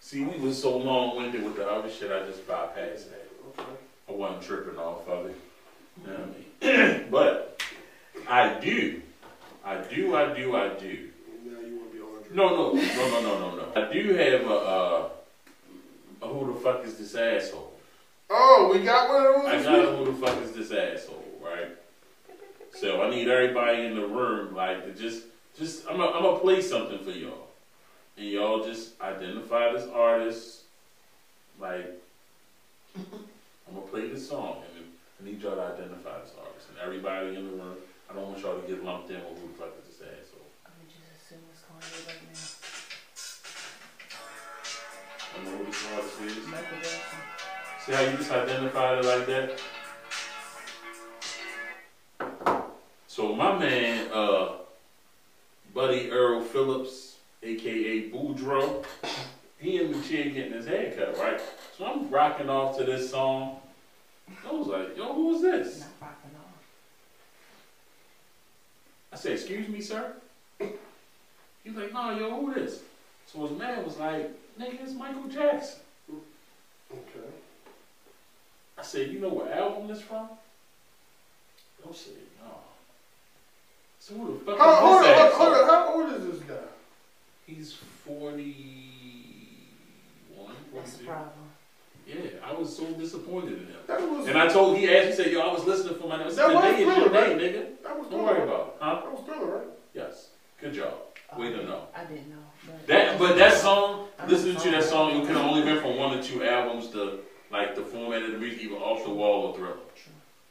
Speaker 4: See, we was so long winded with the other shit. I just bypassed that.
Speaker 3: Okay.
Speaker 4: I wasn't tripping off of it. You know what I mean? but I do, I do, I do, I do.
Speaker 3: Now you want to be Andre?
Speaker 4: No, no, no, no, no, no, no. I do have a. Uh, a who the fuck is this asshole?
Speaker 3: Oh, we got one
Speaker 4: I
Speaker 3: of those.
Speaker 4: gotta know who the fuck is this asshole, right? So I need everybody in the room, like, to just, just, I'm gonna I'm play something for y'all. and y'all just identified as artists. Like, I'm gonna play this song, and then I need y'all to identify as artists. And everybody in the room, I don't want y'all to get lumped in with who the fuck is this asshole.
Speaker 7: I'm gonna just assume it's Kanye right now.
Speaker 4: I don't know who this artist is.
Speaker 7: Michael Jackson.
Speaker 4: See how you just identified it like that? So my man, uh, Buddy Earl Phillips, aka Boudreaux, he in the chair getting his hair cut, right? So I'm rocking off to this song. I was like, yo, who is this?
Speaker 7: Not rocking off.
Speaker 4: I said, excuse me, sir? He was like, no, yo, who this? So his man was like, nigga, it's Michael Jackson.
Speaker 3: Okay.
Speaker 4: I said, you know what album this from? Yo said, no. So who the fuck
Speaker 3: How
Speaker 4: is
Speaker 3: old,
Speaker 4: this
Speaker 3: how,
Speaker 4: asshole?
Speaker 3: hold on, how old is this guy?
Speaker 4: He's 41,
Speaker 7: That's a
Speaker 4: 42.
Speaker 7: problem.
Speaker 4: Yeah, I was so disappointed in him.
Speaker 3: That was
Speaker 4: And I told he asked, he said, yo, I was listening for my name. I said,
Speaker 3: That was
Speaker 4: today is your
Speaker 3: Thriller,
Speaker 4: day,
Speaker 3: right?
Speaker 4: nigga.
Speaker 3: that was
Speaker 4: Don't worry
Speaker 3: thriller.
Speaker 4: about it. Huh?
Speaker 3: That was thriller, right?
Speaker 4: Yes. Good job. Way to know.
Speaker 7: I didn't know. But
Speaker 4: That, but that song, listening to that song, it could have only been from one or two albums. The like the format of the music, even off the wall or Thriller.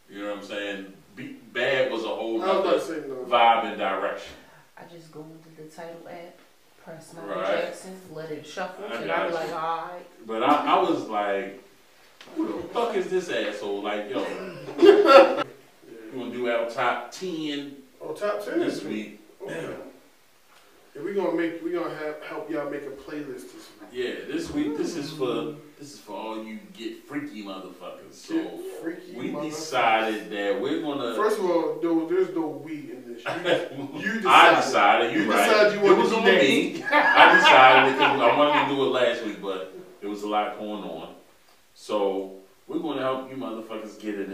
Speaker 4: You know what I'm saying? Be, bad was a whole
Speaker 3: I was about to
Speaker 4: other
Speaker 3: say uh, no.
Speaker 4: vibe and direction.
Speaker 7: I just go into the title app, press Michael
Speaker 4: Right.
Speaker 7: Jackson, let it shuffle,
Speaker 4: I
Speaker 7: and
Speaker 4: got
Speaker 7: I'll be
Speaker 4: you.
Speaker 7: like, all right.
Speaker 4: But I, I was like, who the fuck is this asshole? Like, yo, we gonna do our top ten
Speaker 3: Oh, top ten
Speaker 4: this week.
Speaker 3: Okay. And we gonna make we gonna have help y'all make a playlist this week.
Speaker 4: Yeah, this week this is for this is for all you get freaky motherfuckers. So
Speaker 3: Get freaky
Speaker 4: we
Speaker 3: mother-
Speaker 4: decided that we're gonna
Speaker 3: First of all, no, there's no we in this. You, you decided.
Speaker 4: I decided. You,
Speaker 3: You
Speaker 4: right.
Speaker 3: decided you
Speaker 4: it
Speaker 3: wanted
Speaker 4: was
Speaker 3: to
Speaker 4: on
Speaker 3: be
Speaker 4: me. I decided because I wanted to do it last week, but it was a lot going on. So we're going to help you motherfuckers get it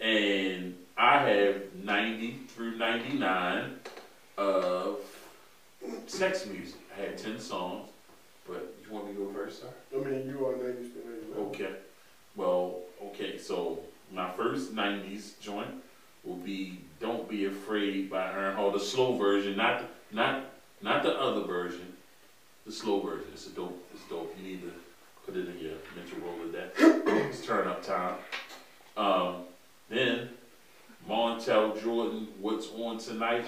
Speaker 4: in. And I have 90 through 99 of sex music. I had 10 songs, but you want me to go first, sir?
Speaker 3: I mean, you are not used to it.
Speaker 4: Okay. Well, okay, so my first 90s joint will be Don't Be Afraid by Earnhardt, the slow version, not the, not not the other version, the slow version. It's a dope, it's dope. You need to put it in your mental rolodex. it's turn up time. Um, then Montel Jordan, What's On Tonight?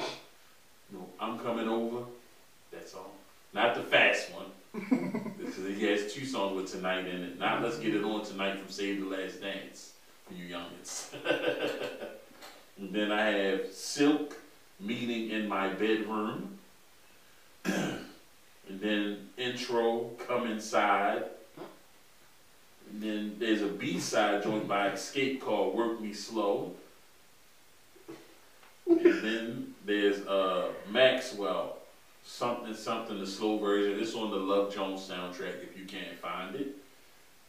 Speaker 4: No, I'm Coming Over. That's all. Not the fast one. Because he has two songs with tonight in it. Not let's get it on tonight from Save the Last Dance for you youngins. and then I have Silk meeting in my bedroom. and then intro come inside. And then there's a B side joined by Escape called Work Me Slow. And then there's uh, Maxwell something something the slow version. It's on the Love Jones soundtrack if you can't find it.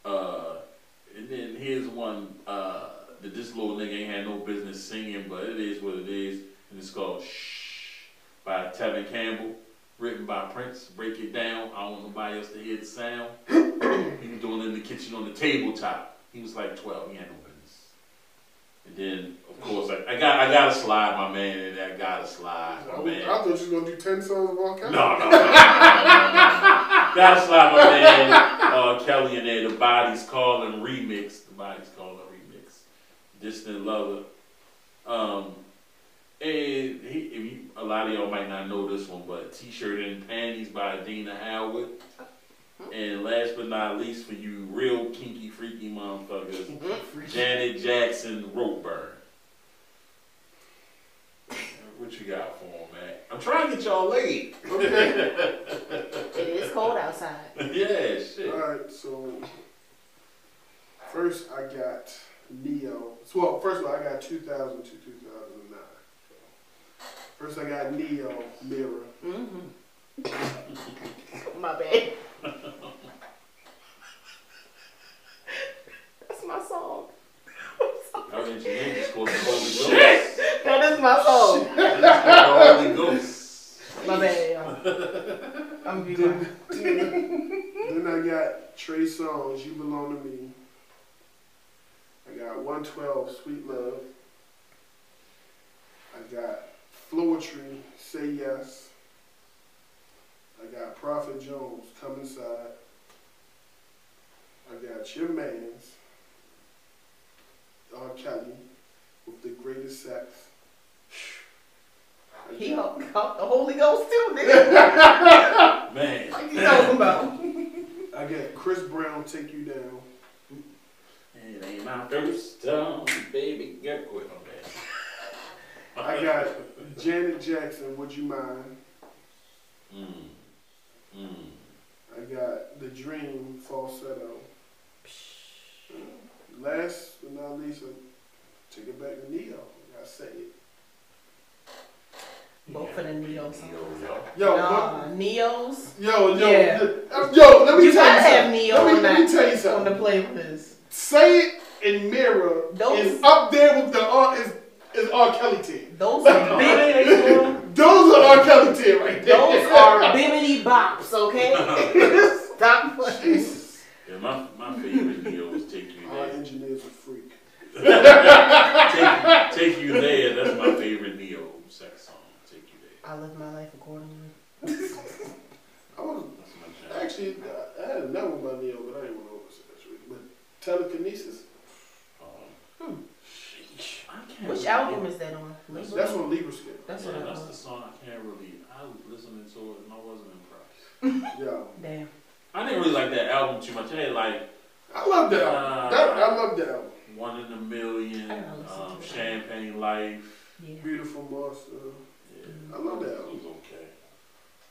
Speaker 4: Uh, and then here's one uh, that this little nigga ain't had no business singing, but it is what it is, and it's called "Shh" by Tevin Campbell, written by Prince. Break it down. I don't want nobody else to hear the sound. he was doing it in the kitchen on the tabletop. He was like 12. He had no business. And then, of course, I, I got I gotta slide my man in there. I gotta slide
Speaker 3: I,
Speaker 4: my
Speaker 3: was-
Speaker 4: man.
Speaker 3: I thought you was gonna do ten songs of all kinds.
Speaker 4: No, no, no, no, no, no, no. That's like my man uh, Kelly and there. The body's calling remix. The body's calling remix. Distant lover. Um, and he, if you, a lot of y'all might not know this one, but T-shirt and panties by Dina Howard. And last but not least, for you real kinky freaky motherfuckers, Janet Jackson rope burn. What you got for him, man? I'm trying to get y'all laid.
Speaker 7: It is cold outside.
Speaker 4: yeah, shit.
Speaker 3: All right, so first I got Neo. So, well, first of all, I got 2000 to 2009. First I got Neo, Mirror.
Speaker 7: Mm-hmm. my bad. That's my song.
Speaker 4: Our engineer just called the Holy Ghost.
Speaker 7: That is my song.
Speaker 4: The Holy Ghost.
Speaker 7: My bad, y'all. I'm be quiet.
Speaker 3: Then I got Trey Songz, You Belong to Me. I got 112, Sweet Love. I got Floetry, Say Yes. I got Prophet Jones, come inside. I got your man's R. Kelly with the greatest sex. I
Speaker 7: He
Speaker 3: got-
Speaker 7: helped caught the Holy Ghost too, nigga.
Speaker 4: Man.
Speaker 7: What you talking about?
Speaker 3: I got Chris Brown take you down.
Speaker 4: It ain't my first time, baby girl. Wait, my bad.
Speaker 3: I got Janet Jackson, would you mind?
Speaker 4: Mm. Mm.
Speaker 3: I got the dream falsetto. Last but not least, I take it back to Neo. I gotta say it.
Speaker 7: Vote for the Neo song.
Speaker 4: Yo, yo.
Speaker 3: Yo,
Speaker 7: Nah, Neos
Speaker 3: what- yo, yo,
Speaker 7: Yeah.
Speaker 3: the- uh, yo. Let me
Speaker 7: You
Speaker 3: tell
Speaker 7: gotta
Speaker 3: you
Speaker 7: have
Speaker 3: something.
Speaker 7: Neo
Speaker 3: let me, let
Speaker 7: on that-
Speaker 3: me tell you
Speaker 7: on the
Speaker 3: something.
Speaker 7: playlist.
Speaker 3: Say it in mirror
Speaker 7: Those-
Speaker 3: is up there with the R is is R Kelly team.
Speaker 7: Those are big.
Speaker 3: Those are R Kelly team right there.
Speaker 7: Those are bibbity bops, okay? Stop playing.
Speaker 3: Jesus.
Speaker 4: Yeah, my, my favorite deal was Take You
Speaker 3: Our
Speaker 4: There.
Speaker 3: engineer's a freak.
Speaker 4: Take, take You There, that's my favorite Neo sex song. Take You There.
Speaker 7: I live my life accordingly.
Speaker 3: I was
Speaker 4: That's my jam.
Speaker 3: actually I- I had another one by Neo, but I didn't want to oversell that shit. But telekinesis.
Speaker 4: Um, sheesh, I can't
Speaker 7: Which
Speaker 4: really-
Speaker 7: album is that on? Libra?
Speaker 3: That's on Libra scale.
Speaker 7: That's
Speaker 4: yeah,
Speaker 7: what I
Speaker 4: that's the
Speaker 7: was.
Speaker 4: song I can't really. I was listening to it and I wasn't impressed.
Speaker 3: Yo,
Speaker 7: Damn.
Speaker 4: I didn't really like that album too much. I had like
Speaker 3: I love that album. That, I love that album.
Speaker 4: One in a
Speaker 7: I
Speaker 4: Million,
Speaker 7: gotta listen to
Speaker 4: um,
Speaker 7: it.
Speaker 4: Champagne Life.
Speaker 7: Yeah.
Speaker 3: Beautiful monster.
Speaker 4: Yeah,
Speaker 3: I love that
Speaker 4: it
Speaker 3: album.
Speaker 4: was okay.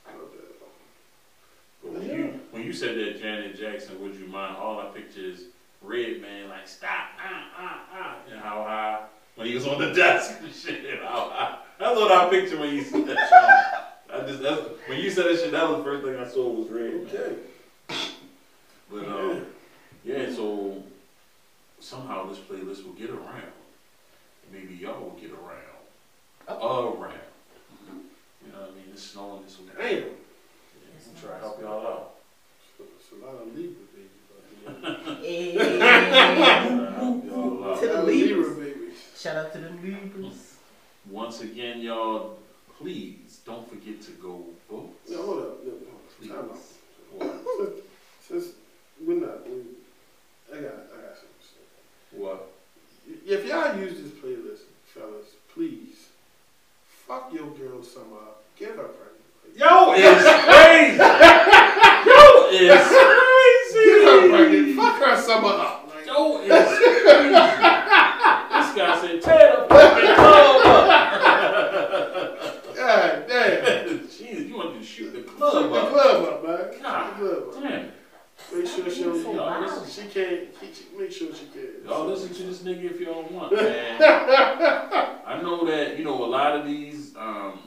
Speaker 3: I love that album.
Speaker 4: But when you when you said that Janet Jackson, would you mind? All I picture is Red Man like stop, ah ah ah, and how high when he was on the desk and shit. How high? That's what I picture when you said that song. I just that's, when you said that shit, that was the first thing I saw was Red Man.
Speaker 3: Okay.
Speaker 4: But um, yeah, so somehow this playlist will get around. Maybe y'all will get around. Around. Mm-hmm. You know what I mean? It's snowing this week.
Speaker 3: Damn.
Speaker 4: I'm trying to help y'all out.
Speaker 3: It's a lot of Libra, baby.
Speaker 4: Trying to
Speaker 7: Eh.
Speaker 4: help y'all out.
Speaker 7: To the
Speaker 3: Lot of
Speaker 7: Libras.
Speaker 3: Libra, baby.
Speaker 7: Shout out to the Libras.
Speaker 4: Once again, y'all, please don't forget to go vote.
Speaker 3: Yeah, hold up. Look,
Speaker 4: Please.
Speaker 3: Time out.
Speaker 4: What?
Speaker 3: Since we're not, we, I got, I got something to say.
Speaker 4: What?
Speaker 3: If y'all use this playlist, fellas, please fuck your girl summer up. Get her pregnant.
Speaker 4: Yo is crazy. Yo is
Speaker 3: Get her pregnant.
Speaker 4: crazy.
Speaker 3: Fuck her summer up. Like,
Speaker 4: Yo is crazy. This guy said, tear the fucking club up.
Speaker 3: God damn.
Speaker 4: Jesus, you want to shoot the
Speaker 3: Fuck the
Speaker 4: club up.
Speaker 3: club up, man. Fuck
Speaker 4: God
Speaker 3: the club up.
Speaker 4: Damn.
Speaker 3: Make sure she
Speaker 7: So
Speaker 3: don't.
Speaker 7: wild.
Speaker 3: She can't. She, she, make sure she can't.
Speaker 4: Y'all listen to this nigga if y'all want, man. I know that you know a lot of these, um,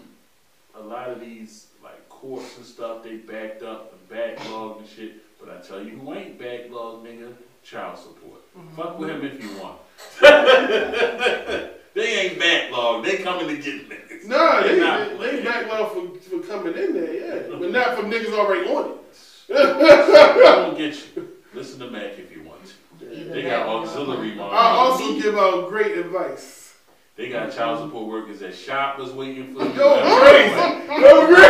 Speaker 4: a lot of these like courts and stuff. They backed up and backlogged and shit. But I tell you, who ain't backlogged, nigga? Child support. Fuck with him if you want. they ain't backlogged. They coming to get niggas.
Speaker 3: No,
Speaker 4: They
Speaker 3: they,
Speaker 4: not
Speaker 3: they,
Speaker 4: playing.
Speaker 3: back love for, for coming in there, yeah. But not from niggas already on it.
Speaker 4: They gonna get you. Listen to Mac if you want to.
Speaker 7: Either
Speaker 4: They
Speaker 7: that
Speaker 4: got
Speaker 7: or-
Speaker 4: auxiliary money.
Speaker 3: I Uh, also give out great advice.
Speaker 4: They got child support workers at shoppers waiting for you.
Speaker 3: Yo,
Speaker 4: Fuck
Speaker 3: crazy. Yo, crazy.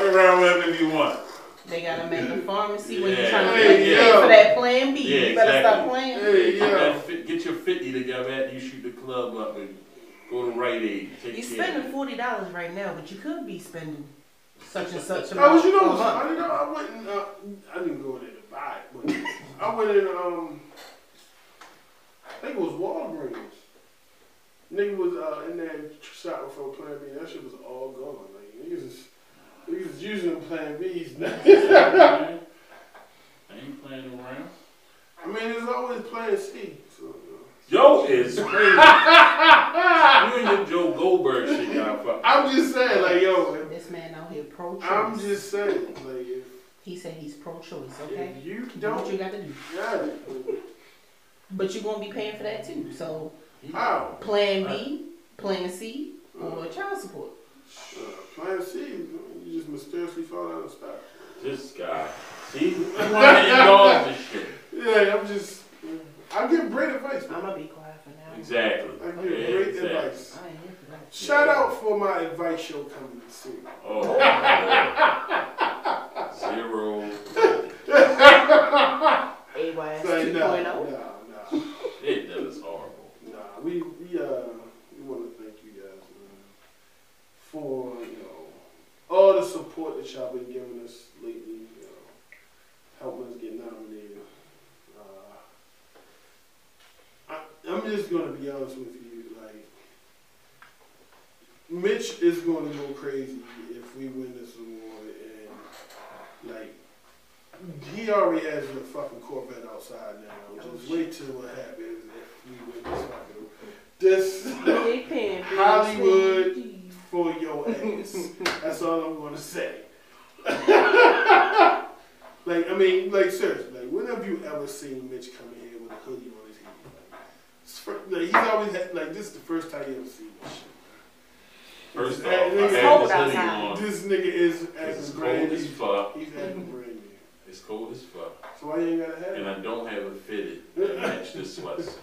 Speaker 4: around with them if you want.
Speaker 7: They gotta make the pharmacy when
Speaker 4: Yeah.
Speaker 7: you're trying to
Speaker 3: Hey,
Speaker 7: make
Speaker 3: yeah.
Speaker 7: for that plan B.
Speaker 4: Yeah,
Speaker 7: you better stop
Speaker 4: exactly.
Speaker 7: playing.
Speaker 3: Hey,
Speaker 4: Get
Speaker 3: yo.
Speaker 4: that fit- Get your 50 together after you shoot the club up and go to Rite Aid. Take
Speaker 7: You're
Speaker 4: care of
Speaker 7: spending forty dollars right now, but you could be spending such and such amount.
Speaker 3: Now, what Oh, you know,
Speaker 7: a
Speaker 3: was
Speaker 7: month.
Speaker 3: funny though? I went and, uh, I didn't go in there to buy it, but I went in, um, I think it was Walgreens. Nigga was uh, in that shop before Plan B. That shit was all gone. Like, niggas is, niggas is using Plan Bs now.
Speaker 4: it. Man, I ain't playing around.
Speaker 3: I mean, there's always Plan C. So, you know.
Speaker 4: Yo is crazy. you and your Joe Goldberg shit got fucked.
Speaker 3: I'm just saying, like, yo,
Speaker 7: This man out here pro-choice.
Speaker 3: I'm just saying, like, if,
Speaker 7: he said he's pro-choice. Okay,
Speaker 3: if you
Speaker 7: do what
Speaker 3: don't
Speaker 7: you got to do,
Speaker 3: got it,
Speaker 7: but you're gonna be paying for that too. So
Speaker 3: how?
Speaker 7: plan B, plan C, or
Speaker 3: Mm-hmm.
Speaker 7: child support.
Speaker 3: Uh, plan C, you just mysteriously fall out of stock.
Speaker 4: This guy. See? You want to indulge this shit.
Speaker 3: Yeah, I'm just, I give great advice,
Speaker 7: I'm
Speaker 3: man.
Speaker 7: gonna be quiet for now.
Speaker 4: Exactly.
Speaker 3: I give
Speaker 4: Yeah,
Speaker 3: great
Speaker 4: exactly.
Speaker 3: advice.
Speaker 7: I ain't here for that.
Speaker 3: Shout out for my advice show coming soon.
Speaker 4: Oh, my God.
Speaker 7: oh.
Speaker 3: uh, Uh, Mitch is going to go crazy if we win this award, and like he already has the fucking Corvette outside now. Just wait till what happens if we win this fucking. This
Speaker 7: Big pen, big
Speaker 3: Hollywood.
Speaker 7: city.
Speaker 3: for your ass. That's all I'm gonna say. like I mean, like seriously, like when have you ever seen Mitch come in here with a hoodie on his head? Like, it's fir- like, he's always had, like this is the first time you ever seen this shit.
Speaker 4: First
Speaker 3: This
Speaker 4: off,
Speaker 3: nigga-
Speaker 4: I had this
Speaker 7: cold
Speaker 4: hoodie
Speaker 7: outside.
Speaker 4: on.
Speaker 3: This nigga is
Speaker 4: It's
Speaker 3: as
Speaker 4: cold
Speaker 3: brand new.
Speaker 4: as
Speaker 3: He's
Speaker 4: fuck.
Speaker 3: acting brand new.
Speaker 4: It's cold as fuck.
Speaker 3: So why you ain't got a hat?
Speaker 4: And I don't have it fitted that match this sweatsuit.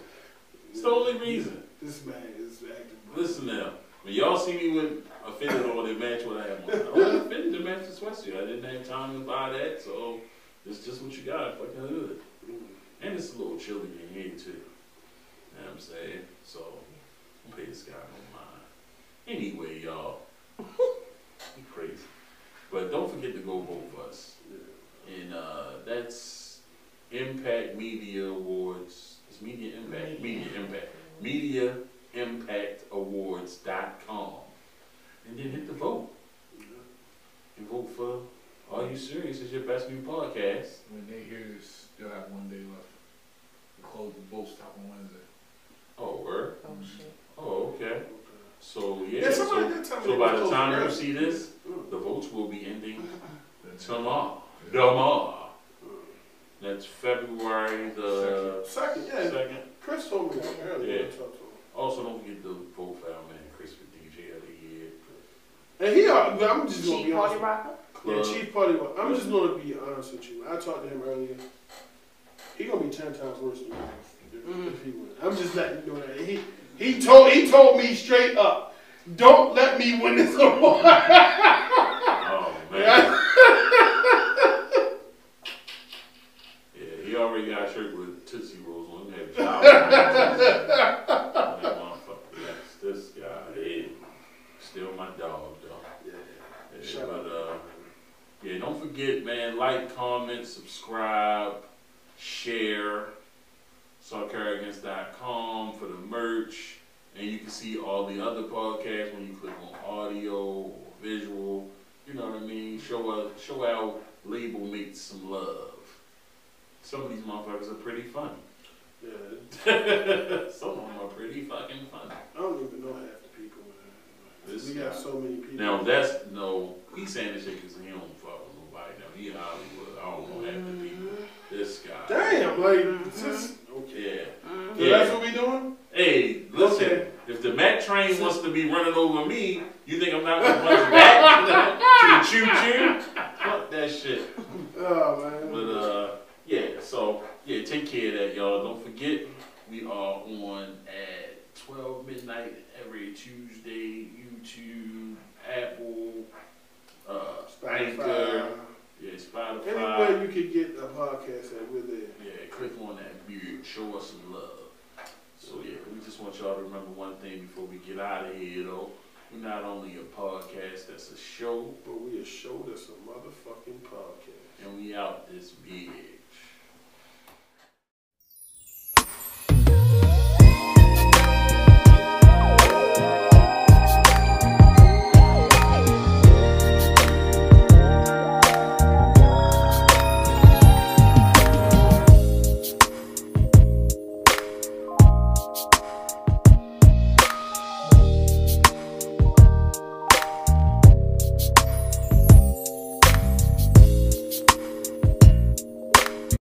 Speaker 4: It's the only reason.
Speaker 3: This man is acting brand
Speaker 4: Listen now, when y'all see me with a fitted on that match what I have on, I don't have a fitted to match the sweatsuit. I didn't have time to buy that, so it's just what you got. Fucking hood.
Speaker 3: new.
Speaker 4: And it's a little chilly in here too. You know what I'm saying? So I'm pay this guy no mind. Anyway, y'all. he crazy. But don't forget to go vote for us. And uh, that's Impact Media Awards. It's Media Impact. Media Impact. Media Impact Awards.com. And then hit the vote. And vote for Are You Serious? Is your best new podcast.
Speaker 5: When they hear this, they'll have one day left. The close the boat stop on Wednesday.
Speaker 4: Oh, word.
Speaker 7: Oh shit.
Speaker 4: Oh, okay. So yeah,
Speaker 3: Yeah, somebody
Speaker 4: so,
Speaker 3: did tell me
Speaker 4: so
Speaker 3: they
Speaker 4: by the
Speaker 3: closed Mm,
Speaker 4: time you
Speaker 3: early.
Speaker 4: see this, the votes will be ending
Speaker 5: Then-
Speaker 4: tomorrow. Tomorrow. That's February the
Speaker 3: Second, yeah.
Speaker 4: second.
Speaker 3: Chris told me that earlier.
Speaker 4: Yeah.
Speaker 3: I talked to him.
Speaker 4: Also, don't forget the profile man, Christopher DJ of the year.
Speaker 3: And he, I'm just gonna
Speaker 7: She
Speaker 3: be honest.
Speaker 7: party rocker.
Speaker 3: Yeah,
Speaker 4: Club.
Speaker 3: Chief Party. Rock. I'm just gonna be honest with you. I talked to him earlier. He gonna be ten times worse than me if, if he wins. I'm just letting you know that. He he told he told me straight up, don't let me win this award.
Speaker 4: Oh man. yeah, he already got a shirt with Tootsie Rolls on. He had a job. that motherfucker. Yes, this guy. Hey, still my dog though. Yeah,
Speaker 3: Shout
Speaker 4: but
Speaker 3: out.
Speaker 4: uh, yeah, don't forget, man. Like, comment, subscribe, share. SawCarrigans.com for the merch, and you can see all the other podcasts when you click on audio or visual. You know what I mean? Show our show our label mates some love. Some of these motherfuckers are pretty funny.
Speaker 3: Yeah,
Speaker 4: some of them are pretty fucking funny.
Speaker 3: I don't even know half the people. Man.
Speaker 4: This
Speaker 3: we got
Speaker 4: guy.
Speaker 3: so many people.
Speaker 4: Now that's no, he saying this shit because he don't fuck with nobody. Now he in Hollywood. I don't know half the people. This guy.
Speaker 3: Damn, like this. Okay.
Speaker 4: Yeah.
Speaker 3: So
Speaker 4: Yeah.
Speaker 3: that's what we doing.
Speaker 4: Hey, listen.
Speaker 3: Okay.
Speaker 4: If the Mack train wants to be running over me, you think I'm not gonna punch back to the choo choo? Fuck that shit.
Speaker 3: Oh man.
Speaker 4: But uh, yeah. So yeah, take care of that, y'all. Don't forget, we are on at 12 midnight every Tuesday. YouTube, Apple, uh, Anchor,
Speaker 3: Spotify.
Speaker 4: yeah, Spotify.
Speaker 3: Anywhere you could get a podcast that we're there.
Speaker 4: Yeah, click on that beard. Show us some love. So yeah, we just want y'all to remember one thing before we get out of here though. We're not only a podcast, that's a show,
Speaker 3: But we have showed us a motherfucking podcast.
Speaker 4: and we out this big.